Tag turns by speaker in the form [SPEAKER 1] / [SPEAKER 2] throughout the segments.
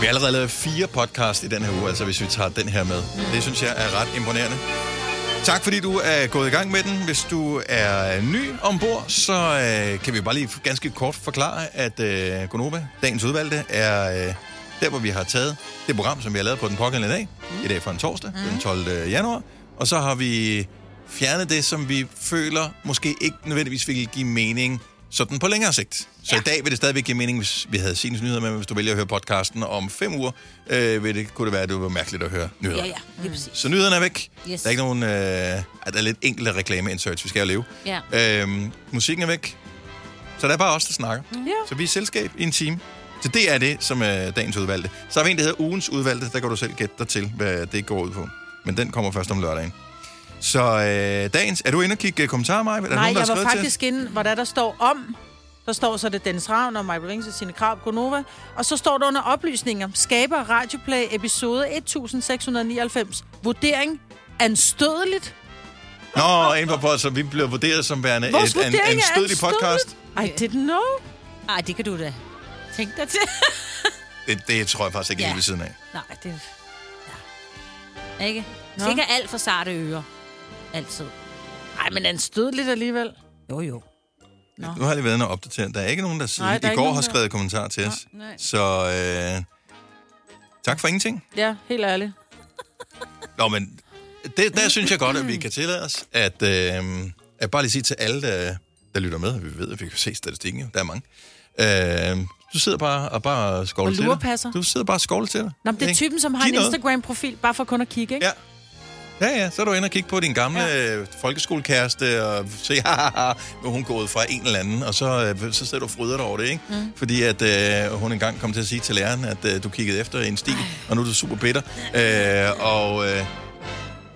[SPEAKER 1] Vi har allerede lavet fire podcast i den her uge, altså hvis vi tager den her med. Det synes jeg er ret imponerende. Tak fordi du er gået i gang med den. Hvis du er ny ombord, så øh, kan vi bare lige ganske kort forklare, at øh, Gonova, dagens udvalgte, er øh, der, hvor vi har taget det program, som vi har lavet på den pågældende dag. Mm. I dag for en torsdag, mm. den 12. januar. Og så har vi fjernet det, som vi føler måske ikke nødvendigvis ville give mening sådan på længere sigt. Så ja. i dag vil det stadigvæk give mening, hvis vi havde sine nyheder med, men hvis du vælger at høre podcasten om fem uger, øh, vil det, kunne det være, at det var mærkeligt at høre nyheder.
[SPEAKER 2] Ja, ja, lige præcis.
[SPEAKER 1] Så nyhederne er væk.
[SPEAKER 2] Yes.
[SPEAKER 1] Der er ikke nogen... Øh, ej, der er lidt enkelte reklameinserts, vi skal jo leve.
[SPEAKER 2] Ja.
[SPEAKER 1] Øhm, musikken er væk. Så der er bare os, der snakker.
[SPEAKER 3] Mm.
[SPEAKER 2] Ja.
[SPEAKER 1] Så vi er et selskab i en time. Så det er det, som er dagens udvalgte. Så har vi en, der hedder ugens udvalgte. Der kan du selv gætte dig til, hvad det går ud på. Men den kommer først om lørdagen. Så øh, dagens... Er du inde og kigge øh, kommentarer, Maja? Er der
[SPEAKER 3] Nej,
[SPEAKER 1] nogen, der har
[SPEAKER 3] jeg var
[SPEAKER 1] skrevet
[SPEAKER 3] faktisk inde, hvor der, der står om. Der står så det Dennis Ravn og Michael Wings og Signe Krav, Gonova. Og så står der under oplysninger, skaber Radioplay episode 1699. Vurdering, anstødeligt.
[SPEAKER 1] til? Nå, en på pod- så vi bliver vurderet som værende
[SPEAKER 3] Vores
[SPEAKER 1] et, en,
[SPEAKER 3] vurdering
[SPEAKER 1] en
[SPEAKER 3] er
[SPEAKER 1] stødlig podcast.
[SPEAKER 3] I didn't know.
[SPEAKER 2] Ej, det kan du da tænke dig til.
[SPEAKER 1] Det, det tror jeg faktisk ikke,
[SPEAKER 2] Ja.
[SPEAKER 1] ja. ved siden af.
[SPEAKER 2] Nej, det... Ja. Ikke?
[SPEAKER 3] Nå.
[SPEAKER 2] Nå. Ikke alt for sarte ører. Altid.
[SPEAKER 3] Nej, men anstødeligt alligevel.
[SPEAKER 2] Jo, jo.
[SPEAKER 1] Nu har jeg lige været inde og opdatere. Der er ikke nogen, der siden
[SPEAKER 3] Nej,
[SPEAKER 1] Nej,
[SPEAKER 3] der er
[SPEAKER 1] i
[SPEAKER 3] ikke
[SPEAKER 1] går
[SPEAKER 3] nogen,
[SPEAKER 1] har
[SPEAKER 3] der-
[SPEAKER 1] skrevet kommentarer til os.
[SPEAKER 2] Nej.
[SPEAKER 1] Så øh, tak for ingenting.
[SPEAKER 3] Ja, helt ærligt.
[SPEAKER 1] Nå, men det, der synes jeg godt, at vi kan tillade os, at, øh, at bare lige sige til alle, der, der lytter med, vi ved, at vi kan se statistikken, jo. der er mange. Øh, du sidder bare og bare skovler
[SPEAKER 3] Og
[SPEAKER 1] til
[SPEAKER 3] lurepasser.
[SPEAKER 1] dig. Du sidder bare og skovler til dig.
[SPEAKER 3] Nå, men det er
[SPEAKER 1] Ikke?
[SPEAKER 3] typen, som har
[SPEAKER 1] Giv
[SPEAKER 3] en
[SPEAKER 1] noget.
[SPEAKER 3] Instagram-profil, bare for kun at kigge, ikke?
[SPEAKER 1] Ja. Ja, ja, så er du inde og kigge på din gamle ja. folkeskolekæreste og se, haha, nu er hun gået fra en eller anden, og så, øh, så sidder du og fryder dig over det, ikke? Mm. Fordi at øh, hun engang kom til at sige til læreren, at øh, du kiggede efter en stil, og nu er du super bitter. Øh, og øh,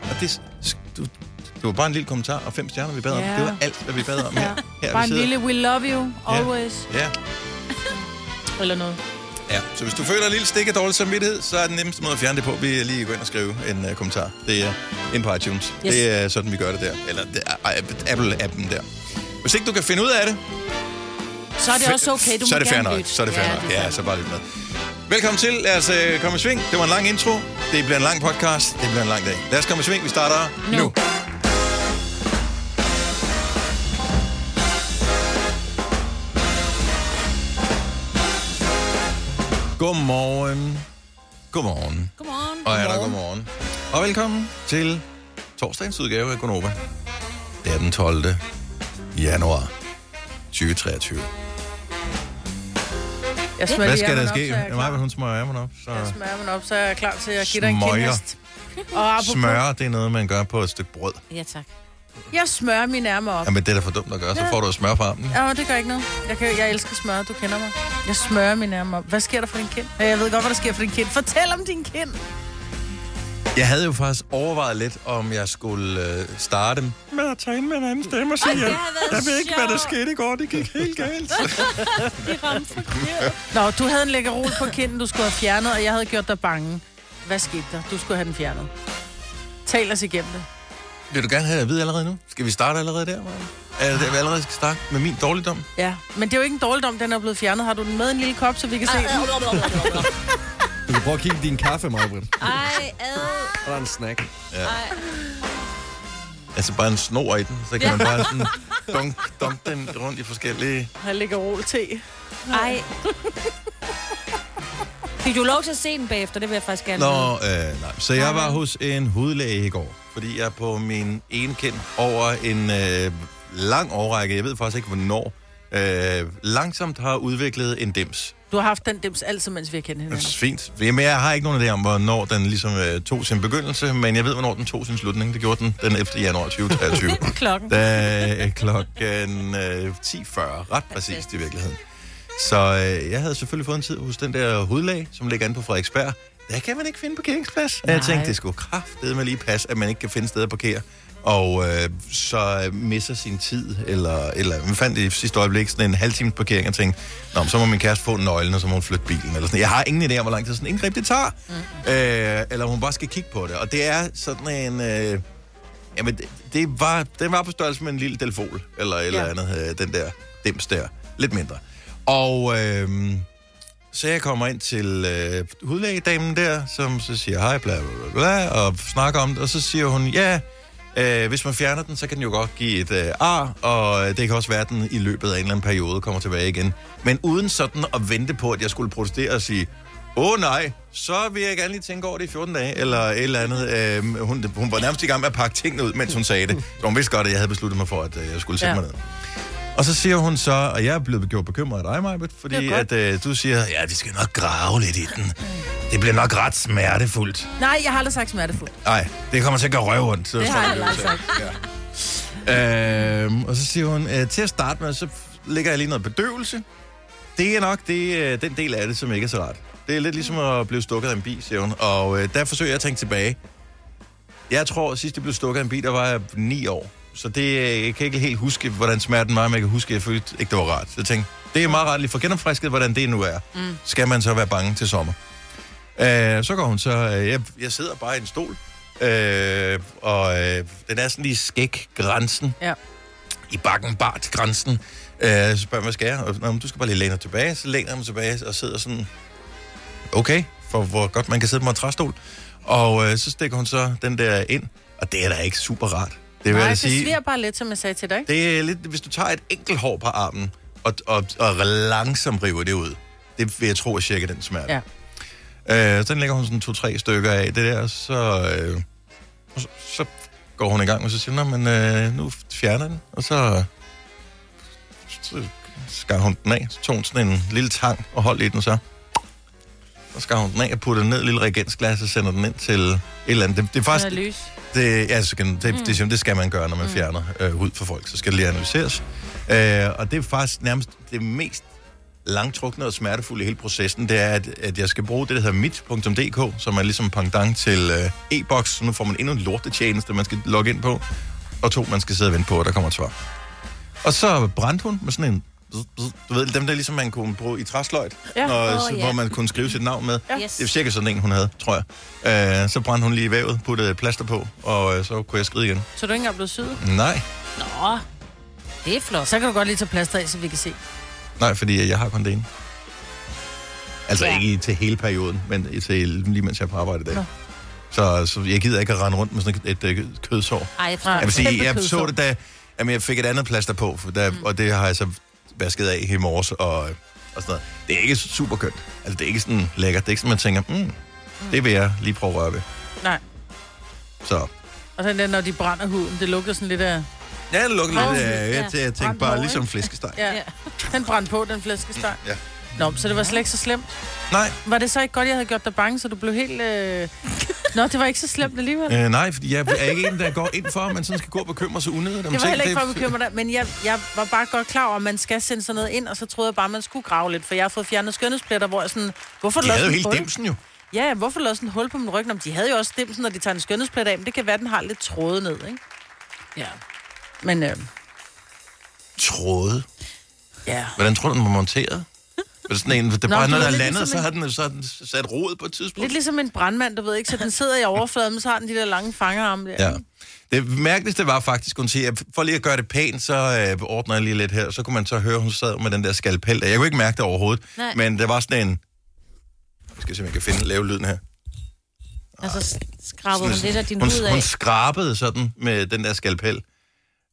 [SPEAKER 1] og det, s- s- du, det var bare en lille kommentar, og fem stjerner, vi bad om.
[SPEAKER 3] Ja.
[SPEAKER 1] Det var alt, hvad vi bad om her. her
[SPEAKER 3] Bare
[SPEAKER 1] vi
[SPEAKER 3] en
[SPEAKER 1] sidder.
[SPEAKER 3] lille, we love you, always,
[SPEAKER 1] Ja.
[SPEAKER 3] ja. eller noget.
[SPEAKER 1] Ja, så hvis du føler et lille stik af dårlig samvittighed, så er den nemmeste måde at fjerne det på, vi lige gå ind og skrive en uh, kommentar. Det er ind på iTunes. Yes. Det er sådan, vi gør det der. Eller det er, uh, Apple-appen der. Hvis ikke du kan finde ud af det,
[SPEAKER 3] Så er det også okay, du må
[SPEAKER 1] så er det fair
[SPEAKER 3] gerne
[SPEAKER 1] nok.
[SPEAKER 3] lytte.
[SPEAKER 1] Så er det fair
[SPEAKER 3] ja,
[SPEAKER 1] nok.
[SPEAKER 3] det er
[SPEAKER 1] Ja, så bare lidt med. Velkommen til. Lad os uh, komme i sving. Det var en lang intro. Det bliver en lang podcast. Det bliver en lang dag. Lad os komme i sving. Vi starter nu. nu. Godmorgen. Godmorgen.
[SPEAKER 2] Godmorgen.
[SPEAKER 1] Og er der godmorgen. Og velkommen til torsdagens udgave af Gonova. Det er den 12. januar 2023.
[SPEAKER 3] Jeg smører
[SPEAKER 1] Hvad
[SPEAKER 3] lige
[SPEAKER 1] skal der
[SPEAKER 3] ærmerne op,
[SPEAKER 1] ske?
[SPEAKER 3] så jeg er
[SPEAKER 1] Ja,
[SPEAKER 3] klar.
[SPEAKER 1] Maja, hun smører ærmerne op. Så...
[SPEAKER 3] Jeg smører mig op, så jeg er klar til at give dig en
[SPEAKER 1] Smøger.
[SPEAKER 3] kindhest. Og apropos,
[SPEAKER 1] Smøre, det er noget, man gør på et stykke brød.
[SPEAKER 2] Ja, tak.
[SPEAKER 3] jeg smører mine ærmer op.
[SPEAKER 1] Jamen, det er da for dumt at gøre. Så
[SPEAKER 3] Ja.
[SPEAKER 1] får du smør på armen.
[SPEAKER 3] Ja, det gør ikke noget. Jeg, kan, jeg elsker smør, du kender mig. Jeg smører mine ærmer op. Hvad sker der for din kind? Ja, Jeg ved godt, hvad der sker for din kind. Fortæl om din kind.
[SPEAKER 1] Jeg havde jo faktisk overvejet lidt, om jeg skulle øh, starte med at tage ind med en anden stemme og sige,
[SPEAKER 2] det havde været
[SPEAKER 1] jeg ved ikke, hvad der
[SPEAKER 2] sjovt."
[SPEAKER 1] skete i går. Det gik helt galt.
[SPEAKER 2] Det ramte forkert.
[SPEAKER 3] Nå, du havde en lækkerol på kinden, du skulle have fjernet, og jeg havde gjort dig bange. Hvad skete der? Du skulle have den fjernet. Tal os igennem det.
[SPEAKER 1] Vil du gerne have det at vide allerede nu? Skal vi starte allerede der, Maja? Er det, at vi allerede skal starte med min dårligdom?
[SPEAKER 3] Ja, men det er jo ikke en dårligdom, den er blevet fjernet. Har du den med i en lille kop, så vi kan se den?
[SPEAKER 4] Du kan prøve at kigge i din kaffe, Marvind.
[SPEAKER 2] Ej, ad.
[SPEAKER 4] Og der er en snack.
[SPEAKER 1] Altså bare en snor i den, så kan man bare sådan dunk, dunk den rundt i forskellige...
[SPEAKER 3] Her ligger rol te.
[SPEAKER 2] Ej. Fik du lov til at se den bagefter? Det vil jeg faktisk gerne
[SPEAKER 1] Nå, øh, nej. Så jeg var hos en hudlæge i går, fordi jeg på min ene kind over en øh, lang årrække, jeg ved faktisk ikke hvornår, øh, langsomt har udviklet en dims.
[SPEAKER 3] Du har haft den dims altid, mens vi har kendt hinanden.
[SPEAKER 1] Det er fint. Jamen, jeg har ikke nogen idé om, hvornår den ligesom øh, tog sin begyndelse, men jeg ved, hvornår den tog sin slutning. Det gjorde den den 11. januar 2023.
[SPEAKER 3] Klokken.
[SPEAKER 1] Da, øh, klokken øh, 10.40, ret præcist i virkeligheden. Så øh, jeg havde selvfølgelig fået en tid hos den der hudlæge, som ligger inde på Frederiksberg. Der kan man ikke finde parkeringsplads. Og jeg
[SPEAKER 3] Nej.
[SPEAKER 1] tænkte, det skulle kraftedeme med lige passe, at man ikke kan finde sted at parkere. Og øh, så øh, misser sin tid, eller, eller man fandt i sidste øjeblik sådan en halv times parkering, og tænkte, Nå, men så må min kæreste få nøglen, og så må hun flytte bilen. Eller sådan. Jeg har ingen idé om, hvor lang tid sådan en indgreb det tager. Mm. Øh, eller om hun bare skal kigge på det. Og det er sådan en... Øh, Jamen, det, det var, den var på størrelse med en lille delfol, eller et eller
[SPEAKER 3] Ja.
[SPEAKER 1] andet, øh, den der dims der. Lidt mindre. Og øh, Så jeg kommer ind til øh, hudlægedamen der, som så siger hej, bla, bla, bla, bla, og snakker om det, og så siger hun, ja, øh, hvis man fjerner den, så kan den jo godt give et øh, ar, og øh, det kan også være, at den i løbet af en eller anden periode kommer tilbage igen. Men uden sådan at vente på, at jeg skulle protestere og sige, åh oh, nej, så vil jeg gerne lige tænke over det i 14 dage, eller et eller andet. Øh, hun, hun var nærmest i gang med at pakke tingene ud, mens hun sagde det. Så hun vidste godt, at jeg havde besluttet mig for, at øh, jeg skulle sætte ja.
[SPEAKER 3] Ja.
[SPEAKER 1] mig ned. Og så siger hun så, og jeg er blevet gjort bekymret af dig, Majbet, fordi
[SPEAKER 3] Det er godt.
[SPEAKER 1] at, øh, du siger, ja, vi skal nok grave lidt i den. Det bliver nok ret smertefuldt.
[SPEAKER 3] Nej, jeg har aldrig sagt smertefuld.
[SPEAKER 1] Nej, det kommer til at gøre røv ondt. Så
[SPEAKER 3] Det har jeg
[SPEAKER 1] sådan
[SPEAKER 3] aldrig sagt.
[SPEAKER 1] det. Øhm, og så siger hun, øh, til at starte med, så lægger jeg lige noget bedøvelse. Det er nok det, øh, den del af det, som ikke er så rart. Det er lidt ligesom at blive stukket af en bi, siger hun. Og øh, der forsøger jeg at tænke tilbage. Jeg tror, sidst jeg blev stukket af en bi, der var jeg ni år. Så det, øh, jeg kan ikke helt huske, hvordan smerten var, men jeg kan huske, at jeg følte ikke, det var rart. Så jeg tænkte, det er meget rart lige for genopfrisket, hvordan det nu er. Mm. Skal man så være bange til sommer? Øh, så går hun så, øh, jeg, jeg sidder bare i en stol, øh, og øh, den er sådan lige skæg grænsen,
[SPEAKER 3] Ja.
[SPEAKER 1] i bakken bart grænsen. Øh, så spørger jeg, hvad skal jeg? Og, Nå, men du skal bare lige læne dig tilbage. Så læner jeg mig tilbage og sidder sådan, okay, for hvor godt man kan sidde på en træstol. Og øh, så stikker hun så den der ind, og det er da ikke super rart. Det
[SPEAKER 3] Nej,
[SPEAKER 1] jeg da
[SPEAKER 3] det sviger bare lidt, som jeg sagde til dig. ikke?
[SPEAKER 1] det er lidt, hvis du tager et enkelt hår på armen, og, og, og langsomt river det ud, det vil jeg tro er cirka den smerte.
[SPEAKER 3] Ja.
[SPEAKER 1] Øh, så den lægger hun sådan to-tre stykker af det der, så, øh, og så, så går hun i gang, og så siger hun, "Nå, men øh, nu fjerner den, og så, så skar hun den af, så tog hun sådan en lille tang og holdt i den så. Så skar hun den af og puttede den ned i et lille reagensglas og sender den ind til et eller andet. Det, det er faktisk
[SPEAKER 3] Analyse.
[SPEAKER 1] det, ja, så kan, det, mm. det, det skal man gøre, når man fjerner øh, hud fra folk. Så skal det lige analyseres. Øh, og det er faktisk nærmest det mest langtrukne og smertefulde i hele processen, det er, at, at jeg skal bruge det, der hedder mit.dk, som er ligesom pendant til øh, e-boks. Så nu får man endnu en lortetjeneste, man skal logge ind på. Og to, man skal sidde og vente på, og der kommer et svar. Og så brændte hun med sådan en... Du ved, dem der ligesom man kunne bruge i træsløjt,
[SPEAKER 3] Ja.
[SPEAKER 1] når,
[SPEAKER 2] Åh,
[SPEAKER 1] så-
[SPEAKER 2] ja.
[SPEAKER 1] hvor man kunne skrive sit navn med.
[SPEAKER 2] Yes.
[SPEAKER 1] Det er cirka sådan en, hun havde, tror jeg. Øh, så brændte hun lige i vævet, puttede et plaster på, og øh, så kunne jeg skride igen.
[SPEAKER 3] Så er du ikke engang blevet syet?
[SPEAKER 1] Nej,
[SPEAKER 2] Nå, det er flot.
[SPEAKER 3] Så kan du godt lige tage plaster af, så vi kan se.
[SPEAKER 1] nej, fordi jeg har kun det ene. Altså ja.
[SPEAKER 2] Ja.
[SPEAKER 1] ikke i- til hele perioden, men i- til lige mens jeg er på arbejde i dag. Så, så jeg gider ikke at rende rundt med sådan et, et, et kødsår.
[SPEAKER 2] Ej, jeg forstår.
[SPEAKER 1] Jeg vil
[SPEAKER 3] Kæmpe
[SPEAKER 1] sige, jeg
[SPEAKER 3] kødsår.
[SPEAKER 1] så det, da jamen, jeg fik et andet plaster på, for der, mm. og det har jeg så vasket af i morges og, og sådan noget. Det er ikke super kønt. Altså, det er ikke sådan lækkert. Det er ikke sådan, man tænker, mm, det vil jeg lige prøve at røre ved.
[SPEAKER 3] Nej.
[SPEAKER 1] Så
[SPEAKER 3] Og den der, når de brænder huden, det lugter sådan lidt af...
[SPEAKER 1] Ja, det lukker
[SPEAKER 2] Hov,
[SPEAKER 1] lidt. Øh, jeg, jeg tænkte
[SPEAKER 3] Brændt
[SPEAKER 1] bare
[SPEAKER 3] hår,
[SPEAKER 1] ligesom flæskesteg.
[SPEAKER 3] Ja.
[SPEAKER 2] Ja.
[SPEAKER 3] ja. Den brændte på, den flæskesteg.
[SPEAKER 1] Ja.
[SPEAKER 3] Nå, så det var slet ikke så slemt.
[SPEAKER 1] Nej,
[SPEAKER 3] Var det så ikke godt, jeg havde gjort dig bange, så du blev helt... Øh... Nå, det var ikke så slemt alligevel.
[SPEAKER 1] øh, nej, fordi jeg er ikke en, der går ind for, at man sådan skal gå og bekymre sig unødigt.
[SPEAKER 3] Det
[SPEAKER 1] om
[SPEAKER 3] var
[SPEAKER 1] ting.
[SPEAKER 3] heller ikke for at bekymre dig, men jeg, jeg var bare godt klar over, at man skal sende sådan noget ind, og så troede jeg bare, at man skulle grave lidt, for jeg har fået fjernet skønhedspletter, hvor jeg sådan... Hvorfor
[SPEAKER 1] De
[SPEAKER 3] lå
[SPEAKER 1] havde jo
[SPEAKER 3] sådan et
[SPEAKER 1] helt
[SPEAKER 3] hul?
[SPEAKER 1] dimsen jo.
[SPEAKER 3] Ja, ja, hvorfor lå sådan et hul på min ryg? Nå, men de havde jo også dimsen, når de tager en skønhedsplet af, men det kan være, den har lidt tråde ned, ikke? Ja. Men øh,
[SPEAKER 1] Tråde.
[SPEAKER 3] ja,
[SPEAKER 1] Hvordan tror du, den var monteret? Var det sådan en, det er bare
[SPEAKER 3] du
[SPEAKER 1] noget,
[SPEAKER 3] ved,
[SPEAKER 1] der er
[SPEAKER 3] lidt
[SPEAKER 1] landet,
[SPEAKER 3] ligesom
[SPEAKER 1] så
[SPEAKER 3] en-
[SPEAKER 1] har den, så har den sat rod på et
[SPEAKER 3] lidt
[SPEAKER 1] tidspunkt?
[SPEAKER 3] ligesom en brandmand, du ved ikke, så den sidder i overfladen, men så har den de der lange fangerarme der.
[SPEAKER 1] Ja. Det mærkeligste var faktisk, hun siger, at for lige at gøre det pænt, så øh, ordner jeg lige lidt her. Så kunne man så høre, hun sad med den der skalpel. der. Jeg kunne ikke mærke det overhovedet,
[SPEAKER 2] Nej.
[SPEAKER 1] men der var sådan en... Jeg skal se, om jeg kan finde lave lyden her.
[SPEAKER 2] Altså, skrabede hun lidt af din
[SPEAKER 1] hun,
[SPEAKER 2] hud
[SPEAKER 1] hun
[SPEAKER 2] af.
[SPEAKER 1] skrabede sådan med den der skalpel.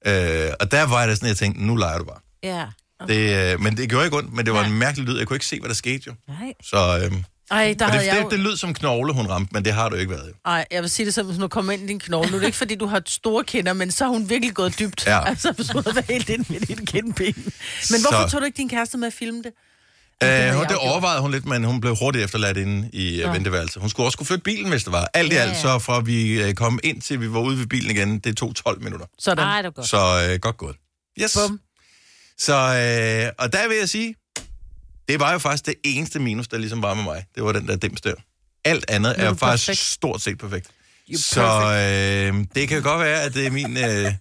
[SPEAKER 1] Øh, og der var det sådan, jeg tænkte, nu leger du bare.
[SPEAKER 2] Ja.
[SPEAKER 1] Det, øh, men det gjorde ikke ondt, men det var
[SPEAKER 2] Nej.
[SPEAKER 1] en mærkelig lyd. Jeg kunne ikke se, hvad der skete jo.
[SPEAKER 2] Nej.
[SPEAKER 1] Så, øh, det,
[SPEAKER 3] Ej, der havde jeg
[SPEAKER 1] det,
[SPEAKER 3] jo...
[SPEAKER 1] det lød som knogle, hun ramte, men det har du ikke været. jo.
[SPEAKER 3] Ej, jeg vil sige det som, hvis du kommer ind i din knogle. Nu er det ikke, fordi du har store kinder, men så har hun virkelig gået dybt.
[SPEAKER 1] Ja.
[SPEAKER 3] Altså, hvis hun havde været helt ind med dit kindben. Men hvorfor
[SPEAKER 1] Så-
[SPEAKER 3] tog du ikke din kæreste med at filme det?
[SPEAKER 1] Øh,
[SPEAKER 3] jeg
[SPEAKER 1] hun,
[SPEAKER 3] jo
[SPEAKER 1] det
[SPEAKER 3] gjort.
[SPEAKER 1] overvejede hun lidt, men hun blev hurtigt efterladt inde i ja. venteværelset. Hun skulle også kunne flytte bilen, hvis det var. Alt i
[SPEAKER 2] Ja,
[SPEAKER 1] alt,
[SPEAKER 2] ja.
[SPEAKER 1] så fra vi øh, kom ind til vi var ude ved bilen igen, det tog 12 minutter.
[SPEAKER 3] Sådan.
[SPEAKER 2] Ej, det var godt.
[SPEAKER 1] Så øh, godt gået. Yes.
[SPEAKER 3] Bum.
[SPEAKER 1] Så, øh, og der vil jeg sige, det var jo faktisk det eneste minus, der ligesom var med mig. Det var den der dims der. Alt andet er,
[SPEAKER 3] er
[SPEAKER 1] er
[SPEAKER 3] du
[SPEAKER 1] faktisk perfekt.
[SPEAKER 3] perfekt.
[SPEAKER 1] stort set perfekt.
[SPEAKER 3] You're
[SPEAKER 1] Så øh, det kan godt være, at det er min øh,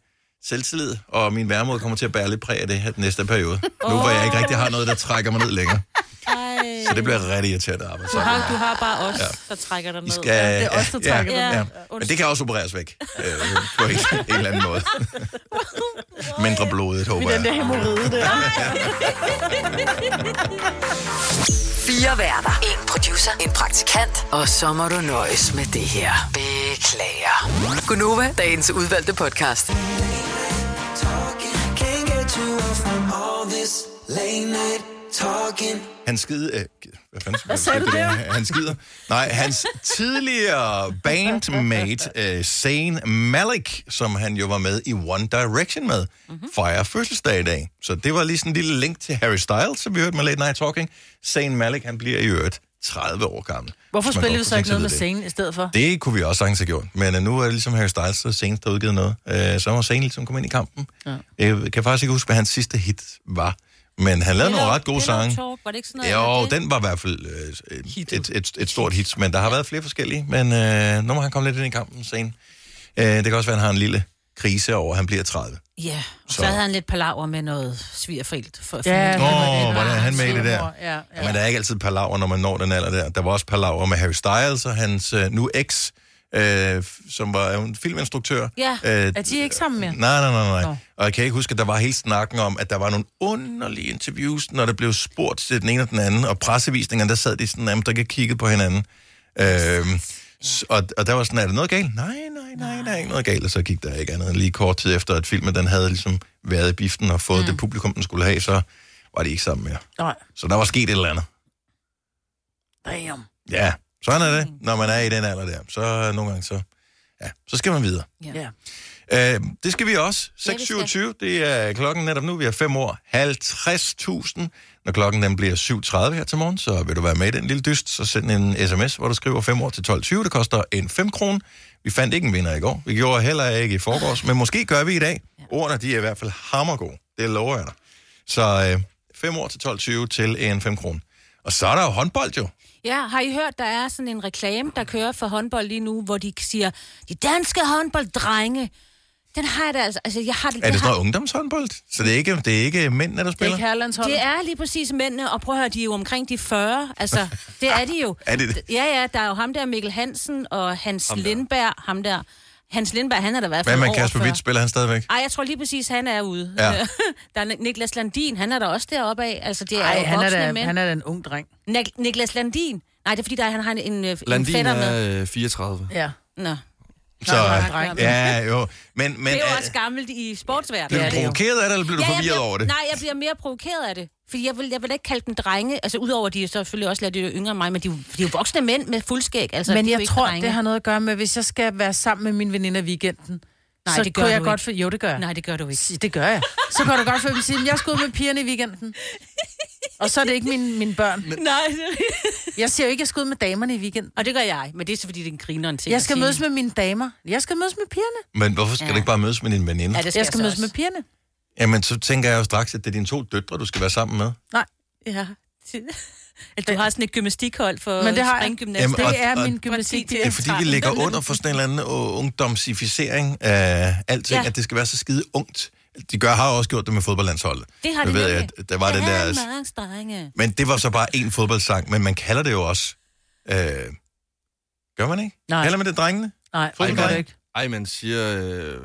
[SPEAKER 1] selvtillid og min værmod kommer til at bære lidt præg af det her den næste periode. Nu hvor jeg ikke rigtig har noget, der trækker mig ned længere.
[SPEAKER 2] Ej.
[SPEAKER 1] Så det bliver rigtig irriterende at arbejde
[SPEAKER 2] Du
[SPEAKER 1] sammen.
[SPEAKER 2] har, du har bare os, der trækker dig ned.
[SPEAKER 1] I skal,
[SPEAKER 3] det er os, der trækker
[SPEAKER 2] dem ned.
[SPEAKER 1] ja.
[SPEAKER 2] Ja,
[SPEAKER 1] Men det kan også opereres væk øh, på en, en eller anden måde. Mindre blodet, håber
[SPEAKER 3] I den der
[SPEAKER 1] jeg.
[SPEAKER 3] hemorrhide der.
[SPEAKER 5] Fire værter. En producer. En praktikant. Og så må du nøjes med det her. Beklager. Gunova, dagens udvalgte podcast.
[SPEAKER 6] Can't get you off from all this late night talking.
[SPEAKER 1] Han skide... Øh, hvad fanden
[SPEAKER 3] Hvad sagde du der?
[SPEAKER 1] Han skider. Nej, hans tidligere bandmate, øh, Zayn Malik, som han jo var med i One Direction med,
[SPEAKER 3] Mhm.
[SPEAKER 1] mm-hmm. fejrer fødselsdag i dag. Så det var lige sådan en lille link til Harry Styles, som vi hørte med Late Night Talking. Zayn Malik, han bliver i øvrigt 30 år gammel.
[SPEAKER 3] Hvorfor
[SPEAKER 1] Hvis man
[SPEAKER 3] spiller
[SPEAKER 1] godt
[SPEAKER 3] vi
[SPEAKER 1] kunne
[SPEAKER 3] så ikke
[SPEAKER 1] tænke sig
[SPEAKER 3] noget med
[SPEAKER 1] ved det.
[SPEAKER 3] scenen i stedet for?
[SPEAKER 1] Det kunne vi også sagtens have gjort. Men øh, nu er det ligesom Harry Styles, så senest har udgivet noget. Øh, så var Zayn ligesom kommet ind i kampen. Ja. Jeg kan faktisk ikke huske, hvad hans sidste hit var. Men han lavede nogle ret gode sange.
[SPEAKER 2] Talk, var det ikke sådan noget?
[SPEAKER 1] Jo,
[SPEAKER 2] det?
[SPEAKER 1] den var i hvert fald øh, et, et, et, et stort hit, men der har været flere forskellige. Men øh, nu må han komme lidt ind i kampen sen. Øh, det kan også være, at han har en lille krise over, at han bliver 30.
[SPEAKER 2] Ja, og så,
[SPEAKER 1] Så-
[SPEAKER 2] havde han lidt palaver med noget svigerfelt. For, for
[SPEAKER 3] Ja,
[SPEAKER 1] Åh,
[SPEAKER 3] det var
[SPEAKER 1] oh,
[SPEAKER 3] det.
[SPEAKER 1] hvordan er han med i det der?
[SPEAKER 3] Selvmord, ja, ja.
[SPEAKER 1] Men der er ikke altid palaver, når man når den alder der. Der var også palaver med Harry Styles og hans øh, nu eks, øh, f- som var er hun filminstruktør.
[SPEAKER 2] Ja,
[SPEAKER 1] øh,
[SPEAKER 3] Er de ikke sammen mere?
[SPEAKER 1] Nej, nej, nej, nej.
[SPEAKER 3] Nå.
[SPEAKER 1] Og jeg kan ikke huske, at der var hele snakken om, at der var nogle underlige interviews, når der blev spurgt til den ene og den anden, og pressevisningerne, der sad de sådan nærmest og kiggede på hinanden. Øhm, s- og, og der var sådan, er der noget galt? Nej, nej, nej, der er ikke noget galt. Og så gik der ikke andet end lige kort tid efter, at filmen den havde ligesom været i biften og fået mm. det publikum, den skulle have, så var de ikke sammen mere.
[SPEAKER 3] Nej.
[SPEAKER 1] Så der var sket et eller andet.
[SPEAKER 3] Damn.
[SPEAKER 1] Ja, sådan er det, når man er i den alder der. Så øh, nogle gange, så, ja, så skal man videre.
[SPEAKER 3] Ja.
[SPEAKER 1] Øh, det skal vi også.
[SPEAKER 2] Ja, vi skal.
[SPEAKER 1] 6.27, det er klokken netop nu. Vi er 5 år. 50.000. Når klokken den bliver 7.30 her til morgen, så vil du være med i den lille dyst. Så send en sms, hvor du skriver 5 år til 12.20. Det koster en 5 kroner. Vi fandt ikke en vinder i går. Vi gjorde heller ikke i forgårs, men måske gør vi i dag. Ordene, de er i hvert fald hammergode. Det lover jeg dig. Så øh, 5 år til 12.20 til en 5 kroner. Og så er der jo håndbold jo.
[SPEAKER 2] Ja, har I hørt, der er sådan en reklame, der kører for håndbold lige nu, hvor de siger, de danske håndbolddrenge, den har jeg da altså, altså jeg har det,
[SPEAKER 1] Er det
[SPEAKER 2] jeg
[SPEAKER 1] sådan
[SPEAKER 2] har,
[SPEAKER 1] noget ungdomshåndbold? Så det er ikke, det er ikke mændene, der
[SPEAKER 3] Det er
[SPEAKER 1] spiller?
[SPEAKER 3] ikke herrelandsholdet.
[SPEAKER 2] det er lige præcis mændene, og prøv at høre, de er jo omkring de 40, altså det er de jo.
[SPEAKER 1] Er det det?
[SPEAKER 2] Ja, ja, der er jo ham der Mikkel Hansen og Hans ham
[SPEAKER 1] der.
[SPEAKER 2] Lindberg, ham der. Hans Lindberg, han er der i hvert
[SPEAKER 1] Hvad
[SPEAKER 2] fald
[SPEAKER 1] med
[SPEAKER 2] over
[SPEAKER 1] Kasper
[SPEAKER 2] 40.
[SPEAKER 1] Witt? Spiller han stadigvæk?
[SPEAKER 2] Ej, jeg tror lige præcis, han er ude.
[SPEAKER 1] Ja.
[SPEAKER 2] der er Niklas Landin, han er der også deroppe af. Altså, det er
[SPEAKER 3] Ej,
[SPEAKER 2] jo
[SPEAKER 3] han er,
[SPEAKER 2] voksne
[SPEAKER 3] da,
[SPEAKER 2] mænd.
[SPEAKER 3] han er da en ung dreng.
[SPEAKER 2] Nik- Niklas Landin? Nej, det er fordi, der, han har en, en, øh, en
[SPEAKER 4] Landin
[SPEAKER 2] fætter med.
[SPEAKER 4] er øh, 34.
[SPEAKER 3] Ja.
[SPEAKER 2] Nå.
[SPEAKER 1] Så,
[SPEAKER 3] Nej, nej, dreng.
[SPEAKER 1] ja, jo. Men, men
[SPEAKER 2] Det er jo
[SPEAKER 1] øh,
[SPEAKER 2] også gammelt i sportsverdenen.
[SPEAKER 1] blev
[SPEAKER 3] Ja,
[SPEAKER 1] du
[SPEAKER 3] det er jo.
[SPEAKER 1] provokeret af det, eller blev du
[SPEAKER 2] jeg
[SPEAKER 1] forvirret
[SPEAKER 2] bliver,
[SPEAKER 1] over det?
[SPEAKER 2] Nej, jeg bliver mere provokeret af det. Fordi jeg vil, jeg vil ikke kalde dem drenge. Altså, udover at de er selvfølgelig også lidt yngre end mig, men de, er jo- de er jo voksne mænd med fuldskæg. Altså,
[SPEAKER 3] Men
[SPEAKER 2] de er jo
[SPEAKER 3] jeg
[SPEAKER 2] ikke
[SPEAKER 3] tror,
[SPEAKER 2] drenge.
[SPEAKER 3] det har noget at gøre med, hvis jeg skal være sammen med min veninde i weekenden,
[SPEAKER 2] Nej,
[SPEAKER 3] så
[SPEAKER 2] det gør
[SPEAKER 3] kunne
[SPEAKER 2] du
[SPEAKER 3] jeg
[SPEAKER 2] ikke.
[SPEAKER 3] godt for... Jo, det gør jeg.
[SPEAKER 2] Nej, det gør du ikke.
[SPEAKER 3] Sig- Det gør jeg. Så kan du godt for dem sige, at jeg skal ud med pigerne i weekenden. Og så er det ikke mine, mine børn.
[SPEAKER 2] Nej,
[SPEAKER 3] Jeg siger jo ikke, at jeg skal ud med damerne i weekenden.
[SPEAKER 2] og det gør jeg. Men det er så, fordi det er en grineren ting
[SPEAKER 3] Jeg
[SPEAKER 2] at
[SPEAKER 3] skal
[SPEAKER 2] sige.
[SPEAKER 3] mødes med mine damer. Jeg skal mødes med pigerne.
[SPEAKER 1] Men hvorfor skal du ikke bare mødes med din veninde?
[SPEAKER 2] Ja, det skal
[SPEAKER 3] Jeg skal
[SPEAKER 2] så
[SPEAKER 3] mødes med
[SPEAKER 2] også.
[SPEAKER 3] pigerne.
[SPEAKER 1] Jamen, så tænker jeg jo straks, at det er dine to døtre, du skal være sammen med.
[SPEAKER 3] Nej,
[SPEAKER 2] Ja. At du har sådan et gymnastikhold for
[SPEAKER 3] Men det har jeg.
[SPEAKER 2] springgymnastik.
[SPEAKER 1] Jamen,
[SPEAKER 3] det
[SPEAKER 1] og-
[SPEAKER 3] er
[SPEAKER 1] og-
[SPEAKER 3] min gymnastik.
[SPEAKER 2] Det
[SPEAKER 1] Det er fordi, vi ligger under for sådan en eller anden øh, ungdomsificering af alting,
[SPEAKER 2] Ja.
[SPEAKER 1] at det skal være så skide ungt. De gør, har også gjort det med fodboldlandsholdet.
[SPEAKER 2] Det har de
[SPEAKER 1] Jeg ved,
[SPEAKER 2] nemlig.
[SPEAKER 1] at der var den der...
[SPEAKER 2] Danmarks drenge.
[SPEAKER 1] Men det var så bare én fodboldsang, men man kalder det jo også... Øh, gør man ikke?
[SPEAKER 3] Nej.
[SPEAKER 1] Kalder man det drengene?
[SPEAKER 3] Nej, det
[SPEAKER 1] Fodbold.
[SPEAKER 3] gør det ikke.
[SPEAKER 4] Ej, man siger... Øh,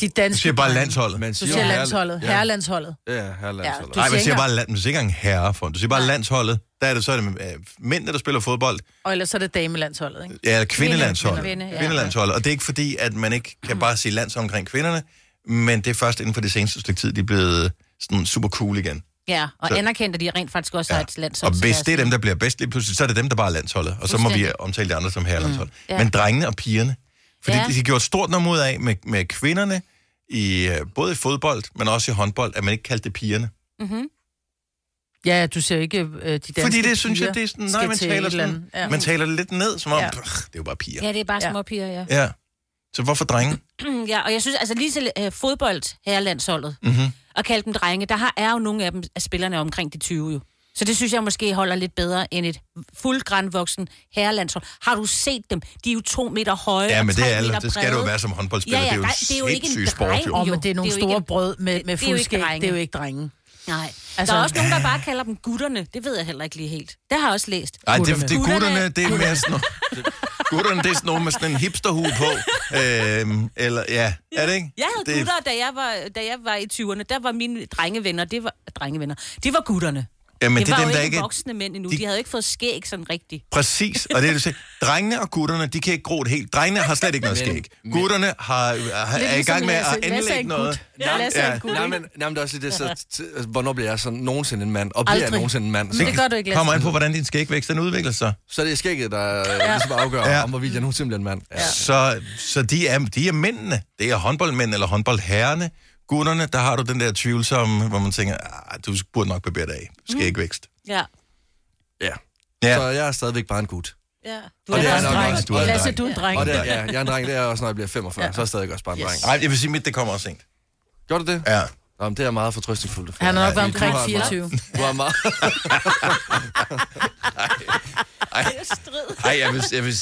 [SPEAKER 3] De
[SPEAKER 1] Du
[SPEAKER 3] danske...
[SPEAKER 1] siger bare landsholdet.
[SPEAKER 4] man
[SPEAKER 3] Du
[SPEAKER 4] siger
[SPEAKER 3] siger
[SPEAKER 4] herre-
[SPEAKER 3] landsholdet.
[SPEAKER 4] Ja,
[SPEAKER 3] Herrelandsholdet.
[SPEAKER 4] Ja, herrelandsholdet.
[SPEAKER 3] Ja,
[SPEAKER 1] Nej,
[SPEAKER 3] du-
[SPEAKER 1] man siger
[SPEAKER 3] siger
[SPEAKER 1] bare, land, man siger ikke engang herrefolk. Du siger bare landsholdet. Der er det så er det øh, mænd, der spiller fodbold.
[SPEAKER 3] Og ellers så er det damelandsholdet, ikke?
[SPEAKER 1] Ja, kvindelandsholdet.
[SPEAKER 2] Kvinde, kvinde, ja.
[SPEAKER 1] Kvindelandsholdet. Og det er ikke fordi, at man ikke kan bare sige landshold omkring kvinderne, men det er først inden for det seneste stykke tid, de er blevet sådan super cool igen.
[SPEAKER 2] Ja, og
[SPEAKER 1] Så-
[SPEAKER 2] anerkendt, at de rent faktisk også har et landshold.
[SPEAKER 1] og hvis det er dem, der bliver bedst lige pludselig, så er det dem, der bare er landsholdet. Og så må vi
[SPEAKER 2] Fuldstændig.
[SPEAKER 1] omtale de andre som herrelandshold. Mm.
[SPEAKER 2] Ja.
[SPEAKER 1] Men drengene og pigerne. Fordi
[SPEAKER 2] Ja.
[SPEAKER 1] ja. de har gjort et stort nummer ud af med, med kvinderne, i, øh, både i fodbold, men også i håndbold, at man ikke kaldte det pigerne.
[SPEAKER 3] Mm-hmm. Ja, du siger ikke øh, de danske
[SPEAKER 1] Fordi det synes
[SPEAKER 3] piger
[SPEAKER 1] jeg, det er sådan, nej,
[SPEAKER 3] skal
[SPEAKER 1] man
[SPEAKER 3] til
[SPEAKER 1] taler,
[SPEAKER 3] et eller
[SPEAKER 1] sådan,
[SPEAKER 3] andet. Ja.
[SPEAKER 1] man taler det lidt ned, som om, ja.
[SPEAKER 3] Ja.
[SPEAKER 1] det er jo bare piger.
[SPEAKER 2] Ja, det er bare
[SPEAKER 3] Ja.
[SPEAKER 2] små piger, ja.
[SPEAKER 1] Ja. Så hvorfor drenge?
[SPEAKER 2] Ja, og jeg synes, altså lige til øh, fodbold, herrelandsholdet,
[SPEAKER 1] Mhm.
[SPEAKER 2] mm-hmm. og kalde dem drenge, der har, er jo nogle af dem af spillerne er omkring de 20 jo. Så det synes jeg måske holder lidt bedre end et fuldgrandvoksen herrelandshold. Har du set dem? De er jo to meter høje
[SPEAKER 1] Ja, men
[SPEAKER 2] og tre
[SPEAKER 1] det er alle.
[SPEAKER 2] meter
[SPEAKER 1] Det skal du
[SPEAKER 2] brede.
[SPEAKER 1] jo være som håndboldspiller.
[SPEAKER 2] Ja, ja,
[SPEAKER 1] det er jo,
[SPEAKER 2] nej, det er jo ikke en
[SPEAKER 1] sindssyg
[SPEAKER 2] dreng.
[SPEAKER 1] jo.
[SPEAKER 3] Åh,
[SPEAKER 2] Jo,
[SPEAKER 3] men det er nogle
[SPEAKER 2] det er jo
[SPEAKER 3] store
[SPEAKER 2] ikke-
[SPEAKER 3] brød med, med
[SPEAKER 2] det er jo ikke
[SPEAKER 3] fuldskæg.
[SPEAKER 2] drenge.
[SPEAKER 3] Det er jo ikke drenge.
[SPEAKER 2] Nej. Altså,
[SPEAKER 3] Altså-
[SPEAKER 2] der er også nogen, der bare kalder dem gutterne. Det ved jeg heller ikke lige helt. Det har jeg også læst.
[SPEAKER 1] Ej, det, det,
[SPEAKER 2] Gutterne.
[SPEAKER 1] gutterne, det er mere sådan noget, gutterne, det er sådan noget med sådan en hipsterhue på. Øhm, eller, ja, er det ikke?
[SPEAKER 2] Jeg havde det...
[SPEAKER 1] det,
[SPEAKER 2] gutter, da jeg, var, da jeg var i 20'erne. Der var mine drengevenner, det var... Drengevenner. Det var gutterne.
[SPEAKER 1] Jamen,
[SPEAKER 2] det,
[SPEAKER 1] det,
[SPEAKER 2] var
[SPEAKER 1] er
[SPEAKER 2] jo
[SPEAKER 1] dem, der
[SPEAKER 2] ikke,
[SPEAKER 1] ikke...
[SPEAKER 2] voksne mænd endnu.
[SPEAKER 1] de-
[SPEAKER 2] De... de havde jo ikke fået skæg sådan rigtigt.
[SPEAKER 1] Præcis, og det er det, du siger. Drengene og gutterne, de kan ikke gro det helt. Drengene har slet ikke noget
[SPEAKER 7] Men-
[SPEAKER 1] skæg.
[SPEAKER 7] men- ligesom
[SPEAKER 1] Gutterne har, har, er i gang med at anlægge noget.
[SPEAKER 7] Ja.
[SPEAKER 3] Lasse er en gut,
[SPEAKER 7] Nej,
[SPEAKER 3] ikke?
[SPEAKER 7] men, øh, nej, men det er også lidt det, så, t- altså, hvornår bliver jeg sådan nogensinde en mand? Og bliver jeg
[SPEAKER 2] Aldrig.
[SPEAKER 7] nogensinde en mand? Så,
[SPEAKER 2] Det gør du ikke, Lasse.
[SPEAKER 1] Kommer an på, hvordan din skægvækst den udvikler sig.
[SPEAKER 7] så er det skægget, der ja. ligesom afgør,
[SPEAKER 1] Ja.
[SPEAKER 7] ja. om hvorvidt jeg nogensinde bliver en mand. Ja.
[SPEAKER 1] Så, så de, er, de er mændene. Det er håndboldmænd eller håndboldherrene. Gutterne, der har du den der tvivlsomme, hvor man tænker, "Ah, du burde nok barbere dig af. Skægvækst.
[SPEAKER 2] Ja.
[SPEAKER 7] ja.
[SPEAKER 1] Ja.
[SPEAKER 7] Så jeg er stadigvæk bare en gut.
[SPEAKER 3] Ja.
[SPEAKER 2] Du
[SPEAKER 7] Og
[SPEAKER 2] er
[SPEAKER 7] det er
[SPEAKER 2] bare en
[SPEAKER 7] nok
[SPEAKER 2] dreng.
[SPEAKER 7] også, du
[SPEAKER 1] er en
[SPEAKER 2] Lasse,
[SPEAKER 1] dreng.
[SPEAKER 2] du er en dreng.
[SPEAKER 7] Og det, ja, jeg er en dreng, det er jeg også, når jeg bliver 45, ja. så er jeg stadig også bare en yes. dreng.
[SPEAKER 1] Nej, jeg vil sige, mit det kommer også sent.
[SPEAKER 7] Gjorde du det?
[SPEAKER 1] Ja.
[SPEAKER 7] Nå, men det er meget fortrøstningsfuldt.
[SPEAKER 3] Han har nok været
[SPEAKER 7] du
[SPEAKER 3] omkring
[SPEAKER 7] har meget-
[SPEAKER 3] 24.
[SPEAKER 7] Du har meget...
[SPEAKER 1] Ej, jeg vil, jeg vil...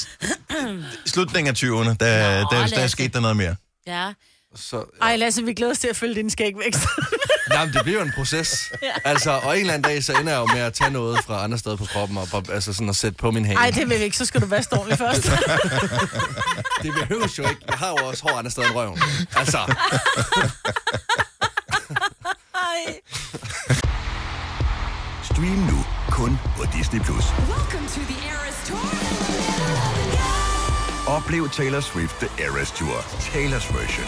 [SPEAKER 1] Slutningen af 20'erne, der,
[SPEAKER 2] Nå,
[SPEAKER 1] der, der, der
[SPEAKER 2] Lasse.
[SPEAKER 1] skete der noget mere.
[SPEAKER 2] Ja.
[SPEAKER 7] Så,
[SPEAKER 3] Ej, Lasse, vi glæder os til at følge din skægvækst.
[SPEAKER 7] Nej, men det bliver jo en proces. Altså, og en eller anden dag, så ender jeg jo med at tage noget fra andre steder på kroppen, og bare- altså sådan at sætte på min hane.
[SPEAKER 3] Nej, det vil vi ikke. Så skal du vaske ordentligt først.
[SPEAKER 7] det behøves jo ikke. Jeg har jo også hår andre steder end røven. Altså,
[SPEAKER 8] Stream nu kun på Disney+. Plus. Oplev Taylor Swift The Eras Tour, Taylor's version.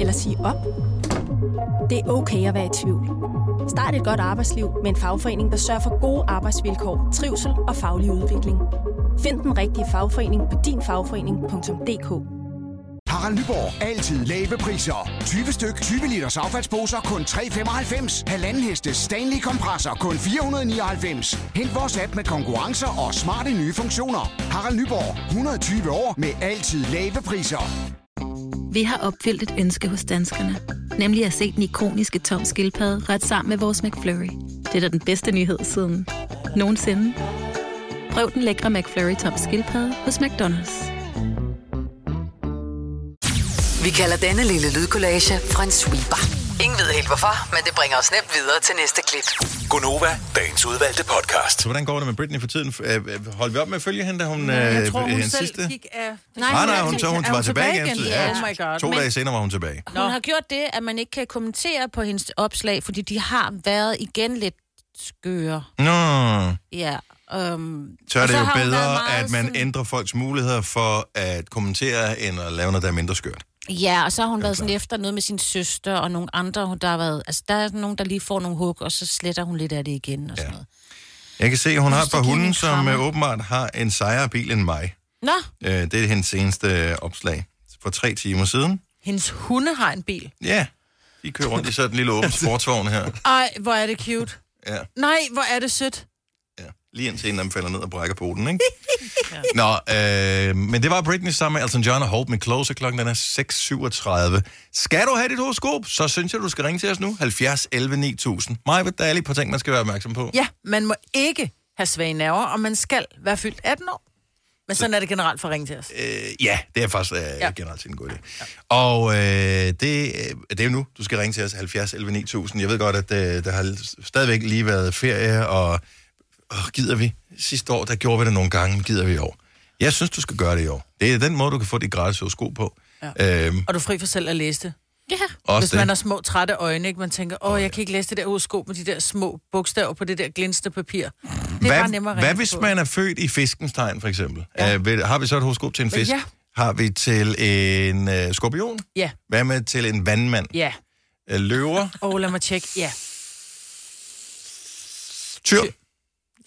[SPEAKER 9] Eller sige op? Det er okay at være i tvivl. Start et godt arbejdsliv med en fagforening, der sørger for gode arbejdsvilkår, trivsel og faglig udvikling. Find den rigtige fagforening på dinfagforening.dk.
[SPEAKER 10] Harald Nyborg. Altid lave priser. 20 styk, 20 liters affaldsposer kun 3,95. Halvanden heste Stanley kompresser kun 499. Hent vores app med konkurrencer og smarte nye funktioner. Harald Nyborg. 120 år med altid lave priser.
[SPEAKER 11] Vi har opfyldt et ønske hos danskerne. Nemlig at se den ikoniske tom skildpadde ret sammen med vores McFlurry. Det er da den bedste nyhed siden nogensinde. Prøv den lækre McFlurry tom skildpadde hos McDonald's.
[SPEAKER 5] Vi kalder denne lille lydkollage Frans sweeper. Ingen ved helt hvorfor, men det bringer os nemt videre til næste klip.
[SPEAKER 8] Gonova, dagens udvalgte podcast.
[SPEAKER 1] Så hvordan går det med Britney for tiden? Øh, øh, Holdt vi op med at følge hende, da hun,
[SPEAKER 3] Jeg tror,
[SPEAKER 1] øh,
[SPEAKER 3] hun
[SPEAKER 1] hendes
[SPEAKER 3] selv
[SPEAKER 1] sidste?
[SPEAKER 3] gik af...
[SPEAKER 1] Nej, nej,
[SPEAKER 3] er
[SPEAKER 1] hun, så hun,
[SPEAKER 3] Er
[SPEAKER 1] var tilbage, igen.
[SPEAKER 3] Ja. Oh my god.
[SPEAKER 1] To dage senere var hun tilbage.
[SPEAKER 2] Hun har gjort det, at man ikke kan kommentere på hendes opslag, fordi de har været igen lidt skøre.
[SPEAKER 1] Nå,
[SPEAKER 2] Ja. Øhm,
[SPEAKER 1] så er
[SPEAKER 2] og
[SPEAKER 1] det jo
[SPEAKER 2] har hun været
[SPEAKER 1] bedre,
[SPEAKER 2] meget
[SPEAKER 1] at man
[SPEAKER 2] sådan-
[SPEAKER 1] ændrer folks muligheder for at kommentere, end at lave noget, der er mindre skørt.
[SPEAKER 2] Ja, og så har hun været sådan efter noget med sin søster og nogle andre, hun der har været... Altså, der er sådan nogen, der lige får nogle hug, og så sletter hun lidt af det igen og sådan
[SPEAKER 1] Ja.
[SPEAKER 2] ja. noget.
[SPEAKER 1] Jeg kan se, at hun har et par
[SPEAKER 2] det giver
[SPEAKER 1] hunde,
[SPEAKER 2] min
[SPEAKER 1] som
[SPEAKER 2] krammer.
[SPEAKER 1] øh, åbenbart har en sejere bil end mig.
[SPEAKER 2] Nå,
[SPEAKER 1] Øh, Det er hendes seneste øh, opslag for tre timer siden.
[SPEAKER 3] Hendes hunde har en bil.
[SPEAKER 1] Ja, de kører rundt i sådan en lille åben sportsvogn her.
[SPEAKER 3] Ej, hvor er det cute.
[SPEAKER 1] Ja,
[SPEAKER 3] Nej, hvor er det sødt.
[SPEAKER 1] ja. Lige indtil en af dem falder ned og brækker poten, ikke? Nå, øh, men det var Britney sammen med Elton John og Hope med Closer. Klokken den er 6.37. Skal du have dit horoskop, så synes jeg, du skal ringe til os nu. 70 11 9000. Maja, der er lige et par ting, man skal være opmærksom på.
[SPEAKER 3] Ja, man må ikke have svage nerver, og man skal være fyldt 18 år. Men sådan er det generelt for at ringe til os.
[SPEAKER 1] Øh, ja, det er faktisk øh, ja. generelt en god idé. Ja. Og øh, det, øh, det er jo nu, du skal ringe til os 70 11 9000. Jeg ved godt, at øh, der har l- stadigvæk lige været ferie, og åh, gider vi? Sidste år, der gjorde vi det nogle gange, gider vi i år. Jeg synes, du skal gøre det i år. Det er den måde, du kan få dit gratis horoskop på. Ja. Øhm,
[SPEAKER 3] Og du er fri for selv at læse det.
[SPEAKER 2] ja.
[SPEAKER 1] også
[SPEAKER 3] Hvis man har
[SPEAKER 1] det.
[SPEAKER 3] små, trætte øjne, ikke? Man tænker, åh, jeg kan ikke læse det der horoskop med de der små bogstaver på det der glinste papir. Det er bare
[SPEAKER 1] Hvad,
[SPEAKER 3] nemmere at
[SPEAKER 1] hvad
[SPEAKER 3] ringe
[SPEAKER 1] hvis
[SPEAKER 3] på.
[SPEAKER 1] man er født i fiskens tegn, for eksempel? Ja. Øh, vil- har vi så et horoskop til en fisk?
[SPEAKER 3] Ja.
[SPEAKER 1] Har vi til en øh, skorpion?
[SPEAKER 3] Ja,
[SPEAKER 1] Hvad med til en vandmand?
[SPEAKER 3] ja.
[SPEAKER 1] Øh, løver?
[SPEAKER 3] Åh, lad mig tjekke. Ja.
[SPEAKER 1] Tyr.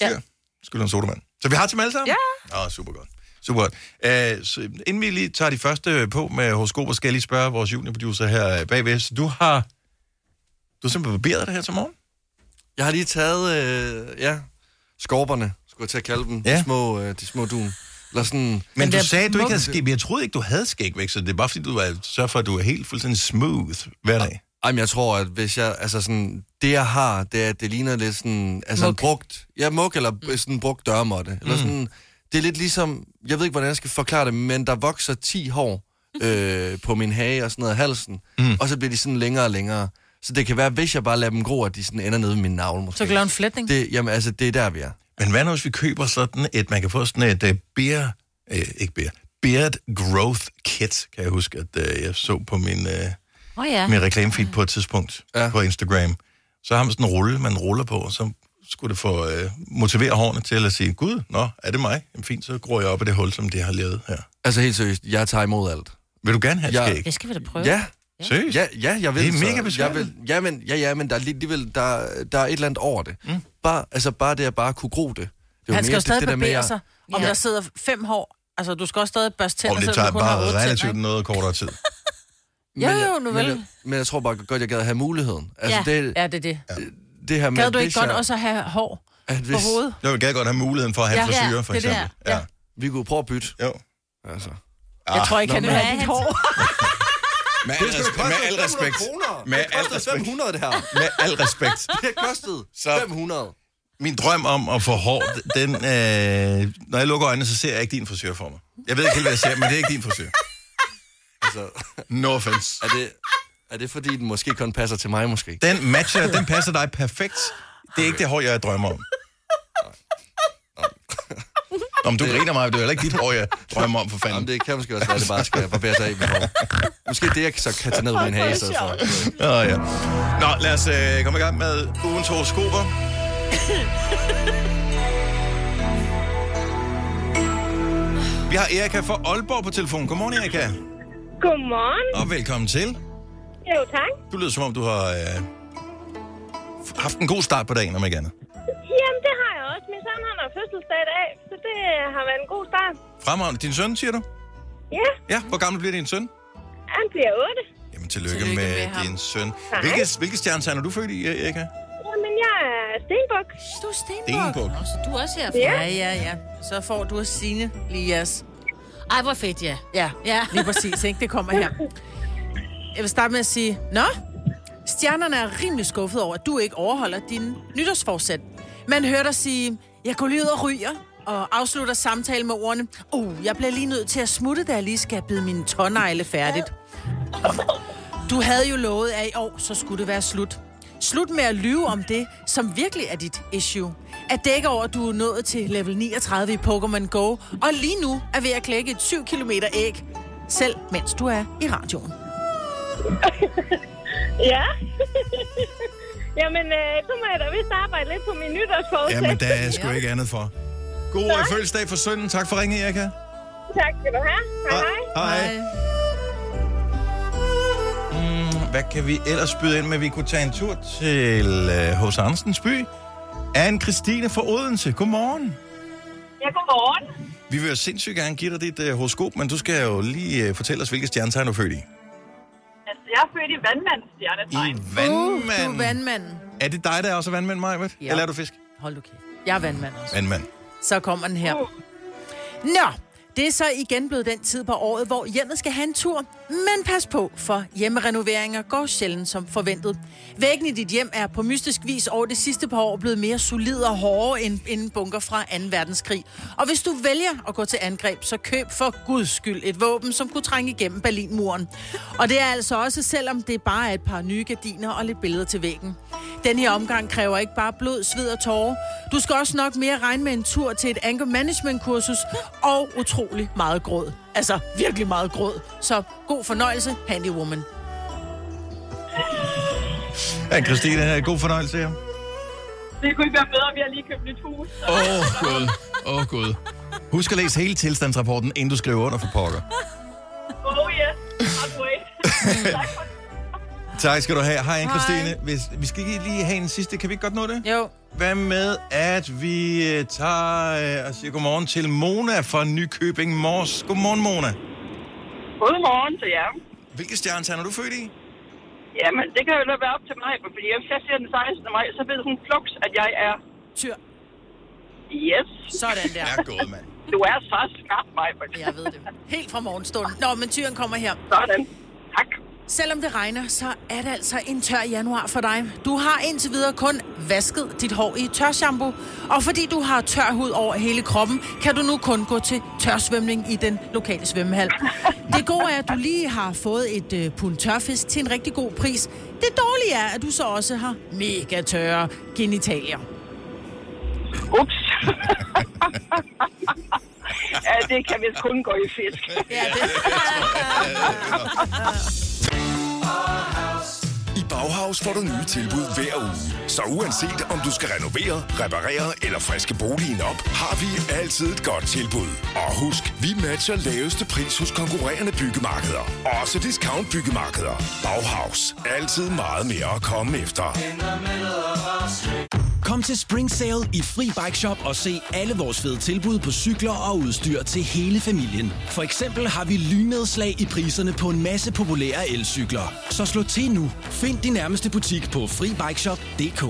[SPEAKER 3] Ja.
[SPEAKER 1] Tyr. Skylder en sodavand. Så vi har til dem alle sammen? Ja. Åh, super godt. Super godt. Øh, så inden vi lige tager de første på med horoskoper, skal jeg lige spørge vores juniorproducer her bagved. Så du har... Du har simpelthen barberet det her til morgen?
[SPEAKER 7] jeg har lige taget, øh, ja, skorperne, skulle jeg til at kalde dem.
[SPEAKER 1] Ja.
[SPEAKER 7] De små, øh, de små dun. Eller sådan,
[SPEAKER 1] Men
[SPEAKER 3] der
[SPEAKER 1] du sagde, at du ikke havde
[SPEAKER 3] muggen-
[SPEAKER 1] skæg. Jeg troede ikke, du havde skæg væk, så det er bare fordi, du er, sørger for, at du er helt fuldstændig smooth hver dag.
[SPEAKER 7] Jamen, jeg tror, at hvis jeg... Altså sådan, det jeg har, det er, at det ligner lidt sådan... Altså muk.
[SPEAKER 12] Muk.
[SPEAKER 7] en brugt... Ja, muk eller mm. sådan en brugt dørmåtte. Eller
[SPEAKER 12] Mm.
[SPEAKER 7] sådan... Det er lidt ligesom... Jeg ved ikke, hvordan jeg skal forklare det, men der vokser 10 hår øh, på min hage og sådan noget af halsen. Mm. Og så bliver de sådan længere og længere. Så det kan være, hvis jeg bare lader dem gro, at de sådan ender nede ved min navle, måske.
[SPEAKER 3] Så kan du lave en flætning.
[SPEAKER 7] Det, jamen, altså, det er der, vi er.
[SPEAKER 1] Men hvad nu, hvis vi køber sådan et, man kan få sådan et uh, beer, uh, ikke beer, beard growth kit, kan jeg huske, at uh, jeg så på min, uh,
[SPEAKER 2] Åh oh, ja.
[SPEAKER 1] min reklamefeed på et tidspunkt ja. på Instagram. Så har man sådan en rulle, man ruller på, og så skulle det få uh, motivere hårene til at sige, gud, nå, er det mig? Jamen fint, så gror jeg op i det hul, som det har lavet her.
[SPEAKER 7] Altså helt seriøst, jeg tager imod alt.
[SPEAKER 1] Vil du gerne have et
[SPEAKER 7] Jeg-
[SPEAKER 1] skæg?
[SPEAKER 2] Det skal vi da prøve.
[SPEAKER 7] Ja.
[SPEAKER 1] Seriøst?
[SPEAKER 7] Ja, ja, jeg vil.
[SPEAKER 1] Det er
[SPEAKER 7] så.
[SPEAKER 1] mega besværligt.
[SPEAKER 7] Jeg vil, ja, men, ja, ja, men der er alligevel, der, der er et eller andet over det. Mm. Bare, altså bare det at bare kunne gro det. det er
[SPEAKER 3] Han skal
[SPEAKER 7] mere
[SPEAKER 3] jo stadig
[SPEAKER 7] det, det der med,
[SPEAKER 3] barbere
[SPEAKER 7] jeg-
[SPEAKER 3] sig. Om
[SPEAKER 7] Ja.
[SPEAKER 3] der sidder fem hår, altså du skal også stadig børste tænder,
[SPEAKER 1] Om
[SPEAKER 3] selvom
[SPEAKER 1] det tager
[SPEAKER 3] du kun Altså, har otte
[SPEAKER 1] bare
[SPEAKER 3] tænder,
[SPEAKER 1] relativt
[SPEAKER 3] ikke?
[SPEAKER 1] noget kortere tid.
[SPEAKER 3] Jo,
[SPEAKER 7] Men jeg-
[SPEAKER 3] jo, nu
[SPEAKER 7] men
[SPEAKER 3] vel.
[SPEAKER 7] jeg- Men jeg tror bare godt, jeg gad have muligheden. Altså,
[SPEAKER 3] ja,
[SPEAKER 7] det,
[SPEAKER 3] ja, det er det.
[SPEAKER 7] det her med,
[SPEAKER 3] Gad du
[SPEAKER 7] hvis
[SPEAKER 3] ikke godt
[SPEAKER 7] jeg,
[SPEAKER 3] også at have hår
[SPEAKER 7] at
[SPEAKER 3] på hovedet?
[SPEAKER 1] Jeg vil gerne godt have muligheden for at have
[SPEAKER 3] Ja,
[SPEAKER 1] ja, frisyrer,
[SPEAKER 3] ja,
[SPEAKER 1] for
[SPEAKER 3] det der.
[SPEAKER 1] eksempel. ja.
[SPEAKER 7] Vi kunne prøve at bytte.
[SPEAKER 1] Jo. Ah.
[SPEAKER 7] Altså.
[SPEAKER 3] Jeg tror ikke,
[SPEAKER 7] nå,
[SPEAKER 3] han vil
[SPEAKER 7] men-
[SPEAKER 3] have dit hår.
[SPEAKER 1] Med
[SPEAKER 7] Det
[SPEAKER 1] al,
[SPEAKER 7] skulle da
[SPEAKER 1] res-
[SPEAKER 7] koste
[SPEAKER 1] med al
[SPEAKER 7] 500
[SPEAKER 1] respekt.
[SPEAKER 7] kroner.
[SPEAKER 1] Med
[SPEAKER 7] Det
[SPEAKER 1] al
[SPEAKER 7] kostede
[SPEAKER 1] respekt.
[SPEAKER 7] 500 det her.
[SPEAKER 1] Med al respekt.
[SPEAKER 7] Det kostede
[SPEAKER 1] Så-
[SPEAKER 7] 500.
[SPEAKER 1] Min drøm om at få hår, den, øh, når jeg lukker øjnene, så ser jeg ikke din frisør for mig. Jeg ved ikke helt, hvad jeg ser, men det er ikke din frisør.
[SPEAKER 7] Altså,
[SPEAKER 1] no offense.
[SPEAKER 7] Er det, er det fordi, den måske kun passer til mig, måske?
[SPEAKER 1] Den matcher, den passer dig perfekt. Det er ikke det hår, jeg drømmer om. Nå, men du griner mig, men det er heller ikke dit hår, jeg drømmer om for fanden.
[SPEAKER 7] Jamen, det kan måske også være, at det bare skal barbere sig af med hår. Måske det, jeg så kan tage ned på min hage i stedet for.
[SPEAKER 1] Åh, ja. Nå, lad os øh, komme i gang med ugens horoskoper. Vi har Erika fra Aalborg på telefon. Godmorgen, Erika.
[SPEAKER 13] Godmorgen.
[SPEAKER 1] Og velkommen til.
[SPEAKER 13] Jo, tak.
[SPEAKER 1] Du lyder som om, du har øh, haft en god start på dagen, om ikke andet.
[SPEAKER 13] Jamen, det har jeg også. Min søn han har fødselsdag i dag, så det øh, har været en god start.
[SPEAKER 1] Fremragende. Din søn, siger du?
[SPEAKER 13] Ja,
[SPEAKER 1] Ja, hvor gammel bliver din søn?
[SPEAKER 13] han bliver 8.
[SPEAKER 1] Jamen, tillykke, tillykke med, med din søn.
[SPEAKER 13] Tak.
[SPEAKER 1] Hvilke, hvilke stjernetegn er du født i, E- Erika?
[SPEAKER 13] Jamen, jeg er Ah, stenbuk.
[SPEAKER 3] Du er stenbuk.
[SPEAKER 1] Stenbuk.
[SPEAKER 3] Nå, så du er også herfra.
[SPEAKER 13] Ja.
[SPEAKER 3] Ja, ja, ja. Så får du at Signe lige jeres. Ej, hvor fedt, ja. Ja, ja. lige præcis, ikke? Det kommer her. Jeg vil starte med at sige, Nå, stjernerne er rimelig skuffet over, at du ikke overholder dine nytårsforsæt. Man hører dig sige, jeg går lige ud og ryger, og afslutter samtalen med ordene, uh, jeg bliver lige nødt til at smutte, da jeg lige skal bide mine tårnegle færdigt. Du havde jo lovet, at i år, så skulle det være slut. Slut med at lyve om det, som virkelig er dit issue. At dække over, at du er nået til level 39 i Pokémon Go, og lige nu er ved at klække et 7 km æg, selv mens du er i radioen.
[SPEAKER 13] Ja. Jamen, øh, så må jeg da vist arbejde lidt på min nytårsforsæt.
[SPEAKER 1] Jamen, der er sgu ikke andet for. God øh, fødselsdag for sønnen. Tak for ringen, Erika.
[SPEAKER 13] Tak skal du have. Hej, hej.
[SPEAKER 1] Hej. Mm, hvad kan vi ellers byde ind med? Vi kunne tage en tur til øh, H.C. Andersens by. anne Christine fra Odense. Godmorgen.
[SPEAKER 13] Ja, godmorgen.
[SPEAKER 1] Vi vil jo sindssygt gerne give dig dit øh, horoskop, men du skal jo lige øh, fortælle os, hvilke stjernetegn du er født i.
[SPEAKER 13] Altså, jeg er født i vandmandsstjernetegn.
[SPEAKER 1] I vandmand.
[SPEAKER 3] Uh, du er vandmanden.
[SPEAKER 1] Er det dig, der er også vandmand, Majbert?
[SPEAKER 3] Ja.
[SPEAKER 1] Eller er du fisk?
[SPEAKER 3] Hold du kæft. Jeg er vandmand også.
[SPEAKER 1] Vandmand.
[SPEAKER 3] Så kommer den her. Nå, det er så igen blevet den tid på året, hvor hjemmet skal have en tur. Men pas på, for hjemmerenoveringer går sjældent som forventet. Væggen i dit hjem er på mystisk vis over det sidste par år blevet mere solid og hårdere end, end en bunker fra 2. verdenskrig. Og hvis du vælger at gå til angreb, så køb for guds skyld et våben, som kunne trænge igennem Berlinmuren. Og det er altså også, selvom det bare er et par nye gardiner og lidt billeder til væggen. Den her omgang kræver ikke bare blod, sved og tårer. Du skal også nok mere regne med en tur til et anger management kursus og utrolig meget gråd. Altså virkelig meget gråd. Så god fornøjelse, handywoman.
[SPEAKER 1] anne Christine, øh, god fornøjelse her.
[SPEAKER 13] Det kunne ikke være bedre, vi har lige købt nyt hus.
[SPEAKER 1] Åh, oh, Gud. Åh, oh, Gud. Husk at læse hele tilstandsrapporten, inden du skriver under for pokker.
[SPEAKER 13] Oh yes, hard way. tak for
[SPEAKER 1] Tak skal du have. Hej, anne Christine. Hvis, vi skal ikke lige have en sidste. Kan vi ikke godt nå det?
[SPEAKER 3] Jo.
[SPEAKER 1] Hvad med, at vi øh, tager øh, og siger godmorgen til Mona fra Nykøbing Mors. Godmorgen, Mona.
[SPEAKER 14] Godmorgen til jer.
[SPEAKER 1] Hvilke stjernetegn er du født i?
[SPEAKER 14] Jamen, det kan jo da være op til mig, fordi hvis jeg siger den 16. maj, så ved hun flux, at jeg er...
[SPEAKER 3] Tyr.
[SPEAKER 14] Yes.
[SPEAKER 3] Sådan der.
[SPEAKER 1] Ja, god, mand.
[SPEAKER 14] Du er så skarp, mig.
[SPEAKER 3] Jeg ved det. Helt fra morgenstunden. Nå, men tyren kommer her.
[SPEAKER 14] Sådan. Tak.
[SPEAKER 3] Selvom det regner, så er det altså en tør januar for dig. Du har indtil videre kun vasket dit hår i tørshampoo, og fordi du har tør hud over hele kroppen, kan du nu kun gå til tørsvømning i den lokale svømmehal. Det gode er, at du lige har fået et øh, pund tørfisk til en rigtig god pris. Det dårlige er, at du så også har mega tørre genitalier.
[SPEAKER 13] Ups. ja, det kan vist kun gå i fisk. ja, det.
[SPEAKER 12] I Bauhaus får du nye tilbud hver uge. Så uanset om du skal renovere, reparere eller friske boligen op, har vi altid et godt tilbud. Og husk, vi matcher laveste pris hos konkurrerende byggemarkeder. Også discount byggemarkeder. Bauhaus. Altid meget mere at komme efter.
[SPEAKER 15] Kom til Spring Sale i Fri Bike Shop og se alle vores fede tilbud på cykler og udstyr til hele familien. For eksempel har vi lynedslag i priserne på en masse populære elcykler. Så slå til nu. Find din nærmeste butik på FriBikeShop.dk.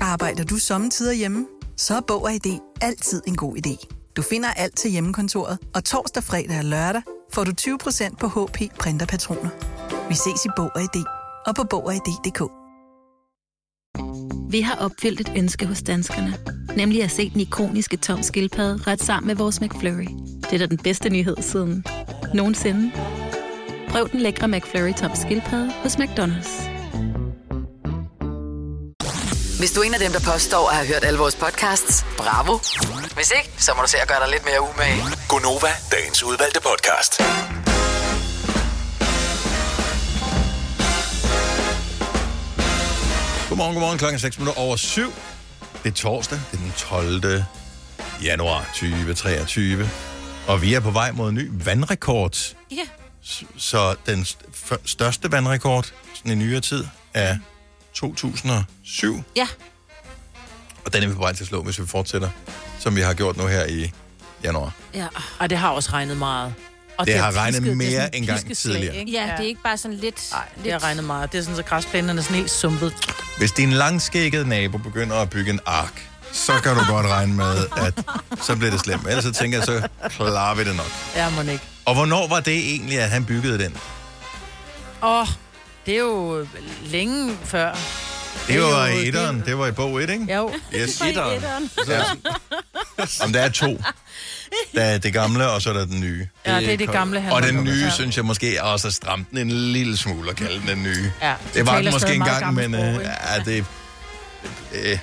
[SPEAKER 16] Arbejder du sommetider hjemme? Så er Bog og ID altid en god idé. Du finder alt til hjemmekontoret, og torsdag, fredag og lørdag får du 20% på HP printerpatroner. Vi ses i Bog og ID og på Bog og ID.dk.
[SPEAKER 11] Vi har opfyldt et ønske hos danskerne. Nemlig at se den ikoniske tom skildpadde ret sammen med vores McFlurry. Det er da den bedste nyhed siden nogensinde. Prøv den lækre McFlurry tom skildpadde hos McDonald's.
[SPEAKER 5] Hvis du er en af dem, der påstår at have hørt alle vores podcasts, bravo. Hvis ikke, så må du se at gøre dig lidt mere umage.
[SPEAKER 12] Gonova, dagens udvalgte podcast.
[SPEAKER 1] Godmorgen, godmorgen. Klokken er 6 minutter over 7. Det er torsdag, det er den 12. januar 2023. Og vi er på vej mod en ny vandrekord.
[SPEAKER 2] Ja.
[SPEAKER 1] Så den st- f- største vandrekord sådan i nyere tid er 2007.
[SPEAKER 2] Ja.
[SPEAKER 1] Og den er vi på vej til at slå, hvis vi fortsætter, som vi har gjort nu her i januar.
[SPEAKER 2] ja.
[SPEAKER 3] Og det har også regnet meget. Og
[SPEAKER 1] Det har
[SPEAKER 3] pisket-
[SPEAKER 1] regnet
[SPEAKER 3] det er
[SPEAKER 1] mere
[SPEAKER 3] sådan
[SPEAKER 1] end gang
[SPEAKER 3] piskeslag,
[SPEAKER 1] tidligere.
[SPEAKER 3] ikke?
[SPEAKER 2] Ja, det er ikke bare sådan lidt... Nej,
[SPEAKER 3] Det har regnet meget. Det er sådan, så græsplænerne er sådan helt sumpet.
[SPEAKER 1] Hvis din langskækkede nabo begynder at bygge en ark, så kan du godt regne med, at så bliver det slemt. Ellers så tænker jeg, så klarer vi det nok.
[SPEAKER 3] Ja, må ikke.
[SPEAKER 1] Og hvornår var det egentlig, at han byggede den?
[SPEAKER 3] Åh, det er jo øh, længe før.
[SPEAKER 1] Det var i etteren. Det var i bog 1, ikke?
[SPEAKER 3] Jo.
[SPEAKER 1] Yes.
[SPEAKER 3] Ja.
[SPEAKER 1] Ja. Om der er to. Der er det gamle, og så er der den nye.
[SPEAKER 3] Ja, det er det gamle, han
[SPEAKER 1] Og
[SPEAKER 3] har
[SPEAKER 1] den
[SPEAKER 3] lukket.
[SPEAKER 1] nye,
[SPEAKER 3] Ja.
[SPEAKER 1] synes jeg måske også er stramt en lille smule at kalde den den nye.
[SPEAKER 3] Ja, de
[SPEAKER 1] det var
[SPEAKER 3] taler
[SPEAKER 1] den måske
[SPEAKER 3] stadig meget
[SPEAKER 1] engang,
[SPEAKER 3] gammelt
[SPEAKER 1] men
[SPEAKER 3] sprog,
[SPEAKER 1] øh,
[SPEAKER 3] ikke?
[SPEAKER 1] ja, det... Øh,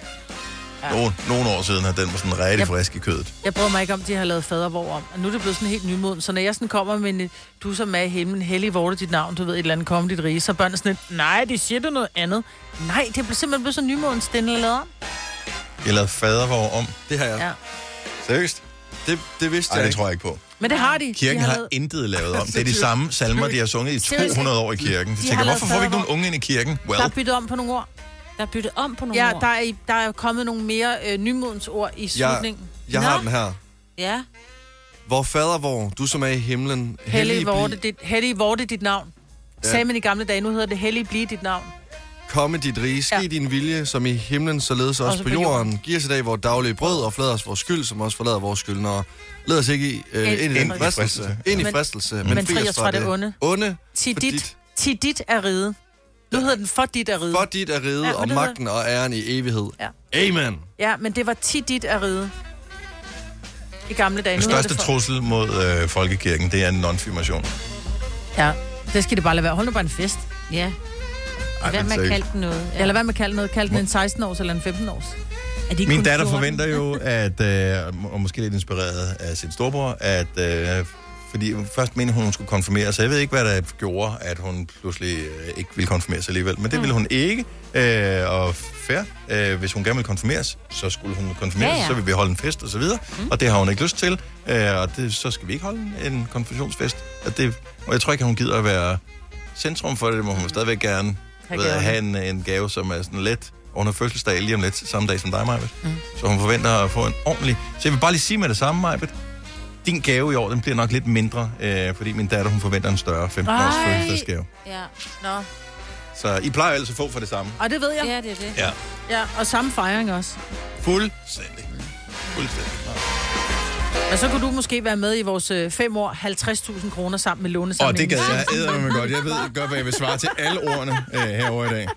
[SPEAKER 1] nogle, nogle år siden har den var sådan rigtig
[SPEAKER 3] Jeg-
[SPEAKER 1] frisk i kødet.
[SPEAKER 3] Jeg bryder mig ikke om, de har lavet fadervor om. Og nu er det blevet sådan helt nymoden. Så når jeg sådan kommer med en, øh, du som er i himlen, hellig vorte dit navn, du ved et eller andet, kom dit rige, så er børnene sådan lidt, nej, de siger det noget andet. Nej, det er simpelthen blevet så nymodens, den er lavet om.
[SPEAKER 1] Jeg lavede fadervor om.
[SPEAKER 7] Det har jeg.
[SPEAKER 3] Ja.
[SPEAKER 1] Seriøst?
[SPEAKER 7] Det, det vidste
[SPEAKER 1] Ej,
[SPEAKER 7] jeg
[SPEAKER 1] det
[SPEAKER 7] ikke.
[SPEAKER 1] tror jeg ikke på.
[SPEAKER 3] Men det har de.
[SPEAKER 1] Kirken
[SPEAKER 3] de
[SPEAKER 1] har
[SPEAKER 3] lavet-
[SPEAKER 1] intet lavet om. Det er de samme salmer, de har sunget i
[SPEAKER 3] Seriøst, ikke?
[SPEAKER 1] 200 år i kirken. De,
[SPEAKER 3] De har
[SPEAKER 1] tænker,
[SPEAKER 3] lavet
[SPEAKER 1] hvorfor får vi ikke
[SPEAKER 3] fadervor.
[SPEAKER 1] nogen unge ind i kirken?
[SPEAKER 3] Der er
[SPEAKER 1] Well,
[SPEAKER 3] byttet om på nogle ord.
[SPEAKER 2] Der er byttet om på
[SPEAKER 3] nogle ja,
[SPEAKER 2] ord.
[SPEAKER 3] Der er, i- der er kommet nogle mere øh, nymodens ord i
[SPEAKER 7] Jeg,
[SPEAKER 3] slutningen.
[SPEAKER 7] jeg
[SPEAKER 3] Nå.
[SPEAKER 7] har den her.
[SPEAKER 2] Ja.
[SPEAKER 7] Hvor fader, hvor du som er i himlen,
[SPEAKER 3] Hellig
[SPEAKER 7] hellig
[SPEAKER 3] vorte
[SPEAKER 7] bliv,
[SPEAKER 3] dit, hellig vorte dit navn. Ja.
[SPEAKER 7] Ja.
[SPEAKER 3] Sagde man i gamle dage, nu hedder det hellig blive dit navn.
[SPEAKER 7] komme dit rige, ske
[SPEAKER 3] Ja.
[SPEAKER 7] din vilje, som i himlen, således også, også på, jorden. Giv os i dag vores daglige brød, og forlad os vores skyld, som også forlader vores skyldnere. Led os ikke i, øh,
[SPEAKER 3] Ind-
[SPEAKER 7] ind, i
[SPEAKER 3] ind
[SPEAKER 7] den
[SPEAKER 3] i
[SPEAKER 7] fristelse.
[SPEAKER 3] fristelse.
[SPEAKER 7] Ind i
[SPEAKER 3] Men-
[SPEAKER 7] fristelse,
[SPEAKER 3] men
[SPEAKER 7] men,
[SPEAKER 3] fri os fra det onde.
[SPEAKER 7] Onde,
[SPEAKER 3] Til
[SPEAKER 7] for
[SPEAKER 3] dit,
[SPEAKER 7] dit-
[SPEAKER 3] til dit er ride. Nu hedder den for dit er ride.
[SPEAKER 7] for dit er ride,
[SPEAKER 3] Ja,
[SPEAKER 7] ja,
[SPEAKER 3] men
[SPEAKER 7] og
[SPEAKER 3] det hedder-
[SPEAKER 7] magten og æren i evighed.
[SPEAKER 3] Ja.
[SPEAKER 7] Amen.
[SPEAKER 3] Ja, men det var til dit er ride. I gamle dage.
[SPEAKER 1] den
[SPEAKER 3] Nu hedder det
[SPEAKER 1] største
[SPEAKER 3] for-
[SPEAKER 1] trussel mod øh, folkekirken, det er en non-firmation.
[SPEAKER 3] Ja, det skal det bare lade være. Hold nu bare en fest.
[SPEAKER 2] Ja.
[SPEAKER 1] Ej, men seriøst.
[SPEAKER 3] den noget. Ja. Eller hvad med at kalde noget? Kald den en 16-års eller en 15-års. Er de
[SPEAKER 1] Min datter forventer jo, at, øh, og måske lidt inspireret af sin storbror, at øh, fordi først mente hun, hun skulle konfirmere sig. Jeg ved ikke, hvad der gjorde, at hun pludselig øh, ikke ville konfirmere sig alligevel. Men det ville hun ikke. Øh, og fair, øh, hvis hun gerne ville konfirmeres, så skulle hun konfirmeres,
[SPEAKER 17] Ja,
[SPEAKER 1] ja,
[SPEAKER 17] ja.
[SPEAKER 1] ja. så ville vi holde en fest og så videre. Mm. Og det har hun ikke lyst til. Øh, og det, så skal vi ikke holde en konfirmationsfest. Og, det, og jeg tror ikke, at hun gider at være centrum for det. Det må hun stadigvæk gerne
[SPEAKER 17] Have
[SPEAKER 1] ved,
[SPEAKER 17] gaven.
[SPEAKER 1] have en, en gave, som er sådan let. Og hun har fødselsdag lige om lidt, samme dag som dig, Majbet.
[SPEAKER 3] Mm.
[SPEAKER 1] Så hun forventer at få en ordentlig... Så jeg vil bare lige sige med det samme, Majbet. Din gave i år, den bliver nok lidt mindre, øh, fordi min datter, hun forventer en større 15-års
[SPEAKER 3] Ej.
[SPEAKER 1] fødselsdagsgave.
[SPEAKER 2] Ja.
[SPEAKER 3] Nå.
[SPEAKER 1] Så I plejer jo ellers at få for det samme.
[SPEAKER 3] Og det ved jeg. Ja, det er det.
[SPEAKER 1] Ja.
[SPEAKER 3] Ja, og samme fejring også.
[SPEAKER 1] Fuldstændig. Fuldstændig.
[SPEAKER 3] Og så kunne du måske være med i vores 5 år 50.000 kroner sammen med
[SPEAKER 1] Og
[SPEAKER 3] lånesamlingen.
[SPEAKER 1] det gad jeg æderme godt. Jeg ved godt, hvad jeg vil svare til alle ordene øh, herovre i dag.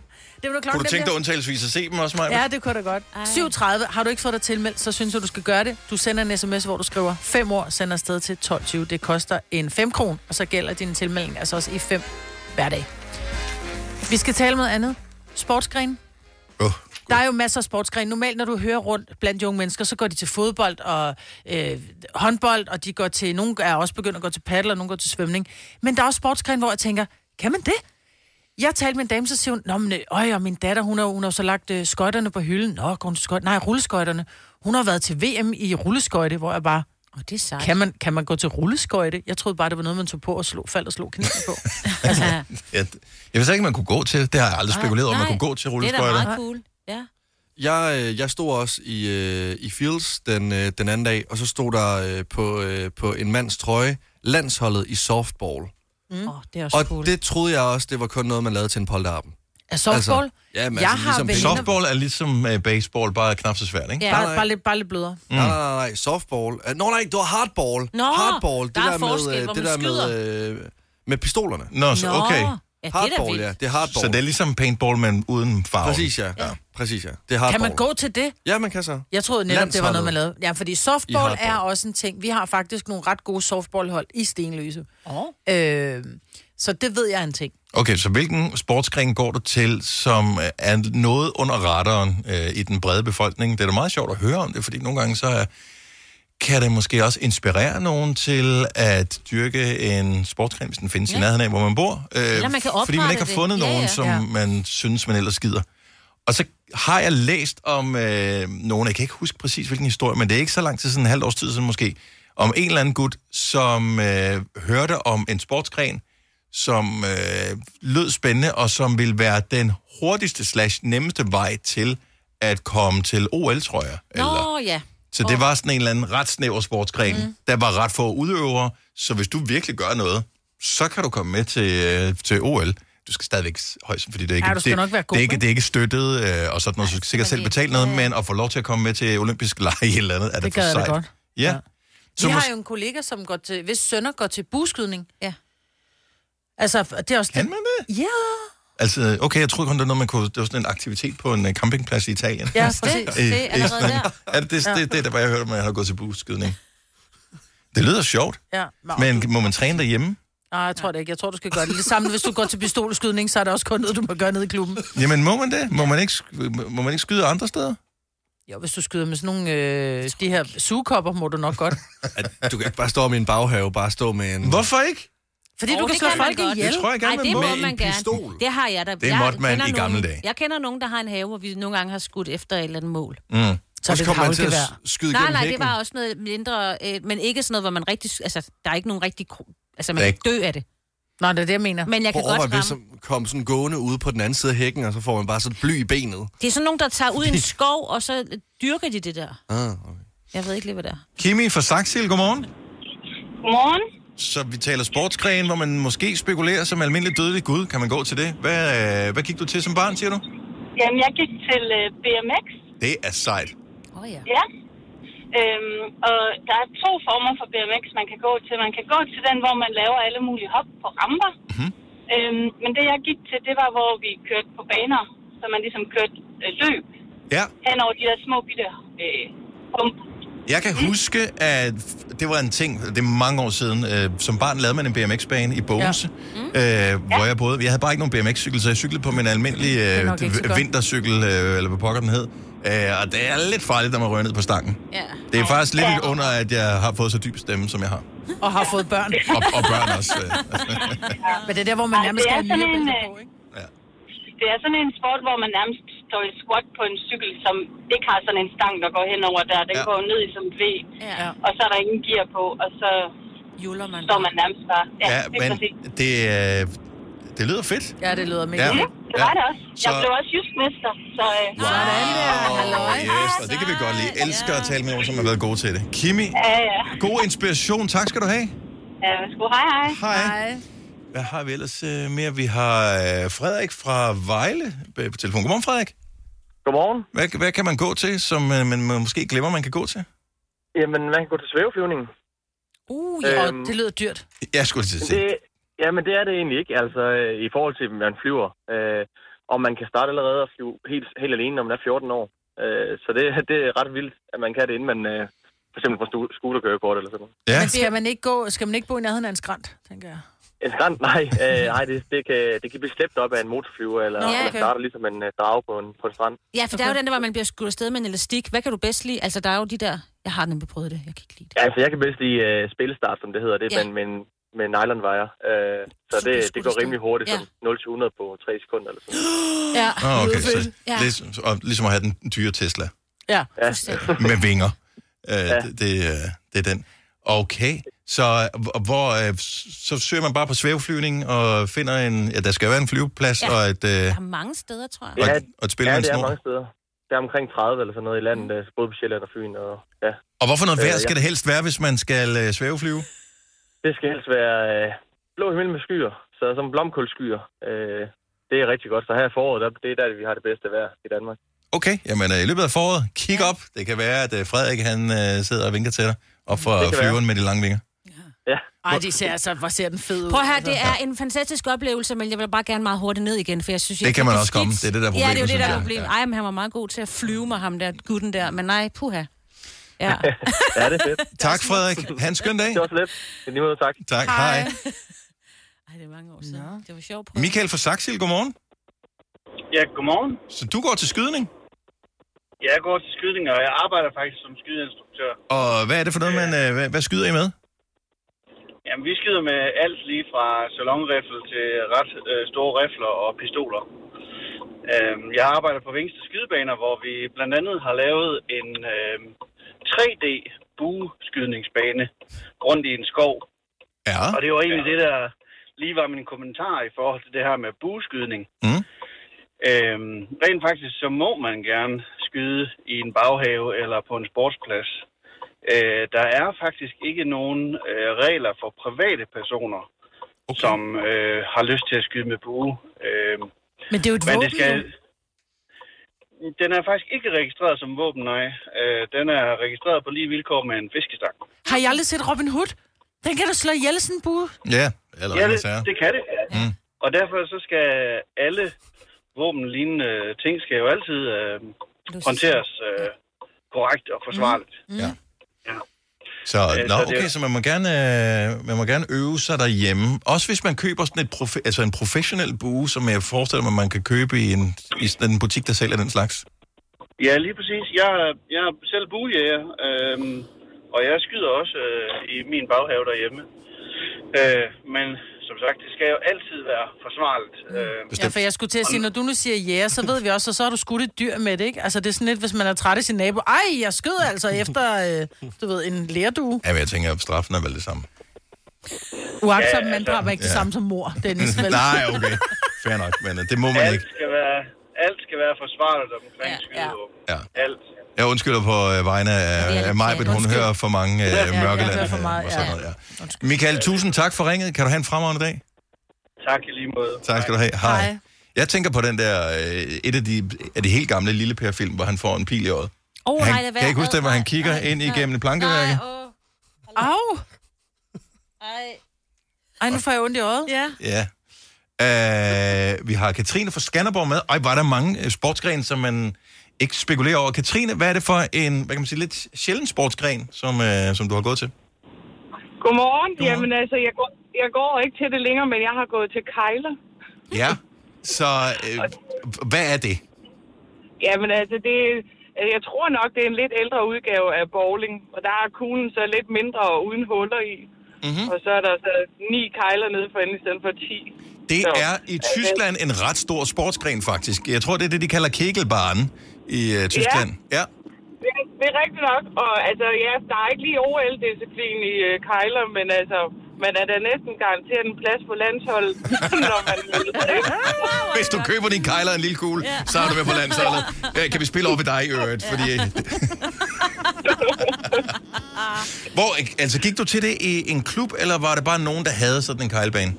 [SPEAKER 3] Det var da klokken, den
[SPEAKER 1] Kunne du tænke dig
[SPEAKER 3] bliver-
[SPEAKER 1] undtagelsesvis at se dem også, Maja?
[SPEAKER 3] Ja, det kunne da godt. 7.30. Har du ikke fået dig tilmeldt, så synes jeg, du skal gøre det. Du sender en sms, hvor du skriver 5 år, sender afsted til 12.20. Det koster en 5 kron, og så gælder din tilmelding altså også i 5 hverdag. Vi skal tale om noget andet. Sportsgren. Der er jo masser af sportsgren. Normalt, når du hører rundt blandt de unge mennesker, så går de til fodbold og øh, håndbold, og de går til, nogle er også begyndt at gå til paddel, og nogle går til svømning. Men der er også sportsgren, hvor jeg tænker, kan man det? Jeg talte med en dame, så siger hun, Nå, men, øh, øj, og min datter, hun har, hun har så lagt øh, skøjterne på hylden. Nå, går hun til skøjt? Nej, rulleskøjterne. Hun har været til VM i rulleskøjte, hvor jeg bare,
[SPEAKER 2] Åh, det er sejt.
[SPEAKER 3] kan man, kan man gå til rulleskøjte? Jeg troede bare, det var noget, man tog på og slog, faldt og slog kaninen på. Altså,
[SPEAKER 1] Jeg, jeg vidste ikke, man kunne gå til. Det har jeg aldrig
[SPEAKER 3] Nej,
[SPEAKER 1] spekuleret om, man
[SPEAKER 3] nej.
[SPEAKER 1] kunne gå til
[SPEAKER 2] Det er da
[SPEAKER 1] rulleskøjter.
[SPEAKER 2] meget cool. Ja.
[SPEAKER 7] Jeg, øh, jeg stod også i, øh, i Fields den, øh, den anden dag, og så stod der øh, på, øh, på en mands trøje, landsholdet i softball.
[SPEAKER 3] Mm. Oh, det er
[SPEAKER 7] og det troede jeg også, det var kun noget, man lavede til en polterappen.
[SPEAKER 3] Er softball?
[SPEAKER 7] Altså, ja, men
[SPEAKER 3] Jeg
[SPEAKER 7] altså,
[SPEAKER 3] har
[SPEAKER 7] ligesom
[SPEAKER 3] veninder-
[SPEAKER 1] Softball er ligesom øh, baseball, bare knap så svært, ikke?
[SPEAKER 3] Ja, bare, bare, lidt, bare lidt blødere.
[SPEAKER 7] Mm. Nej, nej, nej, nej, softball. Øh, Nå, nej, det var hardball.
[SPEAKER 3] Nå,
[SPEAKER 7] hardball, det
[SPEAKER 3] der er
[SPEAKER 7] der
[SPEAKER 3] forskel,
[SPEAKER 7] med,
[SPEAKER 3] hvor
[SPEAKER 7] øh, det
[SPEAKER 3] man
[SPEAKER 7] der med, øh, med pistolerne.
[SPEAKER 1] Nå, så Nå. okay. Ja,
[SPEAKER 2] det er da
[SPEAKER 7] hardball,
[SPEAKER 2] vildt.
[SPEAKER 7] ja, det er hardball.
[SPEAKER 1] Så det er ligesom paintball, men uden farve.
[SPEAKER 7] Præcis, ja. ja. Præcis, ja. Det er
[SPEAKER 3] Kan
[SPEAKER 7] hardball.
[SPEAKER 3] man gå til det?
[SPEAKER 7] Ja, man kan så.
[SPEAKER 3] Jeg troede netop, det var noget, man lavede. Ja, fordi
[SPEAKER 7] I
[SPEAKER 3] softball
[SPEAKER 7] hardball.
[SPEAKER 3] er også en ting. Vi har faktisk nogle ret gode softballhold i Stenløse. Oh. Øh, så det ved jeg er en ting.
[SPEAKER 1] Okay, så hvilken sportsgren går du til, som øh, er noget under radaren øh, i den brede befolkning? Det er da meget sjovt at høre om det, fordi nogle gange så øh, kan det måske også inspirere nogen til at dyrke en sportsgren, hvis den findes ja. i
[SPEAKER 2] Ja.
[SPEAKER 1] nærheden af, hvor man bor. Øh,
[SPEAKER 2] Eller man kan
[SPEAKER 1] fordi man
[SPEAKER 2] oprette
[SPEAKER 1] ikke har
[SPEAKER 2] det.
[SPEAKER 1] fundet
[SPEAKER 2] Ja,
[SPEAKER 1] nogen,
[SPEAKER 2] ja.
[SPEAKER 1] som
[SPEAKER 2] Ja.
[SPEAKER 1] man synes, man ellers gider. Og så har jeg læst om øh, nogen, jeg kan ikke huske præcis hvilken historie, men det er ikke så lang tid siden, en halvt års tid siden måske, om en eller anden gut, som øh, hørte om en sportsgren, som øh, lød spændende, og som ville være den hurtigste slash nemmeste vej til at komme til OL, tror jeg.
[SPEAKER 2] Nå, ja.
[SPEAKER 1] Så det var sådan en eller anden ret snæver sportsgren. Mm. Der var ret få udøvere, så hvis du virkelig gør noget, så kan du komme med til, øh, til OL. Du skal stadigvæk s- højst, fordi det er ikke,
[SPEAKER 3] Ja, du skal
[SPEAKER 1] det,
[SPEAKER 3] nok være god,
[SPEAKER 1] det, er ikke,
[SPEAKER 3] ikke?
[SPEAKER 1] det er ikke støttet øh, og sådan noget, så du skal sikkert selv betale noget, men
[SPEAKER 3] øh,
[SPEAKER 1] at få lov til at komme med til olympiske lege i et eller andet, er det,
[SPEAKER 3] Det
[SPEAKER 1] for
[SPEAKER 3] gad jeg da
[SPEAKER 1] sejt.
[SPEAKER 3] godt.
[SPEAKER 1] Ja. ja.
[SPEAKER 3] Så vi har jo en kollega, som går til, hvis sønner går til buskydning. Ja. Altså, det er også
[SPEAKER 1] Kan man
[SPEAKER 3] det? Ja.
[SPEAKER 1] Altså, okay, jeg troede kun, det var noget, man kunne... Det var sådan en aktivitet på en øh, campingplads i Italien.
[SPEAKER 3] Ja, præcis.
[SPEAKER 1] I-
[SPEAKER 3] Det er allerede
[SPEAKER 1] i-
[SPEAKER 3] der.
[SPEAKER 1] Er det det,
[SPEAKER 3] Ja.
[SPEAKER 1] det, det, der var, jeg hørte, om, at man har gået til busskydning? Det lyder sjovt,
[SPEAKER 3] Ja. Nå,
[SPEAKER 1] men må man træne derhjemme?
[SPEAKER 3] Nej, jeg tror det ikke. Jeg tror, du skal gøre det. Det samme, hvis du går til pistolskydning, så er det også kun noget, du må gøre nede i klubben.
[SPEAKER 1] Jamen, må man det? Må man ikke, sk- må man ikke skyde andre steder?
[SPEAKER 3] Jo, hvis du skyder med sådan nogle, øh, de her sugekopper, må du
[SPEAKER 1] Mm.
[SPEAKER 3] nok godt.
[SPEAKER 7] At Du kan ikke bare stå med en baghave, bare stå med en...
[SPEAKER 1] Hvorfor ikke?
[SPEAKER 3] Fordi
[SPEAKER 2] Åh,
[SPEAKER 3] du kan
[SPEAKER 2] det
[SPEAKER 3] slå
[SPEAKER 2] man
[SPEAKER 3] folk
[SPEAKER 2] godt.
[SPEAKER 3] ihjel.
[SPEAKER 7] Det tror jeg gerne,
[SPEAKER 2] Ej,
[SPEAKER 7] man
[SPEAKER 2] det
[SPEAKER 7] må.
[SPEAKER 2] må,
[SPEAKER 7] Med
[SPEAKER 2] man
[SPEAKER 7] en
[SPEAKER 2] gerne.
[SPEAKER 7] pistol.
[SPEAKER 2] Det har jeg da.
[SPEAKER 1] Det
[SPEAKER 2] jeg
[SPEAKER 1] måtte man
[SPEAKER 2] kender
[SPEAKER 1] i
[SPEAKER 2] nogen,
[SPEAKER 1] gamle dage.
[SPEAKER 2] Jeg kender nogen, der har en have, hvor vi nogle gange har skudt efter et eller andet mål.
[SPEAKER 1] Mm.
[SPEAKER 3] Så er det et haglgevær.
[SPEAKER 2] Nej, nej, det var også noget mindre, øh, men ikke sådan noget, hvor man rigtig... Altså, der er ikke nogen rigtig... kro- Altså, man
[SPEAKER 7] Der er
[SPEAKER 2] kan ikke dø af det.
[SPEAKER 3] Nå, det er det, jeg mener.
[SPEAKER 2] Men jeg kan
[SPEAKER 7] Prøv at
[SPEAKER 2] godt
[SPEAKER 7] overveje,
[SPEAKER 2] ramme.
[SPEAKER 7] hvis man kom sådan gående ude på den anden side af hækken, og så får man bare sådan et bly i benet.
[SPEAKER 2] Det er sådan nogen, der tager ud i en skov, og så dyrker de det der.
[SPEAKER 7] Ah,
[SPEAKER 2] Jeg ved ikke lige, hvad det er.
[SPEAKER 1] Kimi fra Saxil, godmorgen.
[SPEAKER 13] Godmorgen.
[SPEAKER 1] Så vi taler sportsgren, hvor man måske spekulerer som almindelig dødelig gud. Kan man gå til det? Hvad, øh, hvad gik du til som barn, siger du?
[SPEAKER 13] Jamen, jeg gik til øh, BMX.
[SPEAKER 1] Det er sejt.
[SPEAKER 2] Oh, ja.
[SPEAKER 13] ja. Øhm, og der er to former for BMX, man kan gå til. Man kan gå til den, hvor man laver alle mulige hop på ramper.
[SPEAKER 1] Mm-hmm.
[SPEAKER 13] Øhm, men det, jeg gik til, det var, hvor vi kørte på baner. Så man ligesom kørte øh, løb
[SPEAKER 1] Ja.
[SPEAKER 13] hen over de der små bitte øh, bump.
[SPEAKER 1] Jeg kan huske, at det var en ting, det er mange år siden, øh, som barn lavede man en BMX-bane i Bogense, ja. øh, hvor jeg boede. Jeg havde bare ikke nogen BMX-cykel, så jeg cyklede på min almindelige øh,
[SPEAKER 2] nok ikke så
[SPEAKER 1] v-
[SPEAKER 2] godt.
[SPEAKER 1] vintercykel, øh, eller hvad pokker den hed. Øh, og det er lidt farligt, når man rører ned på stangen.
[SPEAKER 2] Ja.
[SPEAKER 1] Det er faktisk lidt et under, at jeg har fået så dyb stemme, som jeg har.
[SPEAKER 3] Og har fået børn.
[SPEAKER 1] Og, og børn også. Øh.
[SPEAKER 3] Men det er der, hvor man nærmest
[SPEAKER 13] det
[SPEAKER 3] skal
[SPEAKER 13] er
[SPEAKER 3] have
[SPEAKER 13] sådan en,
[SPEAKER 3] en
[SPEAKER 13] øh, det er sådan en sport, hvor man nærmest står i squat på en cykel, som ikke har sådan en stang, der går hen over der. Den
[SPEAKER 2] Ja.
[SPEAKER 13] ja. går jo ned i som et V,
[SPEAKER 2] Ja.
[SPEAKER 13] og så er der ingen gear på, og så
[SPEAKER 2] Juler man.
[SPEAKER 13] står man nærmest bare. Ja,
[SPEAKER 1] Ja,
[SPEAKER 13] det er
[SPEAKER 1] men
[SPEAKER 13] præcis.
[SPEAKER 1] det, øh, det lyder fedt.
[SPEAKER 3] Ja, det lyder mega.
[SPEAKER 1] Ja.
[SPEAKER 13] Mm, det var
[SPEAKER 1] Ja.
[SPEAKER 13] det også. Jeg
[SPEAKER 1] Så-
[SPEAKER 13] blev også jysk mester, så... Øh,
[SPEAKER 1] Wow. Sådan Yes, og det kan vi godt lide. Elsker at tale med nogen, som har været gode til det. Kimi,
[SPEAKER 13] Ja, ja.
[SPEAKER 1] god inspiration. Tak skal du have.
[SPEAKER 13] Ja, værsgo. Hej, hej.
[SPEAKER 1] Hej. Hvad har vi ellers øh, mere? Vi har øh, Frederik fra Vejle øh, på telefon. Godmorgen, Frederik.
[SPEAKER 17] Godmorgen.
[SPEAKER 1] Hvad, hvad kan man gå til, som øh, man må- måske glemmer, man kan gå til?
[SPEAKER 17] Jamen, man kan gå til svæveflyvningen.
[SPEAKER 3] Uh, ja, øhm, det lyder dyrt.
[SPEAKER 1] Jeg skulle til at sige.
[SPEAKER 17] Det, ja, men det er det egentlig ikke, altså øh, i forhold til, at man flyver. Øh, og man kan starte allerede at flyve helt, helt alene, når man er 14 år. Øh, så det, det er ret vildt, at man kan det, inden man øh, for eksempel får stu- scooterkørekort eller sådan noget.
[SPEAKER 3] Ja. Men skal man, ikke gå, skal man ikke bo i nærheden af en skrant, tænker jeg?
[SPEAKER 17] En skrænt, nej. Øh, nej, det, det, kan, det kan blive slæbt op af en motorflyver, eller,
[SPEAKER 2] Nå,
[SPEAKER 17] ja, okay.
[SPEAKER 2] okay.
[SPEAKER 17] eller starter ligesom en øh, drage på en, på en strand.
[SPEAKER 2] Ja, for okay. der er jo den der, hvor man bliver skudt afsted med en elastik. Hvad kan du bedst lide? Altså, der er jo de der... Jeg har nemlig prøvet det. Jeg kan ikke lide
[SPEAKER 17] Ja, altså jeg kan bedst lide øh, spillestart, som det hedder, det,
[SPEAKER 2] Ja.
[SPEAKER 17] ja. men, men med nylonwire. Øh, så det, det går rimelig hurtigt,
[SPEAKER 2] Ja.
[SPEAKER 17] ja. som 0-100 på 3 sekunder eller sådan
[SPEAKER 2] det. Ja.
[SPEAKER 1] Åh, oh, okay. Så,
[SPEAKER 2] ja.
[SPEAKER 1] ligesom, og ligesom at have den dyre Tesla
[SPEAKER 3] Ja.
[SPEAKER 17] ja.
[SPEAKER 1] med vinger. Uh, ja. det, det, øh, det er den. Okay, så, øh, hvor, øh, så søger man bare på svæveflyvning og finder en... Ja, der skal være en flyveplads ja. og et... Øh,
[SPEAKER 2] Der er mange steder, tror jeg.
[SPEAKER 1] Og- og et spil
[SPEAKER 17] ja,
[SPEAKER 1] med en
[SPEAKER 17] det er
[SPEAKER 1] snor.
[SPEAKER 17] mange steder. Der er omkring 30 eller sådan noget i landet, mm. både på Sjælland og Fyn. Og, ja.
[SPEAKER 1] og hvorfor noget
[SPEAKER 17] Øh,
[SPEAKER 1] vejr
[SPEAKER 17] ja.
[SPEAKER 1] skal det helst være, hvis man skal øh, svæveflyve?
[SPEAKER 17] Det skal helst være øh, blå himmel med skyer, så som blomkålskyer. Øh, det er rigtig godt. Så her i foråret, der, det er der, vi har det bedste vejr i Danmark.
[SPEAKER 1] Okay, jamen øh, i løbet af foråret, kig op. Det kan være, at øh, Frederik han øh, sidder og vinker til dig op
[SPEAKER 17] Det
[SPEAKER 1] fra
[SPEAKER 17] kan
[SPEAKER 1] flyveren med de lange vinger.
[SPEAKER 17] Ja.
[SPEAKER 3] Ej, de ser altså, hvor ser den fed ud. altså.
[SPEAKER 2] Prøv her, det er en fantastisk oplevelse, men jeg vil bare gerne meget hurtigt ned igen, for jeg synes...
[SPEAKER 1] Det
[SPEAKER 2] jeg
[SPEAKER 1] kan man
[SPEAKER 2] fik
[SPEAKER 1] også komme.
[SPEAKER 2] skidt.
[SPEAKER 1] Det er det, der er
[SPEAKER 2] Ja, det er jo
[SPEAKER 1] problemet,
[SPEAKER 2] det, der er
[SPEAKER 1] synes jeg.
[SPEAKER 2] problemet. Ej, men han var meget god til at flyve med ham der, gutten der. Men nej, puha. Ja.
[SPEAKER 17] ja, det er fedt.
[SPEAKER 1] Tak, Frederik. Ha' en skøn dag. Det
[SPEAKER 17] var slet. Det er lige måde, tak.
[SPEAKER 1] Tak, hej. hej.
[SPEAKER 2] Ej, det er mange år siden. Det var sjovt.
[SPEAKER 1] Michael fra Saxil, godmorgen.
[SPEAKER 18] Ja, godmorgen.
[SPEAKER 1] Så du går til skydning,
[SPEAKER 18] Jeg går til skydning, og jeg arbejder faktisk som skydeinstruktør.
[SPEAKER 1] og hvad er det for noget, man, øh, hvad, hvad skyder I med?
[SPEAKER 18] Jamen, vi skyder med alt lige fra salonrifle til ret øh, store rifler og pistoler. Øhm, jeg arbejder på Vingste Skydebaner, hvor vi blandt andet har lavet en øh, 3D bueskydningsbane rundt i en skov.
[SPEAKER 1] Ja.
[SPEAKER 18] Og det var egentlig det, der lige var min kommentar i forhold til det her med bueskydning.
[SPEAKER 1] Mm.
[SPEAKER 18] Øhm, rent faktisk, så må man gerne skyde i en baghave eller på en sportsplads. Øh, der er faktisk ikke nogen øh, regler for private personer, okay. som øh, har lyst til at skyde med bue. Øh,
[SPEAKER 3] Men det er jo et våben, jo.
[SPEAKER 18] Den er faktisk ikke registreret som våben, nej. Øh, den er registreret på lige vilkår med en fiskestang.
[SPEAKER 3] Har I aldrig set Robin Hood? Den kan da slå ihjel sådan en bue.
[SPEAKER 1] Ja, eller hvad
[SPEAKER 18] ja,
[SPEAKER 1] man
[SPEAKER 18] det,
[SPEAKER 1] siger.
[SPEAKER 18] det kan det. Mm. Og derfor så skal alle våbenlignende øh, ting skal jo altid øh, håndteres øh, korrekt og forsvarligt. Mm.
[SPEAKER 1] Ja.
[SPEAKER 18] ja.
[SPEAKER 1] Så,
[SPEAKER 18] Øh,
[SPEAKER 1] nå,
[SPEAKER 18] så det-
[SPEAKER 1] okay, så man må, gerne, øh, man må gerne øve sig derhjemme. Også hvis man køber sådan et profe- altså en professionel bue, som jeg forestiller mig, man kan købe i en, i sådan en butik, der sælger den slags.
[SPEAKER 18] Ja, lige præcis. Jeg, er- jeg er selv bujæger, øhm, og jeg skyder også øh, i min baghave derhjemme. Øh, men som sagt, det skal jo altid være forsvarligt. Øh,
[SPEAKER 3] Ja, for jeg skulle til at sige, når du nu siger ja, yeah, så ved vi også, og så har du skudt et dyr med det, ikke? Altså, det er sådan lidt, hvis man er træt af sin nabo. Ej, jeg skød altså efter, øh, du ved, en lerdue.
[SPEAKER 1] Jamen, jeg tænker, at straffen er vel det samme.
[SPEAKER 3] Uagtsom
[SPEAKER 18] Ja,
[SPEAKER 3] ja, manddrab er ikke det
[SPEAKER 1] ja.
[SPEAKER 3] samme som mor, Dennis. Vel?
[SPEAKER 1] Nej, okay. Fair nok, men øh, det må man
[SPEAKER 18] alt,
[SPEAKER 1] ikke.
[SPEAKER 18] skal være, alt skal være forsvarligt omkring ja, skydevåben.
[SPEAKER 1] Ja.
[SPEAKER 18] Alt.
[SPEAKER 1] Jeg undskylder på øh, vegne af, af mig, men hun hører for mange øh,
[SPEAKER 18] Ja,
[SPEAKER 1] ja,
[SPEAKER 18] jeg
[SPEAKER 1] mørkelande.
[SPEAKER 18] hører for meget,
[SPEAKER 1] og sådan
[SPEAKER 18] ja.
[SPEAKER 1] noget, ja. Michael, tusind tak for ringet. Kan du have en fremragende dag?
[SPEAKER 18] Tak i lige måde.
[SPEAKER 1] Tak skal du have. Hej. Hej. Jeg tænker på den der, øh, et af de, af de helt gamle Lille Per-film, hvor han får en pil i øjet.
[SPEAKER 2] Åh, nej, lad
[SPEAKER 1] han,
[SPEAKER 2] være.
[SPEAKER 1] kan jeg ikke huske det, hvor han kigger ind igennem et plankeværk?
[SPEAKER 3] Au!
[SPEAKER 2] Ej.
[SPEAKER 3] Ej, nu får jeg ondt i øjet. Ja.
[SPEAKER 1] Ja. Øh, vi har Katrine fra Skanderborg med. Ej, var der mange øh, sportsgrene, som man ikke spekulerer over. Katrine, hvad er det for en, hvad kan man sige, lidt sjælden sportsgren, som, øh, som du har gået til?
[SPEAKER 19] Godmorgen. Jamen altså, jeg går, jeg går ikke til det længere, men jeg har gået til kejler.
[SPEAKER 1] Ja. Så øh, hvad er det?
[SPEAKER 19] Jamen altså, det, øh, jeg tror nok, det er en lidt ældre udgave af bowling. Og der er kuglen så lidt mindre og uden huller i.
[SPEAKER 1] Mm-hmm.
[SPEAKER 19] Og så er der så ni kejler nede for enden i stedet for ti.
[SPEAKER 1] Det er i Tyskland en ret stor sportsgren, faktisk. Jeg tror, det er det, de kalder kegelbaren i øh, Tyskland. Ja.
[SPEAKER 19] Det, det er rigtigt nok. Og altså, ja, der er ikke lige OL-disciplin i øh, kejler, men altså, man er da næsten garanteret en plads på landsholdet, når man
[SPEAKER 1] Hvis du køber din kejler en lille kugle,
[SPEAKER 19] Ja.
[SPEAKER 1] så er du med på landsholdet. Øh, Kan vi spille over ved dig i øvrigt? Fordi... øh, Hvor, øh, altså, gik du til det i en klub, eller var det bare nogen, der havde sådan en kejlbane?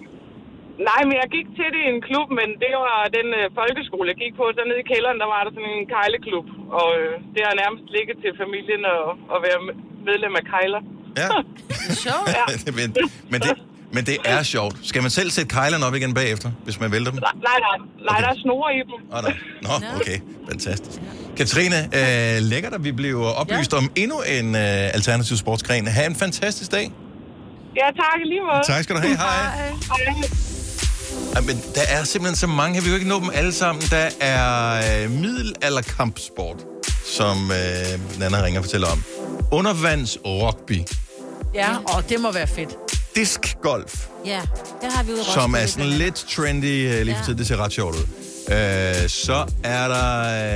[SPEAKER 19] Nej, men jeg gik til det i en klub, men det var den øh, folkeskole, jeg gik på. Dernede i kælderen, der var der sådan en kejleklub, og øh, det har nærmest ligget til familien at, at være med- medlem af Kejler.
[SPEAKER 1] Ja.
[SPEAKER 19] Sjovt. ja.
[SPEAKER 1] men, men, det, men det er sjovt. Skal man selv sætte kejlerne op igen bagefter, hvis man vælter dem?
[SPEAKER 19] Nej, nej. Nej, der er snore i dem.
[SPEAKER 1] Oh, nej. Nå, okay. Fantastisk. Katrine, øh, lækkert, at vi bliver oplyst om endnu en øh, alternativ sportsgren. Ha' en fantastisk dag.
[SPEAKER 19] Ja, tak i lige måde.
[SPEAKER 1] Tak skal du have. Hej.
[SPEAKER 19] Hej.
[SPEAKER 1] Ej, men der er simpelthen så mange her. Vi kan jo ikke nå dem alle sammen. Der er øh, middelalderkampsport, som øh, Nana ringer og fortæller om. Undervandsrugby.
[SPEAKER 3] Ja, og det må være fedt.
[SPEAKER 1] Diskgolf.
[SPEAKER 2] Ja, det har vi ude i
[SPEAKER 1] som
[SPEAKER 2] Roskilde
[SPEAKER 1] er
[SPEAKER 2] i
[SPEAKER 1] sådan
[SPEAKER 2] blandt andet.
[SPEAKER 1] lidt trendy øh, lige for
[SPEAKER 2] Ja.
[SPEAKER 1] tiden. Det ser ret sjovt ud. Øh, så er der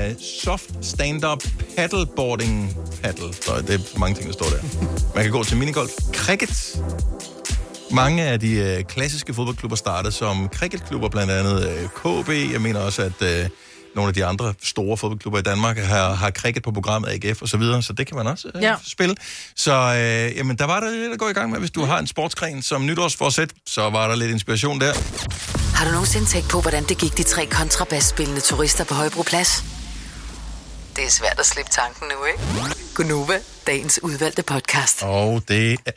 [SPEAKER 1] øh, soft stand-up paddleboarding paddle. Så det er mange ting, der står der. Man kan gå til minigolf. Cricket. Mange af de øh, klassiske fodboldklubber startede som cricketklubber, blandt andet øh, KB. Jeg mener også, at øh, nogle af de andre store fodboldklubber i Danmark har, har cricket på programmet, AGF og så videre, så det kan man også øh, ja.
[SPEAKER 3] Ja.
[SPEAKER 1] spille. Så øh, jamen, der var der lidt at gå i gang med. Hvis du har en sportsgren som nytårsforsæt, så var der lidt inspiration der.
[SPEAKER 5] Har du nogensinde tænkt på, hvordan det gik de tre kontrabasspillende turister på Højbroplads? Det er svært at slippe tanken nu, ikke? Gunova, dagens udvalgte podcast.
[SPEAKER 1] Og det... er-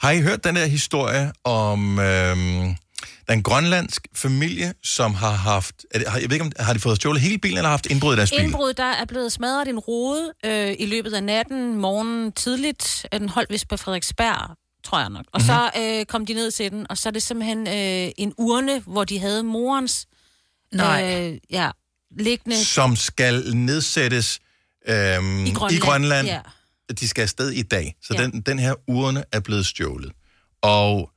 [SPEAKER 1] Har I hørt den der historie om øhm, den grønlandsk familie, som har haft... Er det, har, jeg ved ikke, om, har de fået stjålet hele bilen, eller har haft indbrud i deres bil?
[SPEAKER 2] Indbrud, der er blevet smadret en rode øh, i løbet af natten, morgenen tidligt. Øh, Den holdt vist på Frederiksberg, tror jeg nok.
[SPEAKER 1] Mhm.
[SPEAKER 2] Og så øh, kom de ned til den, og så er det simpelthen øh, en urne, hvor de havde morens
[SPEAKER 1] Nej.
[SPEAKER 2] Øh, ja, liggende
[SPEAKER 1] Som skal nedsættes øhm,
[SPEAKER 2] Øh. i Grønland.
[SPEAKER 1] I Grønland.
[SPEAKER 2] Ja.
[SPEAKER 1] de skal afsted i dag. Så
[SPEAKER 2] Ja.
[SPEAKER 1] ja. den, den her urne er blevet stjålet. Og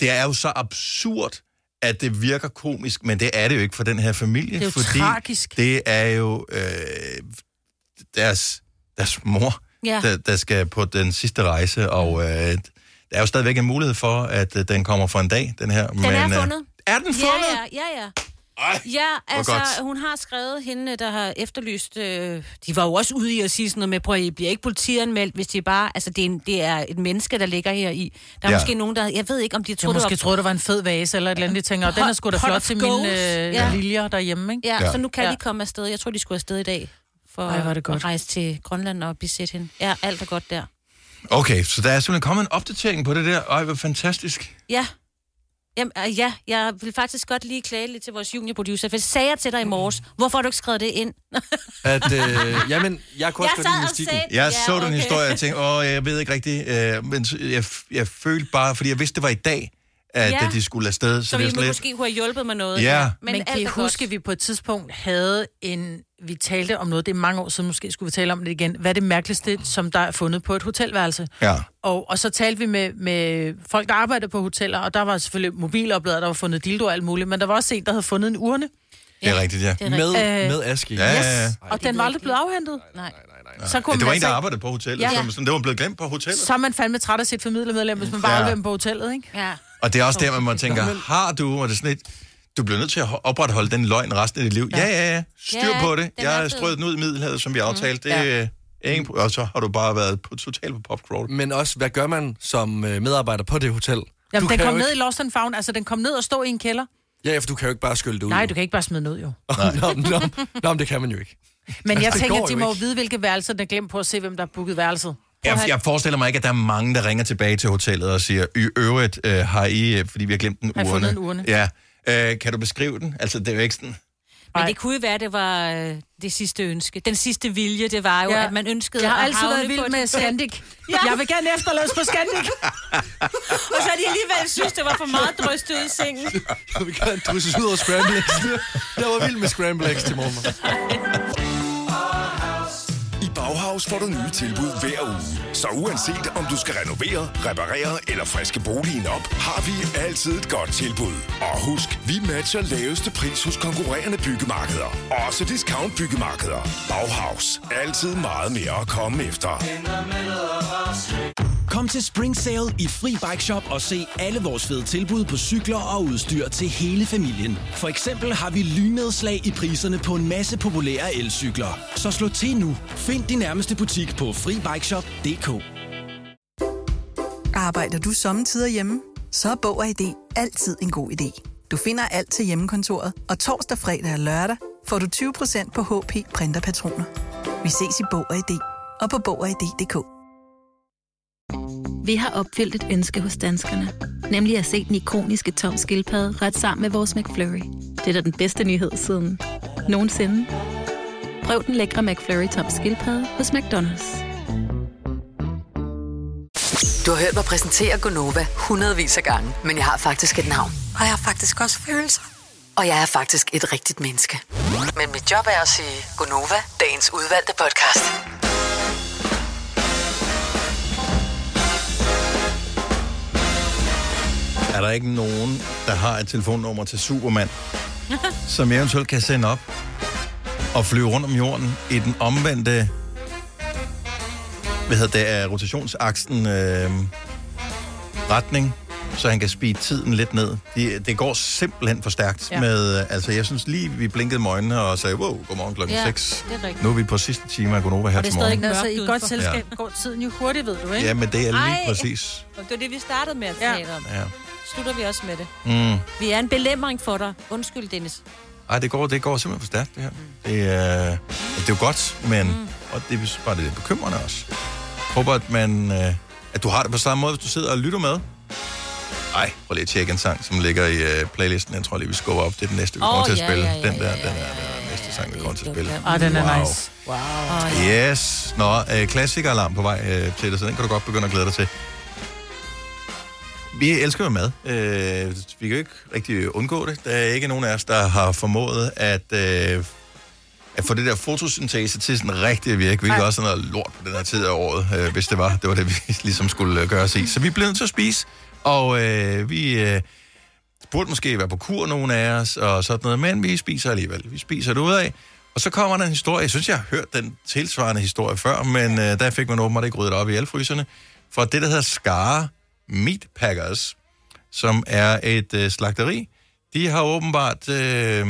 [SPEAKER 1] det er jo så absurd, at det virker komisk, men det er det jo ikke for den her familie.
[SPEAKER 3] Det er jo
[SPEAKER 1] fordi
[SPEAKER 3] tragisk.
[SPEAKER 1] Det er jo øh, deres, deres mor,
[SPEAKER 3] Ja.
[SPEAKER 1] der, der skal på den sidste rejse,
[SPEAKER 2] Mm.
[SPEAKER 1] og øh, der er jo stadigvæk en mulighed for, at øh, den kommer for en dag, den her.
[SPEAKER 2] Den men,
[SPEAKER 1] øh,
[SPEAKER 2] er fundet.
[SPEAKER 1] Er den fundet?
[SPEAKER 2] Ja, ja, ja. ja. ja, altså,
[SPEAKER 1] godt.
[SPEAKER 2] hun har skrevet hende, der har efterlyst... Øh, de var jo også ude i at sige sådan noget med, prøv at I bliver ikke politianmeldt, hvis de bare... Altså, det er, en, det er et menneske, der ligger her i. Der er
[SPEAKER 3] Ja.
[SPEAKER 2] ja. måske nogen, der... Jeg ved ikke, om de
[SPEAKER 3] Jeg
[SPEAKER 2] troede,
[SPEAKER 3] måske troede, det var en fed vase eller et eller andet. Jeg tænker, og den er sgu da
[SPEAKER 2] Pot- pot
[SPEAKER 3] flot
[SPEAKER 2] of
[SPEAKER 3] til mine
[SPEAKER 2] goals.
[SPEAKER 3] øh,
[SPEAKER 2] Ja.
[SPEAKER 3] ja. liljer derhjemme, ikke?
[SPEAKER 2] Ja, ja, så nu kan ja.
[SPEAKER 3] Ja.
[SPEAKER 2] de komme afsted. Jeg tror, de skulle afsted i dag for
[SPEAKER 3] Ej, hvor er det
[SPEAKER 2] at rejse til Grønland og besætte hende. Ja, alt er godt der.
[SPEAKER 1] Okay, så der er simpelthen kommet en opdatering på det der. Ej, hvor fantastisk.
[SPEAKER 2] Ja. Jamen, øh, ja, jeg vil faktisk godt lige klage lidt til vores juniorproducer, for jeg sagde jeg til dig i morges, hvorfor har du ikke skrevet det ind?
[SPEAKER 7] At, øh, jamen, jeg kunne
[SPEAKER 2] Jeg
[SPEAKER 7] også godt lide
[SPEAKER 2] sad og
[SPEAKER 7] mystikken.
[SPEAKER 2] sagde-
[SPEAKER 1] Jeg
[SPEAKER 2] Ja,
[SPEAKER 1] ja, så den
[SPEAKER 2] okay.
[SPEAKER 1] historie, og jeg tænkte, åh, jeg ved ikke rigtigt, øh, men så- jeg, jeg følte bare, fordi jeg vidste, det var i dag, at,
[SPEAKER 2] Ja.
[SPEAKER 1] ja. at de skulle afsted.
[SPEAKER 2] Så, så
[SPEAKER 1] det er
[SPEAKER 2] vi
[SPEAKER 1] sådan lidt-
[SPEAKER 2] måske kunne have hjulpet med noget.
[SPEAKER 1] Ja.
[SPEAKER 3] Men, Men kan
[SPEAKER 2] alt
[SPEAKER 3] I
[SPEAKER 2] er
[SPEAKER 3] huske, at vi på et tidspunkt havde en... Vi talte om noget, det er mange år siden, måske skulle vi tale om det igen. Hvad er det mærkeligste, som der er fundet på et hotelværelse?
[SPEAKER 1] Ja.
[SPEAKER 3] Og, og så talte vi med, med folk, der arbejder på hoteller, og der var selvfølgelig mobiloplader, der var fundet dildo og alt muligt, men der var også en, der havde fundet en urne.
[SPEAKER 1] Det er rigtigt, ja.
[SPEAKER 3] det er rigtigt. Med-
[SPEAKER 2] Øh,
[SPEAKER 3] med
[SPEAKER 7] aske i.
[SPEAKER 1] Ja, ja, ja.
[SPEAKER 3] Yes. Og den var aldrig blevet afhentet.
[SPEAKER 2] Nej,
[SPEAKER 3] nej,
[SPEAKER 1] ja.
[SPEAKER 3] Så
[SPEAKER 1] Så
[SPEAKER 3] kunne
[SPEAKER 1] det var
[SPEAKER 3] man
[SPEAKER 1] en, der
[SPEAKER 3] altså-
[SPEAKER 1] arbejdede på hotellet,
[SPEAKER 3] Ja.
[SPEAKER 1] ja. som, som det var blevet glemt på hotellet.
[SPEAKER 3] Så er man fandme træt af sit familiemedlem, hvis man bare
[SPEAKER 1] Ja.
[SPEAKER 3] afleverer dem på hotellet, ikke?
[SPEAKER 2] Ja.
[SPEAKER 1] Og det er også der, man må tænke, har du, og det er sådan lidt, du bliver nødt til at opretholde den løgn resten af dit liv. Ja, ja, ja. Styr
[SPEAKER 2] Ja,
[SPEAKER 1] på det.
[SPEAKER 2] den
[SPEAKER 1] Jeg
[SPEAKER 2] er
[SPEAKER 1] har
[SPEAKER 2] fed.
[SPEAKER 1] strøget den ud i middelhavet, som vi
[SPEAKER 7] Mhm.
[SPEAKER 1] aftalte.
[SPEAKER 2] Mm.
[SPEAKER 1] Det,
[SPEAKER 2] Ja.
[SPEAKER 1] øh, er ingen, og så har du bare været på, totalt på popcrawl.
[SPEAKER 7] Men også, hvad gør man som øh, medarbejder på det hotel?
[SPEAKER 3] Jamen,
[SPEAKER 7] du
[SPEAKER 3] den
[SPEAKER 7] kan
[SPEAKER 3] kom
[SPEAKER 7] jo
[SPEAKER 3] ned i
[SPEAKER 7] ikke,
[SPEAKER 3] Lost and Found, altså den kom ned og stod i en kælder.
[SPEAKER 7] Ja, for du kan jo ikke bare skylle det ud.
[SPEAKER 3] Nej, du kan ikke bare smide den ud,
[SPEAKER 1] Altså,
[SPEAKER 3] jo.
[SPEAKER 7] nå, nå, nå, men det kan man jo ikke.
[SPEAKER 3] Men jeg
[SPEAKER 7] det
[SPEAKER 3] tænker,
[SPEAKER 7] går
[SPEAKER 3] at de
[SPEAKER 7] jo
[SPEAKER 3] må jo
[SPEAKER 7] ikke.
[SPEAKER 3] vide, hvilke værelser, der glemt på at se, hvem der har booket værelset. Prøv at
[SPEAKER 1] Jeg,
[SPEAKER 3] have-
[SPEAKER 1] jeg forestiller mig ikke, at der er mange, der ringer tilbage til hotellet og siger, i øvrigt øh, har I, øh, fordi vi har glemt en
[SPEAKER 2] Har I
[SPEAKER 1] urne.
[SPEAKER 2] fundet en urne?
[SPEAKER 1] Ja. Øh, kan du beskrive den? Altså, det er jo ikke sådan...
[SPEAKER 2] Men det kunne jo være, det var øh, det sidste ønske. Den sidste vilje, det var jo, ja.
[SPEAKER 3] Ja.
[SPEAKER 2] at man ønskede
[SPEAKER 3] Jeg har
[SPEAKER 2] at
[SPEAKER 3] altid
[SPEAKER 2] havne
[SPEAKER 3] været
[SPEAKER 2] på
[SPEAKER 3] vild
[SPEAKER 2] et-
[SPEAKER 3] med Scandic. Jeg vil gerne efterlades på Scandic.
[SPEAKER 2] Og så har de alligevel synes, det var for meget drystet ud i sengen.
[SPEAKER 7] Jeg vil gerne drysses ud over scramble eggs. Jeg var vild med scramble eggs til morgen.
[SPEAKER 12] I Bauhaus får du nye tilbud hver uge. Så uanset om du skal renovere, reparere eller friske boligen op, har vi altid et godt tilbud. Og husk, vi matcher laveste pris hos konkurrerende byggemarkeder. Også discount byggemarkeder. Bauhaus. Altid meget mere at komme efter.
[SPEAKER 15] Kom til Spring Sale i Fri Bike Shop og se alle vores fede tilbud på cykler og udstyr til hele familien. For eksempel har vi lynedslag i priserne på en masse populære elcykler. Så slå til nu. Find din nærmeste butik på FriBikeShop.dk
[SPEAKER 16] Arbejder du sommetider hjemme? Så er Bog og ID altid en god idé. Du finder alt til hjemmekontoret, og torsdag, fredag og lørdag får du 20% på HP Printerpatroner. Vi ses i Bog og ID og på Bog og
[SPEAKER 11] Vi har opfyldt et ønske hos danskerne. Nemlig at se den ikoniske tom skildpadde ret sammen med vores McFlurry. Det er da den bedste nyhed siden nogensinde. Prøv den lækre McFlurry tom skildpadde hos McDonald's.
[SPEAKER 5] Du har hørt mig præsentere Gonova hundredvis af gange, men jeg har faktisk et navn.
[SPEAKER 20] Og jeg har faktisk også følelser.
[SPEAKER 5] Og jeg er faktisk et rigtigt menneske. Men mit job er at sige Gonova, dagens udvalgte podcast.
[SPEAKER 1] Er der ikke nogen, der har et telefonnummer til Superman, som jeg eventuelt kan sende op og flyve rundt om jorden i den omvendte hvad hedder det, af rotationsaksen øh, retning, så han kan speede tiden lidt ned. Det, det går simpelthen for stærkt
[SPEAKER 2] Ja.
[SPEAKER 1] ja. med, øh, altså jeg synes lige, vi blinkede med øjnene og sagde, wow, godmorgen klokken
[SPEAKER 3] Ja,
[SPEAKER 1] 6.
[SPEAKER 3] det er rigtigt.
[SPEAKER 1] Nu er vi på sidste time af Gonova her
[SPEAKER 2] Og det er
[SPEAKER 1] til
[SPEAKER 2] stadig
[SPEAKER 1] morgen.
[SPEAKER 2] ikke
[SPEAKER 3] Altså, i
[SPEAKER 2] Mørkt
[SPEAKER 3] godt
[SPEAKER 2] udenfor.
[SPEAKER 3] selskab ja. går tiden jo hurtigt, ved du, ikke?
[SPEAKER 1] Ja, men det er lige
[SPEAKER 2] Ej.
[SPEAKER 1] præcis.
[SPEAKER 2] Og det var det, vi startede med at tale ja. om.
[SPEAKER 1] Ja.
[SPEAKER 2] Slutter vi også med det.
[SPEAKER 1] Mm.
[SPEAKER 2] Vi er en belemring for dig. Undskyld, Dennis.
[SPEAKER 1] Ej, det går, det går simpelthen for stærkt, det her. Det, er, det er jo godt, men mm. og det er bare det er bekymrende også. Jeg håber, at, man, øh, at du har det på samme måde, hvis du sidder og lytter med. Ej, prøv lige at tjekke en sang, som ligger i øh, playlisten. Den tror jeg lige, vi skubber op. Det er den næste, vi
[SPEAKER 2] Åh,
[SPEAKER 1] kommer til at
[SPEAKER 2] ja,
[SPEAKER 1] spille.
[SPEAKER 2] ja, ja,
[SPEAKER 1] den der, den er den næste sang, vi kommer til at spille.
[SPEAKER 3] Og den er
[SPEAKER 1] Wow.
[SPEAKER 3] nice. Wow. Oh,
[SPEAKER 1] Yes. Nå, øh, klassikeralarm på vej øh, til dig, så den kan du godt begynde at glæde dig til. Vi elsker jo mad. Øh, vi kan jo ikke rigtig undgå det. Der er ikke nogen af os, der har formået at, øh, at få det der fotosyntese til sådan rigtig at virke. Vi gør sådan noget lort på den her tid af året, øh, hvis det var. Det var det, vi ligesom skulle øh, gøre os i. Så vi blev nødt til at spise, og øh, vi... Øh, burde måske være på kur, nogen af os, og sådan noget, men vi spiser alligevel. Vi spiser det ud af. Og så kommer der en historie, jeg synes, jeg har hørt den tilsvarende historie før, men øh, der fik man åbenbart ikke ryddet op i elfryserne, fra det, der hedder Skare Meat Packers, som er et øh, slagteri. De har åbenbart øh,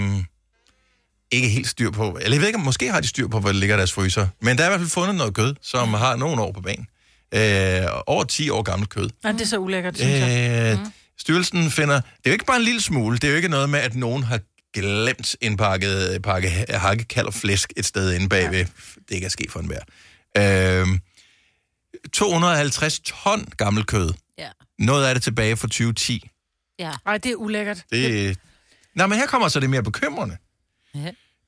[SPEAKER 1] ikke helt styr på, eller jeg ved ikke, om- måske har de styr på, hvor det ligger i deres fryser, men der er i hvert fald fundet noget kød,
[SPEAKER 3] Mm.
[SPEAKER 1] som har nogle år på banen. Øh, over 10 år gammelt kød.
[SPEAKER 3] Ja, det er så ulækkert, synes jeg. Mm.
[SPEAKER 1] Øh, styrelsen finder... Det er jo ikke bare en lille smule. Det er jo ikke noget med, at nogen har glemt indpakket pakke hakkekald og flæsk et sted inde bagved. Det kan ske for enhver. Øhm, 250 ton gammel kød.
[SPEAKER 2] Ja.
[SPEAKER 1] Noget af det tilbage fra 2010.
[SPEAKER 2] Ja.
[SPEAKER 3] Ej, det er ulækkert.
[SPEAKER 1] Det... Nå, men her kommer så det mere bekymrende.
[SPEAKER 2] Ja.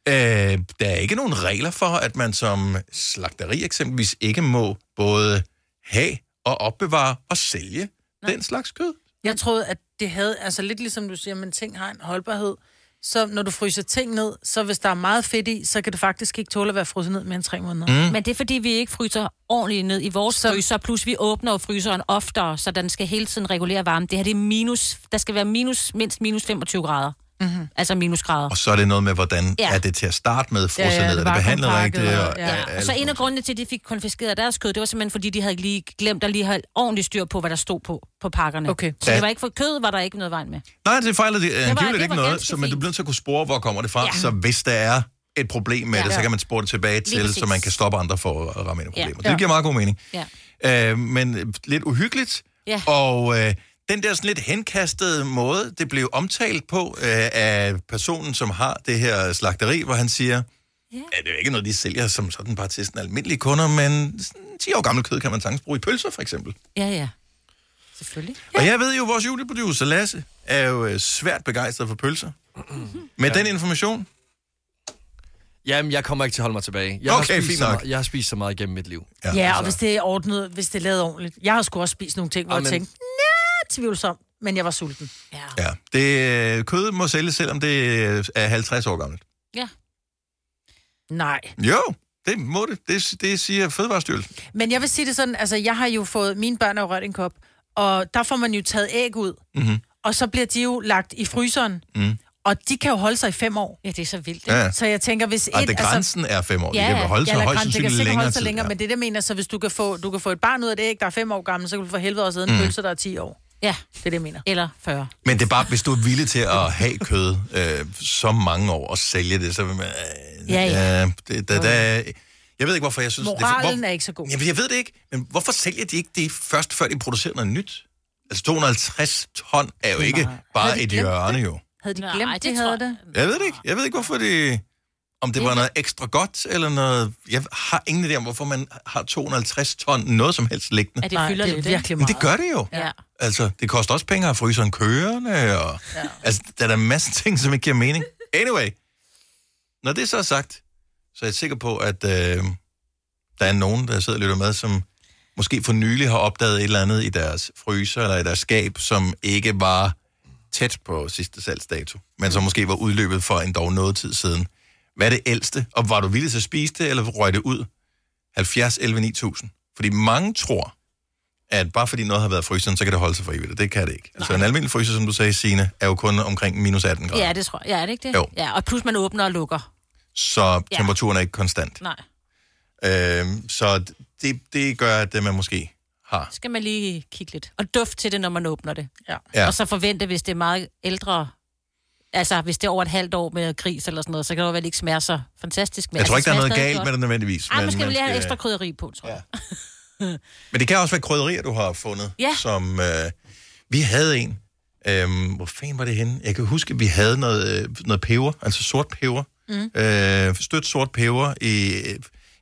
[SPEAKER 1] Øh, der er ikke nogen regler for, at man som slagteri eksempelvis ikke må både have og opbevare og sælge Nej. den slags kød.
[SPEAKER 3] Jeg troede, at det havde, altså lidt ligesom du siger, men ting har en holdbarhed. Så når du fryser ting ned, så hvis der er meget fedt i, så kan det faktisk ikke tåle at være frosset ned mere end tre måneder.
[SPEAKER 2] Mm. Men det er, fordi vi ikke fryser ordentligt ned i vores så... fryser, plus vi åbner jo fryseren oftere, så den skal hele tiden regulere varmen. Det her, det er minus, der skal være minus, mindst minus 25 grader. Mm-hmm. Altså minusgrader.
[SPEAKER 1] Og så er det noget med, hvordan
[SPEAKER 2] Ja.
[SPEAKER 1] ja. er det til at starte med, frosset
[SPEAKER 2] Ja, ja,
[SPEAKER 1] ja,
[SPEAKER 2] det
[SPEAKER 1] ned, er det
[SPEAKER 2] var
[SPEAKER 1] behandlet
[SPEAKER 2] kompakket,
[SPEAKER 1] rigtigt?
[SPEAKER 2] og-
[SPEAKER 1] Og,
[SPEAKER 2] Ja. Og så en af grundene til, at de fik konfiskeret deres kød, det var simpelthen, fordi de havde lige glemt at lige have ordentligt styr på, hvad der stod på, på pakkerne.
[SPEAKER 3] Okay.
[SPEAKER 2] Så
[SPEAKER 1] Ja.
[SPEAKER 2] det var ikke for kød, var der ikke noget vejen med.
[SPEAKER 1] Nej, det fejler det, det
[SPEAKER 2] var- det
[SPEAKER 1] angiveligt ikke
[SPEAKER 2] var
[SPEAKER 1] noget,
[SPEAKER 2] ganske
[SPEAKER 1] så, men du bliver nødt til at kunne spore, hvor kommer det fra, ja. så hvis der er et problem med ja. det,
[SPEAKER 2] Ja.
[SPEAKER 1] så kan man spore det tilbage
[SPEAKER 2] Lige
[SPEAKER 1] til,
[SPEAKER 2] præcis.
[SPEAKER 1] så man kan stoppe andre for at ramme ind i
[SPEAKER 2] Ja.
[SPEAKER 1] problemer.
[SPEAKER 2] Ja.
[SPEAKER 1] Det giver meget god mening.
[SPEAKER 2] Ja.
[SPEAKER 1] Øh, men øh, lidt uhyggeligt,
[SPEAKER 2] Ja.
[SPEAKER 1] og øh, den der sådan lidt henkastede måde, det blev omtalt på øh, af personen, som har det her slagteri, hvor han siger, ja, det er jo ikke noget, de sælger som sådan bare til sådan almindelige kunder, men sådan 10 år gammel kød kan man sagtens bruge i pølser, for eksempel.
[SPEAKER 2] Ja, ja. Selvfølgelig.
[SPEAKER 1] Og jeg ved jo, vores juleproducer Lasse er jo øh, svært begejstret for pølser. Med ja. den information,
[SPEAKER 7] Jamen, jeg kommer ikke til at holde mig tilbage. Jeg har
[SPEAKER 1] Okay,
[SPEAKER 7] spist
[SPEAKER 1] fint
[SPEAKER 7] så
[SPEAKER 1] nok.
[SPEAKER 7] meget- Jeg har spist så meget gennem mit liv.
[SPEAKER 3] Ja, ja og hvis det er ordnet, hvis det er lavet ordentligt. Jeg har sgu også spist nogle ting, hvor jeg
[SPEAKER 7] Amen.
[SPEAKER 3] tænkte, nej, tvivlsom, men jeg var sulten. Ja.
[SPEAKER 1] ja, det øh, kød må sælges, selvom det øh, er 50 år gammelt.
[SPEAKER 2] ja.
[SPEAKER 3] Nej.
[SPEAKER 1] Jo, det må det. Det, det siger Fødevarestyrelsen.
[SPEAKER 3] Men jeg vil sige det sådan, altså jeg har jo fået, mine børn har jo rørt en kop, og der får man jo taget æg ud,
[SPEAKER 1] Mm-hmm.
[SPEAKER 3] og så bliver de jo lagt i fryseren,
[SPEAKER 1] Mm.
[SPEAKER 3] og de kan jo holde sig i fem år.
[SPEAKER 2] Ja, det er så vildt.
[SPEAKER 1] ikke? Ja.
[SPEAKER 3] Så jeg tænker, hvis et... altså-
[SPEAKER 1] Og det grænsen er fem år. Ja, det kan holde sig
[SPEAKER 3] eller
[SPEAKER 1] højst
[SPEAKER 3] grænsen, det kan
[SPEAKER 1] sandsynligt
[SPEAKER 3] sikkert
[SPEAKER 1] længere
[SPEAKER 3] holde sig
[SPEAKER 1] tid.
[SPEAKER 3] længere,
[SPEAKER 1] ja.
[SPEAKER 3] men det er det, jeg mener, så hvis du kan, få, du kan få et barn ud af det æg, der er fem år gammel, så kan du for helvede også æde en
[SPEAKER 1] Mm.
[SPEAKER 3] pølse, der er 10 år.
[SPEAKER 2] Ja.
[SPEAKER 3] Det er det, jeg mener.
[SPEAKER 2] Eller 40.
[SPEAKER 1] Men det er bare, hvis du er villig til at have kød øh, så mange år og sælge det, så vil man... Øh,
[SPEAKER 3] Ja, ja.
[SPEAKER 1] Øh, det, da, da, jeg ved ikke, hvorfor jeg synes... det,
[SPEAKER 3] Moralen
[SPEAKER 1] hvor,
[SPEAKER 3] er ikke så god.
[SPEAKER 1] Jamen, jeg ved det ikke, men hvorfor sælger de ikke det først, før de producerer noget nyt? Altså, 250 ton er jo ikke
[SPEAKER 3] Havde
[SPEAKER 1] bare
[SPEAKER 3] de
[SPEAKER 1] et
[SPEAKER 3] glemt
[SPEAKER 1] hjørne, jo.
[SPEAKER 3] Havde de glemt, Nej, de havde det?
[SPEAKER 1] Jeg ved det ikke. Jeg ved ikke, hvorfor det... Om det var noget ekstra godt, eller noget... Jeg har ingen idé om, hvorfor man har 250 ton noget som helst liggende.
[SPEAKER 2] Ja, det Nej, fylder det er lidt, ikke? virkelig
[SPEAKER 1] Men det gør
[SPEAKER 2] meget.
[SPEAKER 1] det jo.
[SPEAKER 2] Ja.
[SPEAKER 1] Altså, det koster også penge at fryse en kørende, og... Ja. Altså, der er der masser af ting, som ikke giver mening. Anyway, når det så er sagt, så er jeg sikker på, at øh, der er nogen, der sidder og lytter med, som måske for nylig har opdaget et eller andet i deres fryser eller i deres skab, som ikke var tæt på sidste salgsdato, men som måske var udløbet for en dog noget tid siden. Hvad er det ældste? Og var du villig til at spise det, eller røg det ud? 70, 11, 9000. Fordi mange tror, at bare fordi noget har været i fryseren, så kan det holde sig for evigt, og det kan det ikke. Altså en almindelig fryser, som du sagde, Signe, er jo kun omkring minus 18 grader.
[SPEAKER 2] Ja, det tror jeg. Ja, er det ikke det?
[SPEAKER 1] Jo.
[SPEAKER 2] Ja, og plus man åbner og lukker.
[SPEAKER 1] så
[SPEAKER 2] Ja.
[SPEAKER 1] temperaturen er ikke konstant.
[SPEAKER 2] Nej,
[SPEAKER 1] Øhm, så det, det gør, at man måske har.
[SPEAKER 2] skal man lige kigge lidt. Og duft til det, når man åbner det. Ja.
[SPEAKER 1] Ja.
[SPEAKER 2] Og så forvente, hvis det er meget ældre... Altså, hvis det er over et halvt år med gris eller sådan noget, så kan det jo vel ikke smage så fantastisk. Men
[SPEAKER 1] Jeg tror
[SPEAKER 2] altså,
[SPEAKER 1] ikke, der er
[SPEAKER 2] smager
[SPEAKER 1] noget
[SPEAKER 2] stadig
[SPEAKER 1] galt
[SPEAKER 2] godt.
[SPEAKER 1] med det nødvendigvis,
[SPEAKER 2] Ej,
[SPEAKER 1] men
[SPEAKER 2] man skal
[SPEAKER 1] man
[SPEAKER 2] vel lige have
[SPEAKER 1] skal-
[SPEAKER 2] ekstra krydderi på, tror jeg.
[SPEAKER 1] Men det kan også være krydderier, du har fundet,
[SPEAKER 2] Ja.
[SPEAKER 1] som øh, vi havde en. Øhm, hvor fanden var det henne? Jeg kan huske, at vi havde noget, øh, noget peber, altså sort peber.
[SPEAKER 20] Mm.
[SPEAKER 1] Øh, stødt sort peber i,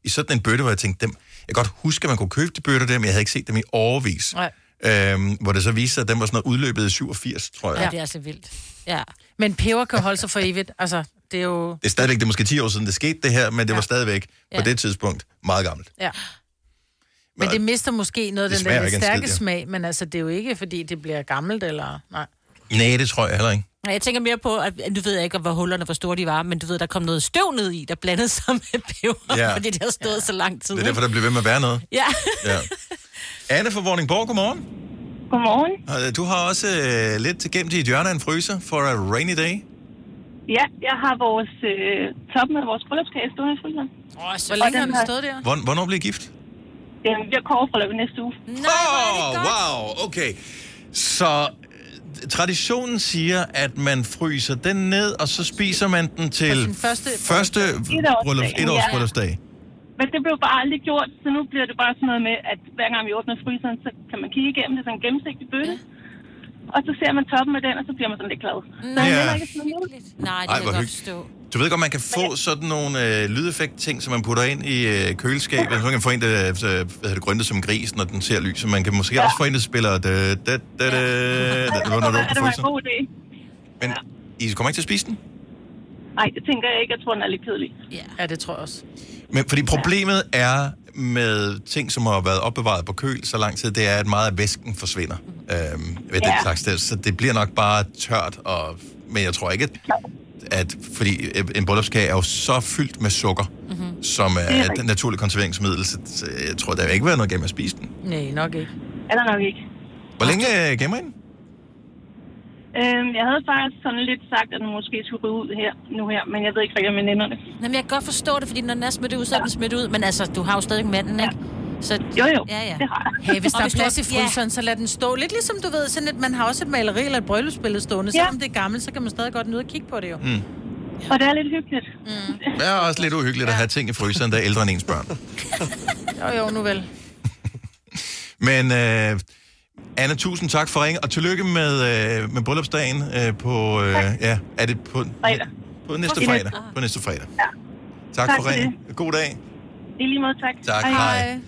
[SPEAKER 1] i sådan en bøtte, hvor jeg tænkte, dem, jeg kan godt huske, at man kunne købe de bøtter der, men jeg havde ikke set dem i overvis.
[SPEAKER 3] Nej.
[SPEAKER 1] Øhm, hvor det så viste sig, at den var sådan noget udløbet i 87, tror jeg.
[SPEAKER 3] Ja, det er altså vildt. Ja. Men peber kan holde sig for evigt. Altså, det er jo...
[SPEAKER 1] Det er stadigvæk, det er måske 10 år siden, det skete det her, men det ja. var stadigvæk på
[SPEAKER 3] Ja.
[SPEAKER 1] det tidspunkt meget gammelt.
[SPEAKER 3] Ja. Men det mister måske noget
[SPEAKER 1] Det
[SPEAKER 3] af den
[SPEAKER 1] smager
[SPEAKER 3] der
[SPEAKER 1] ikke
[SPEAKER 3] lidt
[SPEAKER 1] af en
[SPEAKER 3] stærke
[SPEAKER 1] skid, jo.
[SPEAKER 3] smag, men altså, det er jo ikke, fordi det bliver gammelt, eller... Nej.
[SPEAKER 1] Nej, det tror jeg heller ikke.
[SPEAKER 2] Nej, jeg tænker mere på, at nu ved jeg ikke, hvor hullerne, hvor store de var, men du ved, der kom noget støv ned i, der blandede sig med peber,
[SPEAKER 1] Ja.
[SPEAKER 2] ja. fordi det har stået ja. så lang tid.
[SPEAKER 21] Mhm.
[SPEAKER 1] Det
[SPEAKER 2] ikke?
[SPEAKER 1] er derfor, der bliver ved med at være noget.
[SPEAKER 2] Ja.
[SPEAKER 1] Ja. Anne fra Vordingborg, godmorgen.
[SPEAKER 21] Godmorgen.
[SPEAKER 1] Og, øh, Du har også øh, lidt gemt i et hjørne af en fryser for a rainy day.
[SPEAKER 21] Ja, jeg har vores øh, toppen af vores bryllupskage stående i fryseren.
[SPEAKER 2] Åh, så længe har den stået
[SPEAKER 21] der?
[SPEAKER 1] Hvor, hvornår bliver I gift?
[SPEAKER 21] Den bliver kårebryllup i næste uge.
[SPEAKER 2] Nej,
[SPEAKER 1] oh, wow, okay. Så øh, traditionen siger, at man fryser den ned, og så spiser man den til
[SPEAKER 21] sin første-
[SPEAKER 1] første
[SPEAKER 21] Etårsdag.
[SPEAKER 1] bryllups, etårs
[SPEAKER 21] Ja.
[SPEAKER 1] bryllupsdag.
[SPEAKER 21] Men det blev bare aldrig gjort, så nu bliver det bare sådan noget med, at hver gang vi åbner fryseren, så kan man kigge igennem det, sådan en gennemsigtig bøtte. Og så ser man toppen af den, og så bliver man sådan lidt glad. Så
[SPEAKER 1] Ja.
[SPEAKER 21] jeg heller ikke sådan noget.
[SPEAKER 2] Mm. Nej, det
[SPEAKER 1] Ej,
[SPEAKER 2] kan
[SPEAKER 1] hvor
[SPEAKER 2] jeg godt
[SPEAKER 1] hyggeligt.
[SPEAKER 2] forstå.
[SPEAKER 1] Du ved godt, man kan få sådan nogle øh, lydeffekt-ting, som man putter ind i øh, køleskabet. Så man kan få en, der øh, hvad hedder det, grønte som en gris, når den ser lys. Så man kan måske ja. også få en, der spiller... Da, da, da, da, da, når du
[SPEAKER 21] Ja, det
[SPEAKER 1] åbner
[SPEAKER 21] var en
[SPEAKER 1] fryseren.
[SPEAKER 21] god idé.
[SPEAKER 1] Men I kommer ikke til at spise den?
[SPEAKER 21] Nej, det tænker jeg ikke. Jeg tror, den er lidt kedelig.
[SPEAKER 3] Ja, det tror jeg også.
[SPEAKER 1] Men, fordi problemet er med ting, som har været opbevaret på køl så lang tid, det er, at meget af væsken forsvinder øhm, ved ja.
[SPEAKER 21] Ja.
[SPEAKER 1] den slags sted. Så det bliver nok bare tørt, og, men jeg tror ikke, at, at fordi øh, en bryllupskage er jo så fyldt med sukker, mm-hmm. som
[SPEAKER 21] Mhm. Det er
[SPEAKER 1] er
[SPEAKER 21] rigtigt.
[SPEAKER 1] den naturlige konserveringsmiddel, så så jeg tror, der vil ikke være noget gennem at spise den.
[SPEAKER 3] Nej, nok ikke.
[SPEAKER 21] Er der nok ikke.
[SPEAKER 1] Hvor længe øh, gemmer I den?
[SPEAKER 21] Øhm, jeg havde faktisk sådan lidt sagt, at den måske skulle ryge ud her, nu her, men jeg ved ikke rigtig, om veninderne.
[SPEAKER 2] Jamen, jeg kan godt forstå det, fordi når den er smidt ud, så er den smidt ud. Men altså, du har jo stadig manden, ikke? Så,
[SPEAKER 21] Jo, jo.
[SPEAKER 2] Ja, ja.
[SPEAKER 21] Det har
[SPEAKER 3] Hey, hvis
[SPEAKER 2] Og
[SPEAKER 3] der er
[SPEAKER 2] du
[SPEAKER 3] plads i
[SPEAKER 2] også- ja.
[SPEAKER 3] fryseren, så lad den stå. Lidt ligesom du ved, sådan at man har også et maleri eller et bryllupsbillede stående. Ja. Selvom det er gammelt, så kan man stadig godt nyde at kigge på det jo.
[SPEAKER 1] Mm.
[SPEAKER 21] Og det er lidt hyggeligt.
[SPEAKER 3] Mm.
[SPEAKER 1] Det er også lidt uhyggeligt at have ting i fryseren, der er ældre end ens børn.
[SPEAKER 3] Jo, jo, nu vel.
[SPEAKER 1] Men øh, Anna, tusind tak for ringen, og tillykke med, øh, med bryllupsdagen øh, på... Øh, ja, er det på,
[SPEAKER 21] Fredag.
[SPEAKER 1] på næste
[SPEAKER 21] I næste-
[SPEAKER 1] fredag? På næste fredag. Ja. Tak,
[SPEAKER 21] Tak
[SPEAKER 1] for
[SPEAKER 21] for
[SPEAKER 1] ringen. God dag.
[SPEAKER 21] I lige måde, tak.
[SPEAKER 1] Tak, hej.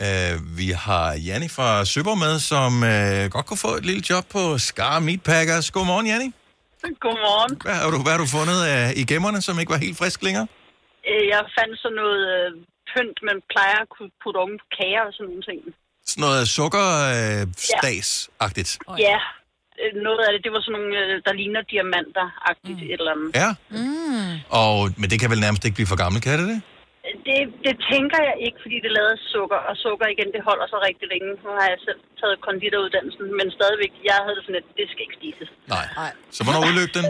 [SPEAKER 1] Øh, vi har Janni fra Søborg med, som øh, godt kunne få et lille job på Scar Meatpackers. Godmorgen, Janni.
[SPEAKER 22] Godmorgen.
[SPEAKER 1] Hvad har du, hvad har du fundet øh, i gemmerne, som ikke var helt frisk længere?
[SPEAKER 22] Øh, Jeg fandt sådan noget øh, pynt, man plejer at kunne putte oven på kager og sådan nogle ting.
[SPEAKER 1] Sådan noget sukkerstas-agtigt.
[SPEAKER 22] Oh, ja. ja. øh, Noget af det, det var sådan nogle, øh, der ligner diamanter-agtigt mm. et eller andet.
[SPEAKER 1] Ja.
[SPEAKER 22] Mm.
[SPEAKER 1] Og, men det kan vel nærmest ikke blive for gammelt, kan det det?
[SPEAKER 22] Det, det tænker jeg ikke, fordi det lavede sukker, og sukker igen, det holder sig rigtig længe. Nu har jeg selv taget konditoruddannelsen, men stadigvæk, jeg havde det sådan, at det skal ikke spises.
[SPEAKER 1] Nej. Så hvornår udløb den?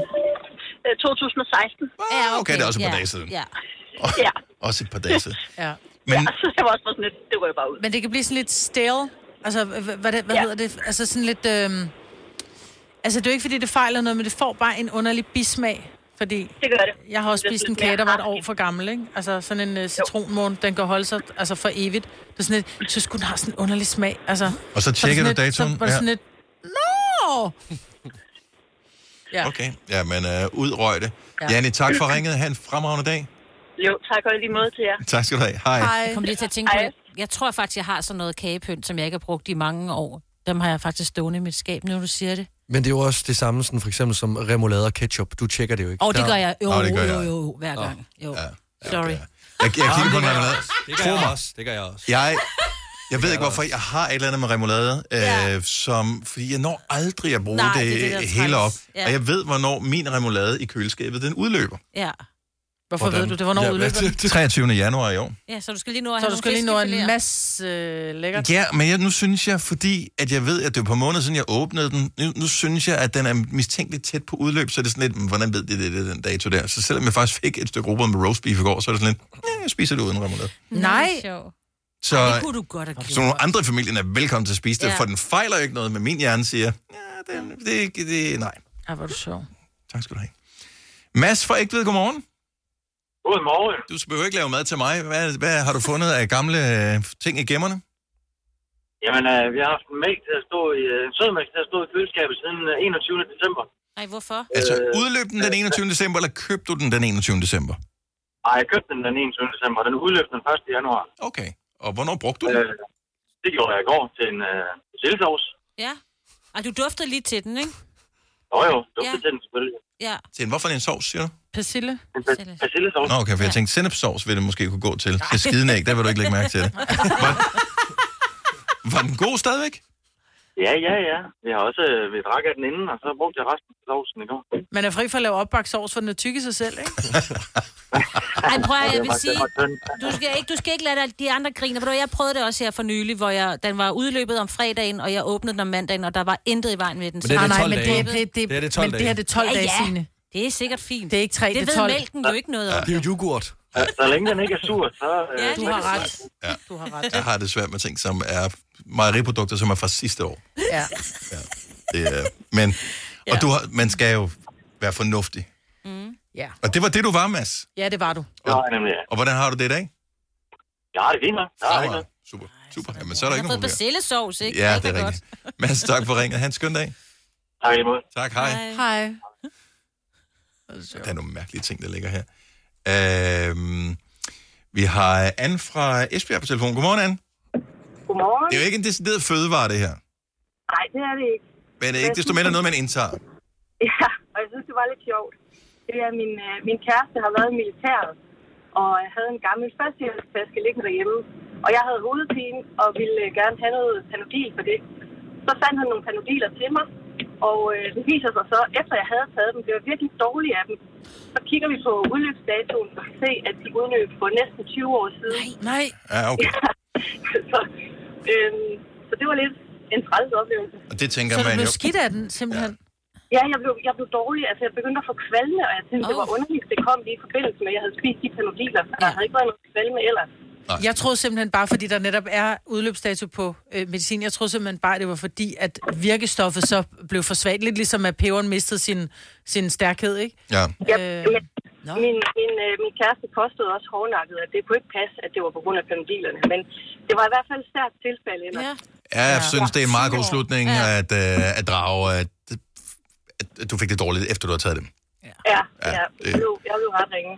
[SPEAKER 22] Øh, 2016.
[SPEAKER 1] Ja, Ah, okay, okay, det er også et par ja, dage siden.
[SPEAKER 22] Ja.
[SPEAKER 1] ja. Også et par dage siden.
[SPEAKER 3] Ja.
[SPEAKER 1] Men, ja.
[SPEAKER 22] Så jeg var også bare sådan lidt, det røg bare ud.
[SPEAKER 3] Men det kan blive sådan lidt stale. Altså, h- h- hvad, det- hvad ja. hedder det? Altså sådan lidt... Øhm, altså, det er jo ikke, fordi det fejler noget, men det får bare en underlig bismag. Fordi det
[SPEAKER 22] gør det.
[SPEAKER 3] jeg har også
[SPEAKER 22] Det er
[SPEAKER 3] spist en
[SPEAKER 22] lidt
[SPEAKER 3] kage, der
[SPEAKER 22] mere
[SPEAKER 3] var et år for gammel, ikke? Altså sådan en uh, citronmåne, den kan holde sig altså for evigt. Det er sådan lidt, jeg synes, den har sådan en underlig smag. Altså,
[SPEAKER 1] Og så
[SPEAKER 3] var det
[SPEAKER 1] tjekker
[SPEAKER 3] sådan
[SPEAKER 1] du
[SPEAKER 3] lidt- Så
[SPEAKER 1] datoen?
[SPEAKER 3] var det sådan
[SPEAKER 1] Ja.
[SPEAKER 3] lidt, no!
[SPEAKER 1] Ja. Okay, ja, men øh, udrøg det. Ja. Janne, tak for ringet. Ha' en fremragende dag.
[SPEAKER 23] Jo, tak og i lige måde til jer.
[SPEAKER 1] Tak skal du have. Hej.
[SPEAKER 2] Jeg kom lige til at tænke på, jeg, jeg tror faktisk, jeg har sådan noget kagepynt, som jeg ikke har brugt i mange år. Dem har jeg faktisk stående i mit skab, nu du siger det.
[SPEAKER 7] Men det er jo også det samme sådan for eksempel som remoulade og ketchup. Du tjekker det jo ikke.
[SPEAKER 2] Og det gør jeg jo,
[SPEAKER 7] Nå, det
[SPEAKER 2] jo,
[SPEAKER 7] gør
[SPEAKER 2] jo,
[SPEAKER 7] jeg.
[SPEAKER 2] jo, hver gang. Jo. Ja. Sorry.
[SPEAKER 1] Jeg, jeg kigger på en remoulade.
[SPEAKER 7] Det gør
[SPEAKER 1] Tro
[SPEAKER 7] jeg
[SPEAKER 1] mig.
[SPEAKER 7] også. Det gør jeg også.
[SPEAKER 1] Jeg, jeg ved ikke, hvorfor jeg har et eller andet med remoulade, øh, som, fordi jeg når aldrig at bruge
[SPEAKER 2] Nej,
[SPEAKER 1] det,
[SPEAKER 2] det er det, der er
[SPEAKER 1] hele op.
[SPEAKER 2] træls. Ja.
[SPEAKER 1] Og jeg ved, hvornår min remoulade i køleskabet, den udløber.
[SPEAKER 2] Ja.
[SPEAKER 3] Hvorfor Hvordan? ved du det? Hvornår
[SPEAKER 1] Ja,
[SPEAKER 3] ja, udløber den?
[SPEAKER 1] 23. januar i år.
[SPEAKER 2] Ja, så du skal lige nå at
[SPEAKER 3] Så
[SPEAKER 2] have
[SPEAKER 3] du skal
[SPEAKER 2] nogle
[SPEAKER 3] lige nå en
[SPEAKER 2] fiskefileter.
[SPEAKER 3] masse øh, lækkert.
[SPEAKER 1] Ja, men jeg, nu synes jeg, fordi at jeg ved, at det var på måneder siden, jeg åbnede den, nu, nu synes jeg, at den er mistænkeligt tæt på udløb, så er det sådan lidt, "Men hvordan ved det, det, det er den dato der? Så selvom jeg faktisk fik et stykke rugbrød med roast beef i går, så er det sådan lidt, "Næh, jeg spiser det uden remoulade.
[SPEAKER 3] Nej.
[SPEAKER 1] Så,
[SPEAKER 2] Det kunne du godt have gjort.
[SPEAKER 1] så nogle andre i familien er velkommen til at spise det,
[SPEAKER 2] Ja.
[SPEAKER 1] for den fejler jo ikke noget, men min hjerne siger, ja, det, er- det, det, det nej.
[SPEAKER 3] Ja, hvor er du sjov.
[SPEAKER 1] Tak skal du have. Mads fra Ægtved, godmorgen.
[SPEAKER 6] Godmorgen.
[SPEAKER 1] Du behøver ikke lave mad til mig. Hvad, hvad har du fundet af gamle øh, ting i gemmerne?
[SPEAKER 6] Jamen, øh, vi har haft en mælk, der stod i, øh, en sødmælk, der stod i køleskabet siden øh, 21. december. Øh,
[SPEAKER 2] Nej, hvorfor?
[SPEAKER 1] Altså, udløb den den 21. december, eller købte du den den 21. december?
[SPEAKER 6] Ej, jeg købte den den 21. december, den udløb den 1. januar.
[SPEAKER 1] Okay. Og hvornår brugte du
[SPEAKER 6] den? Øh, det gjorde jeg i går til en øh, sildesovs.
[SPEAKER 2] Ja. Ej, du duftede lige til den, ikke?
[SPEAKER 6] Nå jo, duftede ja. til den selvfølgelig.
[SPEAKER 2] Ja.
[SPEAKER 1] Til en, hvorfor en sovs, siger du?
[SPEAKER 2] Persille.
[SPEAKER 6] En per- persillesovs.
[SPEAKER 1] Nå, okay, for jeg tænkte, sennepsovs ville det måske kunne gå til. Til skidenæg, der vil du ikke lægge mærke til det. Var, var den god stadigvæk?
[SPEAKER 6] Ja, ja, ja. Vi har også, øh, vi drak af den inden, og så brugte jeg resten af sovsen i går.
[SPEAKER 3] Man er fri for at lave opbagt sovs, for den er tyk i sig selv, ikke?
[SPEAKER 2] Ej, prøv at,
[SPEAKER 6] Det
[SPEAKER 2] jeg
[SPEAKER 6] var-
[SPEAKER 2] vil sige,
[SPEAKER 6] det var tyndt.
[SPEAKER 2] du skal ikke, du skal ikke lade dig- de andre grine. Ved du hvad, Jeg prøvede det også her for nylig, hvor jeg, den var udløbet om fredagen, og jeg åbnede den om mandagen, og der var intet i vejen med den.
[SPEAKER 3] det er det Nej, nej, 12 men dage.
[SPEAKER 2] det,
[SPEAKER 3] det- det- det- Det er det 12 men det her, dage. det er 12 dage, Signe.
[SPEAKER 2] Det er sikkert fint.
[SPEAKER 3] Det er ikke tre,
[SPEAKER 2] det
[SPEAKER 3] det er
[SPEAKER 2] ved
[SPEAKER 3] 12.
[SPEAKER 2] mælken jo ikke noget om.
[SPEAKER 7] Det er jo yoghurt.
[SPEAKER 6] Så, så længe den ikke er sur, så... Øh,
[SPEAKER 2] Ja, du
[SPEAKER 6] så-
[SPEAKER 2] har ret.
[SPEAKER 1] Ja.
[SPEAKER 3] Du har
[SPEAKER 1] Jeg har det svært med ting, som er mejeriprodukter, som er fra sidste år.
[SPEAKER 3] Ja.
[SPEAKER 1] Det er, men, og du har, man skal jo være fornuftig.
[SPEAKER 2] Mm.
[SPEAKER 3] Ja.
[SPEAKER 1] Og det var det, du var, Mads.
[SPEAKER 3] ja, det var du.
[SPEAKER 1] Og, og hvordan har du det i dag?
[SPEAKER 6] Jeg har det fint, nok. Jeg har ikke noget.
[SPEAKER 1] Super, super. Jamen, så er der
[SPEAKER 2] Jeg
[SPEAKER 1] ikke
[SPEAKER 2] har
[SPEAKER 1] nogen
[SPEAKER 2] fået
[SPEAKER 1] problem.
[SPEAKER 2] persillesovs, ikke?
[SPEAKER 1] Ja, det
[SPEAKER 2] kan
[SPEAKER 1] er
[SPEAKER 2] godt.
[SPEAKER 1] rigtigt. Mads, tak for ringet. Ha' en skøn dag.
[SPEAKER 6] Tak, i lige måde.
[SPEAKER 1] Tak, hej. hej.
[SPEAKER 3] Hej.
[SPEAKER 1] Der er nogle mærkelige ting, der ligger her. Øhm, vi har Anne fra Esbjerg på telefon. Godmorgen, Anne.
[SPEAKER 13] Godmorgen.
[SPEAKER 1] Det er jo ikke en decideret fødevare, det her.
[SPEAKER 13] Nej, det er det ikke.
[SPEAKER 1] Men det er ikke desto mindre noget, man indtager.
[SPEAKER 13] Ja, og jeg synes, det var lidt sjovt. Det er, min, øh, min kæreste har været i militæret, og jeg havde en gammel førstehjælpstaske liggende derhjemme. Og jeg havde hovedpine og ville øh, gerne have noget panodil for det. Så fandt han nogle panodiler til mig, og øh, det viser sig så, efter jeg havde taget dem, blev jeg virkelig dårlig af dem. Så kigger vi på udløbsdatoen og kan se, at de udløb for næsten 20 år siden.
[SPEAKER 3] Nej.
[SPEAKER 1] Ja, okay.
[SPEAKER 13] så, øhm, så det var lidt en træls oplevelse.
[SPEAKER 1] Og det tænker
[SPEAKER 3] Så du
[SPEAKER 1] man
[SPEAKER 3] blev
[SPEAKER 1] jo.
[SPEAKER 3] skidt af den, simpelthen.
[SPEAKER 13] Ja, jeg blev, jeg blev dårlig. Altså, jeg begyndte at få kvalme, og jeg tænkte, oh. det var underligt, det kom lige i forbindelse med, at jeg havde spist de panodiler, så der havde ikke været noget kvalme ellers.
[SPEAKER 3] Nej. Jeg troede simpelthen bare, fordi der netop er udløbsdato på øh, medicin, jeg troede simpelthen bare, det var fordi, at virkestoffet så blev for svagt. Lidt ligesom at peberen mistede sin, sin stærkhed, ikke? Øh,
[SPEAKER 1] Ja.
[SPEAKER 13] Ja, men min, min, øh, min kæreste påstod også hårdnakket, at det kunne ikke passe, at det var på grund af panodilerne. Men det var i hvert fald et stærkt tilfælde. Ja.
[SPEAKER 1] Ja, jeg synes, det er en meget god slutning at, øh, at drage, at, at- at du fik det dårligt, efter du har taget dem.
[SPEAKER 13] Ja, ja. Jeg
[SPEAKER 1] det-
[SPEAKER 13] blev, jeg blev ret ringe.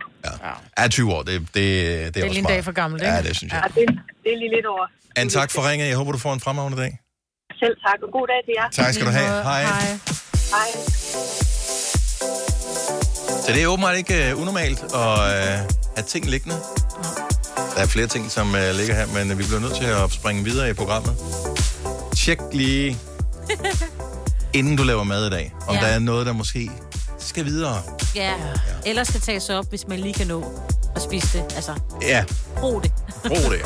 [SPEAKER 1] Ja, 20 år, det, det, det,
[SPEAKER 13] Det
[SPEAKER 1] er
[SPEAKER 13] er
[SPEAKER 1] også
[SPEAKER 13] lige en
[SPEAKER 1] meget.
[SPEAKER 13] dag for gammelt,
[SPEAKER 1] Ja, det synes jeg.
[SPEAKER 13] Ja, det, det er lige lidt over.
[SPEAKER 1] Anne, tak for ringet. Jeg håber, du får en fremragende dag.
[SPEAKER 13] Selv tak, og god dag til jer.
[SPEAKER 1] Tak skal du have. Hej. Hej.
[SPEAKER 13] Hej.
[SPEAKER 1] Så det er åbenbart ikke uh, unormalt at uh, have ting liggende. Der er flere ting, som uh, ligger her, men uh, vi bliver nødt til at springe videre i programmet. Tjek lige, inden du laver mad i dag, om
[SPEAKER 2] Ja.
[SPEAKER 1] ja. der er noget, der måske skal videre.
[SPEAKER 2] Ja. Ellers skal tages op, hvis man lige kan nå at spise det. Altså,
[SPEAKER 1] Ja,
[SPEAKER 2] brug det.
[SPEAKER 1] brug det.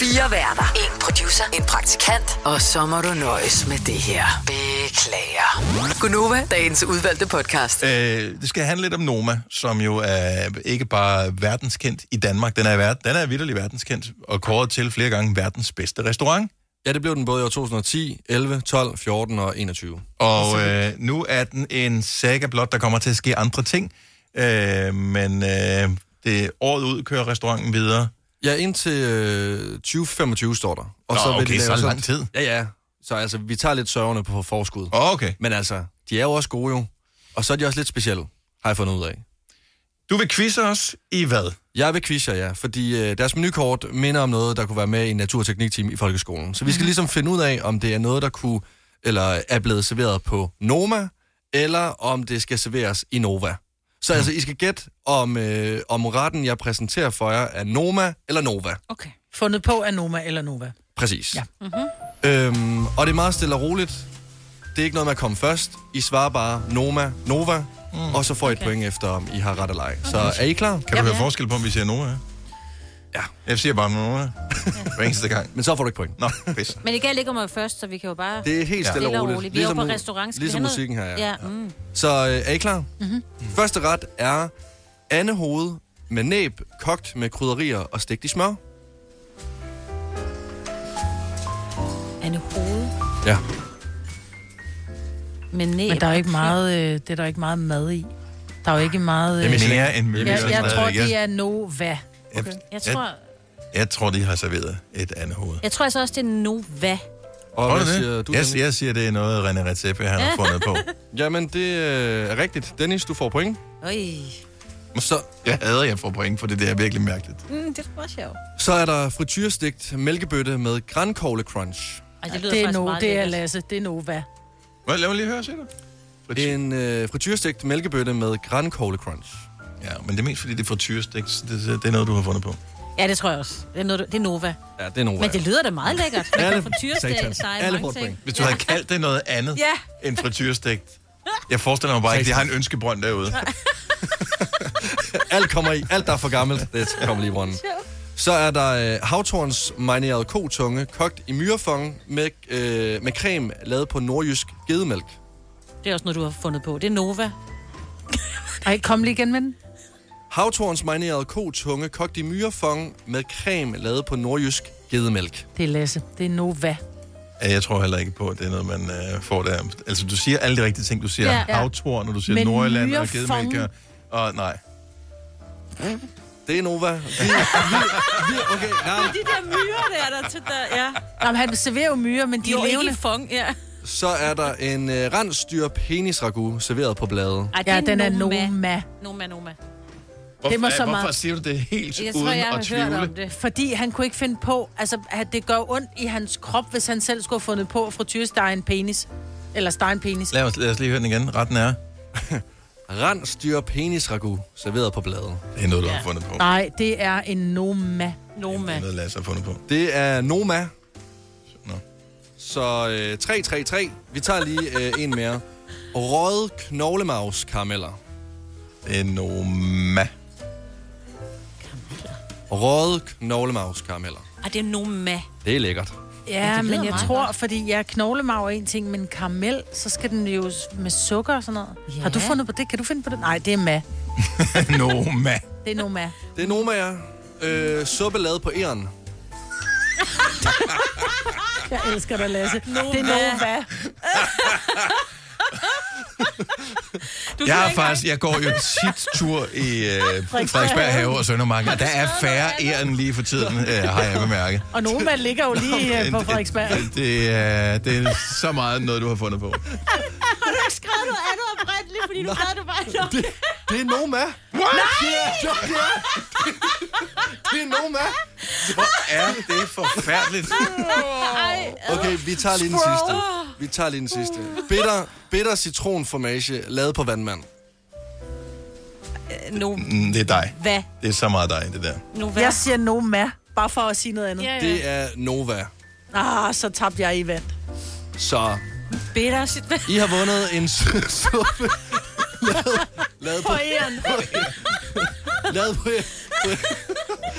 [SPEAKER 5] Fire værter. En producer. En praktikant. Og så må du nøjes med det her. Beklager. Gunova, dagens udvalgte podcast.
[SPEAKER 1] Øh, det skal handle lidt om Noma, som jo er øh, ikke bare verdenskendt i Danmark. Den er, verd- den er vitterlig verdenskendt og kåret til flere gange verdens bedste restaurant.
[SPEAKER 7] Ja, det blev den både i år 2010, 11, 12, 14 og 21.
[SPEAKER 1] Og øh, nu er den en saga blot, der kommer til at ske andre ting. Øh, men øh, det året ud kører restauranten videre.
[SPEAKER 7] Ja, indtil øh, 2025 står der.
[SPEAKER 1] Nå,
[SPEAKER 7] vil
[SPEAKER 1] okay,
[SPEAKER 7] de lave
[SPEAKER 1] så
[SPEAKER 7] sådan-
[SPEAKER 1] lang tid.
[SPEAKER 7] Ja, ja. Så altså, vi tager lidt sørgerne på forskud.
[SPEAKER 1] Oh, okay.
[SPEAKER 7] Men altså, de er jo også gode jo. Og så er de også lidt specielle, har jeg fundet ud af.
[SPEAKER 1] Du vil quizze os i hvad?
[SPEAKER 7] Jeg vil quizze jer, ja, fordi øh, deres menukort minder om noget, der kunne være med i en naturteknikteam i folkeskolen. Så vi
[SPEAKER 1] Mhm.
[SPEAKER 7] skal ligesom finde ud af, om det er noget, der kunne eller er blevet serveret på Noma, eller om det skal serveres i Nova.
[SPEAKER 1] Mhm.
[SPEAKER 7] Så altså, I skal gætte, om, øh, om retten, jeg præsenterer for jer, er Noma eller Nova.
[SPEAKER 3] Okay. Fundet på af Noma eller Nova.
[SPEAKER 7] Præcis. Ja.
[SPEAKER 3] Mm-hmm.
[SPEAKER 7] Øhm, og det er meget stille og roligt. Det er ikke noget med at komme først. I svarer bare Noma, Nova, mm. og så får I et okay. point efter, om I har ret eller ej. Så er I klar?
[SPEAKER 1] Kan du høre forskel på, om vi siger Nova?
[SPEAKER 7] Ja.
[SPEAKER 1] Jeg siger bare Nova. Ja. Hver eneste gang.
[SPEAKER 7] Men så får du ikke point.
[SPEAKER 1] Nå, pis.
[SPEAKER 2] Men det gælder ikke om at være først, så vi kan jo bare...
[SPEAKER 7] Det er helt stille og roligt.
[SPEAKER 2] Vi er jo på
[SPEAKER 7] Ligesom mu-
[SPEAKER 2] restaurant. Skal vi
[SPEAKER 7] ligesom
[SPEAKER 2] have noget?
[SPEAKER 7] musikken her, ja.
[SPEAKER 2] ja. Mm.
[SPEAKER 7] Så øh, er I klar?
[SPEAKER 2] Mhm.
[SPEAKER 1] Mm.
[SPEAKER 7] Første ret er andehoved med næb, kogt med krydderier og stegt i smør.
[SPEAKER 2] Anne Hoved
[SPEAKER 7] Ja.
[SPEAKER 2] med næb.
[SPEAKER 3] Men der er jo ikke meget, øh, det er der ikke meget mad i. Der er jo ikke meget... øh,
[SPEAKER 1] Det er mere end
[SPEAKER 3] jeg,
[SPEAKER 1] Michelin.
[SPEAKER 3] jeg tror,
[SPEAKER 1] Jeg-
[SPEAKER 3] det er Nova.
[SPEAKER 1] Okay.
[SPEAKER 2] Jeg tror,
[SPEAKER 1] Jeg tror, de har serveret et andet hoved.
[SPEAKER 2] jeg tror altså også, det er Nova.
[SPEAKER 7] Og
[SPEAKER 1] Tror
[SPEAKER 7] hvad
[SPEAKER 1] det?
[SPEAKER 7] siger du,
[SPEAKER 1] jeg,
[SPEAKER 7] Dennis?
[SPEAKER 1] jeg siger, det er noget, René Redzepi han har fundet på.
[SPEAKER 7] Jamen, det øh, er rigtigt. Dennis, du får point.
[SPEAKER 2] Øj.
[SPEAKER 7] Så
[SPEAKER 1] jeg hader, jeg får point for det. Det er virkelig mærkeligt.
[SPEAKER 2] Mm, det er meget sjovt.
[SPEAKER 7] Så er der frityrestegt mælkebøtte med grankogle crunch.
[SPEAKER 2] Ej,
[SPEAKER 3] det,
[SPEAKER 2] lyder
[SPEAKER 3] det er,
[SPEAKER 2] faktisk
[SPEAKER 3] no,
[SPEAKER 2] meget
[SPEAKER 3] det er
[SPEAKER 2] lækkert.
[SPEAKER 3] Lasse, det er Nova.
[SPEAKER 1] Hvad, lad mig lige høre, siger du?
[SPEAKER 7] En øh, frityrestegt mælkebøtte med grankogle crunch.
[SPEAKER 1] Ja, men det er mest fordi, det er frityrestik. så Det, det, det er noget, du har fundet på.
[SPEAKER 2] Ja, det tror jeg også. Det er, noget, det er Nova.
[SPEAKER 7] Ja, det er Nova.
[SPEAKER 2] Men det lyder da meget lækkert. Man
[SPEAKER 1] Alle-
[SPEAKER 2] kan få tyresdag,
[SPEAKER 1] Satans.
[SPEAKER 2] sej, mange ting.
[SPEAKER 1] Hvis du havde kaldt det noget andet
[SPEAKER 2] Ja.
[SPEAKER 1] end frityrestegt. Jeg forestiller mig bare ikke, de har en ønskebrønd derude.
[SPEAKER 7] Alt kommer i. Alt, der er for gammelt, det kommer lige i runden. Så er der øh, havtorns marineret kotunge, kogt i myrefong med, øh, med creme lavet på nordjysk gedemælk.
[SPEAKER 2] Det er også noget, du har fundet på. Det er Nova.
[SPEAKER 3] Ej, kom lige igen med den.
[SPEAKER 7] Havtorns marineret kotunge, kogt i myrefong med creme lavet på nordjysk gedemælk.
[SPEAKER 3] Det er Lasse, det er Nova.
[SPEAKER 1] Ja, Jeg tror heller ikke på, at det er noget, man øh, får der. Altså, du siger alle de rigtige ting. Du siger
[SPEAKER 3] Ja.
[SPEAKER 1] ja, ja. havtorn, og du siger
[SPEAKER 3] Men
[SPEAKER 1] Nordjylland og
[SPEAKER 3] myrefong.
[SPEAKER 1] gedemælker. Og nej.
[SPEAKER 7] Det er Nova. Vi, vi, okay, nej.
[SPEAKER 2] De der myrer der, der til der, ja.
[SPEAKER 3] Jamen, han serverer jo myrer, men de
[SPEAKER 2] Jo,
[SPEAKER 3] er
[SPEAKER 2] ikke
[SPEAKER 3] levende.
[SPEAKER 2] i fong, ja.
[SPEAKER 7] Så er der en øh, rensdyr penisragu serveret på bladet.
[SPEAKER 2] Ej, det
[SPEAKER 3] Ja,
[SPEAKER 2] er
[SPEAKER 3] den er
[SPEAKER 2] Noma.
[SPEAKER 3] Noma.
[SPEAKER 2] Noma, Noma.
[SPEAKER 3] Hvorfor- mig så hvorfor meget.
[SPEAKER 1] siger du det helt
[SPEAKER 2] Jeg tror, uden jeg har at hørt tvivle? om det.
[SPEAKER 3] Fordi han kunne ikke finde på, altså at det gør ondt i hans krop, hvis han selv skulle have fundet på at frityrestege en penis. Eller stege en penis.
[SPEAKER 1] Lad os, lad os lige høre den igen. Retten er...
[SPEAKER 7] Rensdyr penisragu serveret på bladet.
[SPEAKER 1] Det er noget, du har fundet på.
[SPEAKER 3] Nej, det er en Noma.
[SPEAKER 2] Noma.
[SPEAKER 1] Noget, Lasse har fundet på.
[SPEAKER 7] Det er Noma. Så øh, 3-3-3. Vi tager lige øh, en mere. Røde knoglemavskarameller.
[SPEAKER 1] Det er Noma.
[SPEAKER 7] Røde knoglemavskarameller.
[SPEAKER 2] Ej, Ah, det er Noma.
[SPEAKER 7] Det er lækkert.
[SPEAKER 2] Ja,
[SPEAKER 3] Ja,
[SPEAKER 2] det lyder
[SPEAKER 3] men jeg
[SPEAKER 2] meget
[SPEAKER 3] tror,
[SPEAKER 2] godt.
[SPEAKER 3] fordi jeg knoglemager er en ting, men karamel, så skal den jo s- med sukker og sådan noget. Har du fundet på det? Kan du finde på det? Nej, det er ma.
[SPEAKER 1] Noma.
[SPEAKER 3] Det er Noma.
[SPEAKER 7] Det er Noma, ja. Øh, suppe lavet på æren.
[SPEAKER 3] Jeg elsker dig, Lasse.
[SPEAKER 2] Noma.
[SPEAKER 3] Det er Nova.
[SPEAKER 1] Jeg, har faktisk, jeg går jo tit tur i øh, Frederiksberg Have og Søndermarken, og der er færre æren lige for tiden, øh, har jeg bemærket.
[SPEAKER 3] Og Noma ligger jo lige øh, på Frederiksberg.
[SPEAKER 1] Det er, det er så meget noget, du har fundet på.
[SPEAKER 2] Har du ikke skrevet noget andet oprindeligt, fordi du havde det bare nok?
[SPEAKER 7] Det, det er Noma.
[SPEAKER 1] What?
[SPEAKER 7] Nej! Det er, det er, det er Noma.
[SPEAKER 1] Hvor er det forfærdeligt.
[SPEAKER 7] Okay, vi tager lige den sidste. Vi tager lige den sidste. Bitter, bitter citronformage lavet på vandmand.
[SPEAKER 2] Noma.
[SPEAKER 1] Mm, det er dig.
[SPEAKER 2] Hvad?
[SPEAKER 1] Det er så meget dig, det der.
[SPEAKER 2] Nova.
[SPEAKER 3] Jeg siger Noma, bare for at sige noget andet.
[SPEAKER 2] Ja, ja.
[SPEAKER 7] Det er Nova.
[SPEAKER 3] Ah, så tabte jeg i vand.
[SPEAKER 7] Så
[SPEAKER 2] Bitter sit vand.
[SPEAKER 7] I har vundet en su- suppe lavet, lavet på...
[SPEAKER 2] På æren.
[SPEAKER 7] lavet på... på-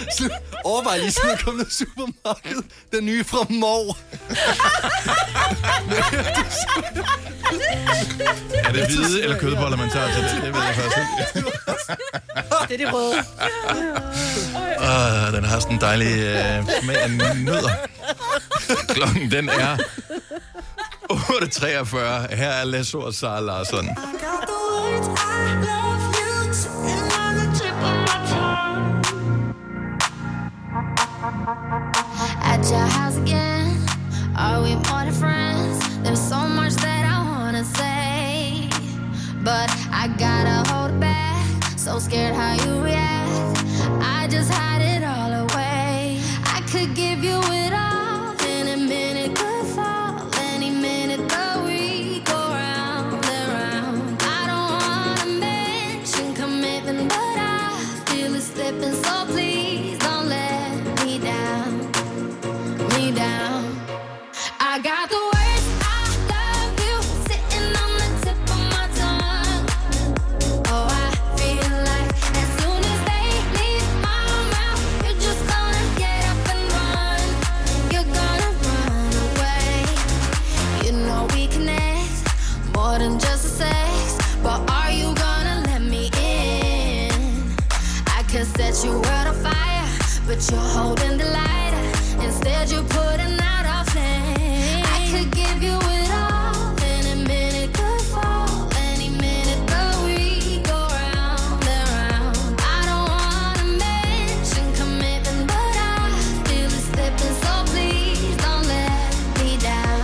[SPEAKER 7] Sl- Overvej lige sådan at komme ned i supermarkedet. Den nye fra Mor.
[SPEAKER 1] Er det hvide eller kødboller, man tager til det? Det ved jeg faktisk ikke.
[SPEAKER 3] Det er det røde.
[SPEAKER 1] Åh, den har sådan en dejlig øh, smag af nødder. Klokken, den er 8.43. Her er Lasso og Sara Larsson.
[SPEAKER 4] At your house again, are we more than friends? There's so much that I wanna say, but So scared how you react. I just hide it all away. I could give you it all. Then a minute could fall. Any minute that we go round and round. I don't wanna mention commitment, but I feel it slipping. So please don't let me down. Me down. I got the words. I love you sitting on the tip of my tongue. Oh, I feel like as soon as they leave my mouth, you're just gonna get up and run. You're gonna run away. You know we connect more than just the sex, but are you gonna let me in? I could set your world on fire, but you're holding the lighter. Instead, you're putting out a flame. I could give you it all. Any minute could fall. Any minute, but we go round and round. I don't wanna mention commitment, but I feel it slipping. So please don't let me down.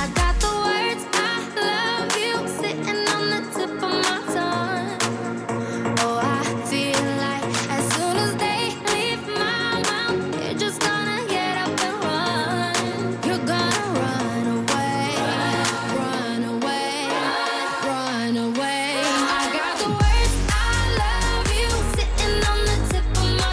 [SPEAKER 4] I got the words. I love you sitting on the tip of my tongue. Oh, I feel like as soon as they leave my mouth, you're just gonna get up and run. You're gonna run away, run away, run away. I got the words, I love you, sitting on the tip of my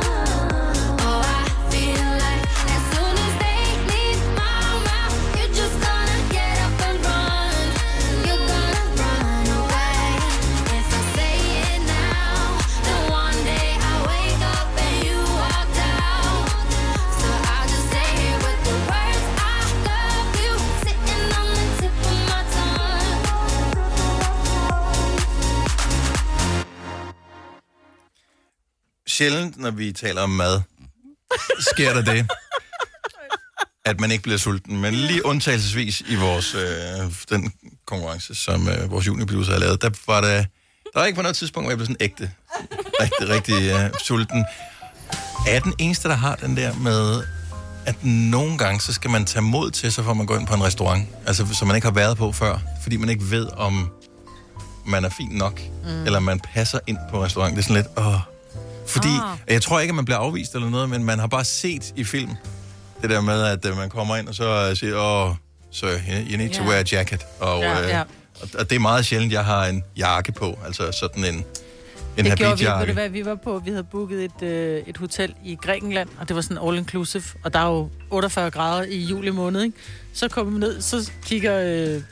[SPEAKER 4] tongue. Oh, I feel like as soon as they leave my mouth, you're just gonna get up and run. You're gonna run away. If I say it now, then one day I wake up and you walked out. So I just say it with the words I love you sitting on the tip of my
[SPEAKER 1] Sjældent, når vi taler om mad, sker der det, at man ikke bliver sulten. Men lige undtagelsesvis i vores øh, den konkurrence, som øh, vores juniorpiloter har lavet, der var der, der var ikke på noget tidspunkt, hvor jeg blev sådan ægte, rigtig, rigtig øh, sulten. Er jeg den eneste, der har den der med, at nogle gange, så skal man tage mod til sig, for at man går ind på en restaurant, altså som man ikke har været på før, fordi man ikke ved, om man er fin nok, mm. eller man passer ind på restaurant. Det er sådan lidt, åh, fordi
[SPEAKER 9] Ah.
[SPEAKER 1] ah. jeg tror ikke, at man bliver afvist eller noget, men man har bare set i film det der med, at øh, man kommer ind og så øh, siger, åh, oh, sir, you you need to
[SPEAKER 9] Ja.
[SPEAKER 1] wear a jacket. Og,
[SPEAKER 9] Ja,
[SPEAKER 1] ja, ja.
[SPEAKER 9] ja.
[SPEAKER 1] Øh, og- og det er meget sjældent, jeg har en jakke på, altså sådan en, en
[SPEAKER 3] det gjorde vi, ikke. ved du
[SPEAKER 1] habitjakke.
[SPEAKER 3] hvad, vi var på, vi havde booket et, øh, et hotel i Grækenland, og det var sådan all inclusive, og der er jo 48 grader i juli måned, ikke? Så kommer vi ned, så kigger øh,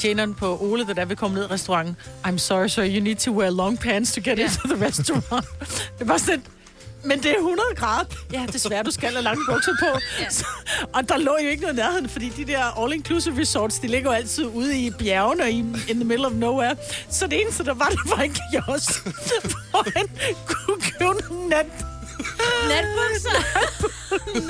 [SPEAKER 3] tjeneren på Ole, der er vi kommer ned i restauranten. I'm sorry, sir, you need to wear long pants to get into the restaurant. det var sådan, et, men det er 100 grader. Ja, desværre, du skal have lange bukser på. Så, og der lå jo ikke noget i nærheden, fordi de der all-inclusive resorts, de ligger jo altid ude i bjergene og i, in the middle of nowhere. Så det eneste, der var, der var en kiosk, hvor han kunne købe nogle nat...
[SPEAKER 2] Natbukser?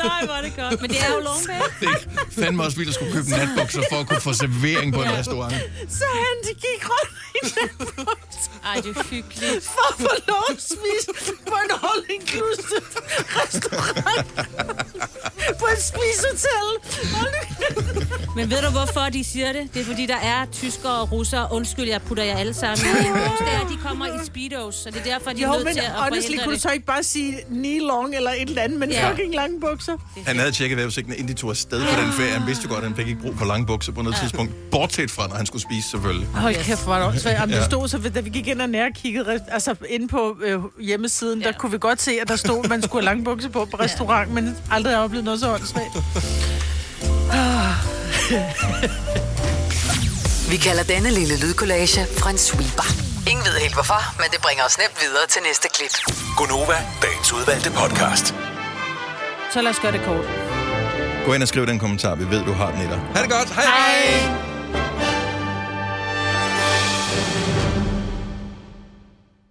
[SPEAKER 2] Nej, hvor er det godt. Men det er jo long
[SPEAKER 1] Det er fandme også vildt at skulle købe natbukser for at kunne få servering på en
[SPEAKER 2] Ja.
[SPEAKER 1] restaurant.
[SPEAKER 3] Så han de gik rundt i natbukser.
[SPEAKER 2] Ej, det er hyggeligt.
[SPEAKER 3] For at få lov at spise på en all-inclusive restaurant. på et spisehotel. Hold nu kæft.
[SPEAKER 2] Men ved du, hvorfor de siger det? Det er, fordi der er tyskere og russere. Undskyld, jeg putter jer alle sammen. i en boks. Det er, at de kommer i speedos, så det er derfor, de er
[SPEAKER 3] Jo,
[SPEAKER 2] nødt
[SPEAKER 3] men
[SPEAKER 2] til at
[SPEAKER 3] honestly,
[SPEAKER 2] forhindre
[SPEAKER 3] kunne du
[SPEAKER 2] det.
[SPEAKER 3] så ikke bare sige knee long eller et eller andet, men
[SPEAKER 2] Ja.
[SPEAKER 3] fucking lange bukser?
[SPEAKER 1] Han havde tjekket vejrudsigten, inden de tog afsted på den ferie. Han vidste godt, at han fik ikke brug for lange bukser på noget tidspunkt. Bortset fra, når han skulle spise, selvfølgelig.
[SPEAKER 3] Hold kæft, hvor er det åndssvagt. Jamen,
[SPEAKER 1] Ja.
[SPEAKER 3] det stod så, da vi gik ind og nærkiggede, re- altså inde på øh, hjemmesiden, der kunne vi godt se, at der stod, at man skulle have lange bukser på på restaurant, men aldrig har jeg oplevet noget så åndssvagt.
[SPEAKER 5] Vi kalder denne lille lydkollage en sweeper. Ingen ved helt hvorfor, men det bringer os nemt videre til næste klip.
[SPEAKER 8] Gonova, dagens udvalgte podcast.
[SPEAKER 3] Så lad os gøre det kort.
[SPEAKER 1] Gå ind og skriv den kommentar. Vi ved, du har den i dig. Ha' det godt. Hej hej.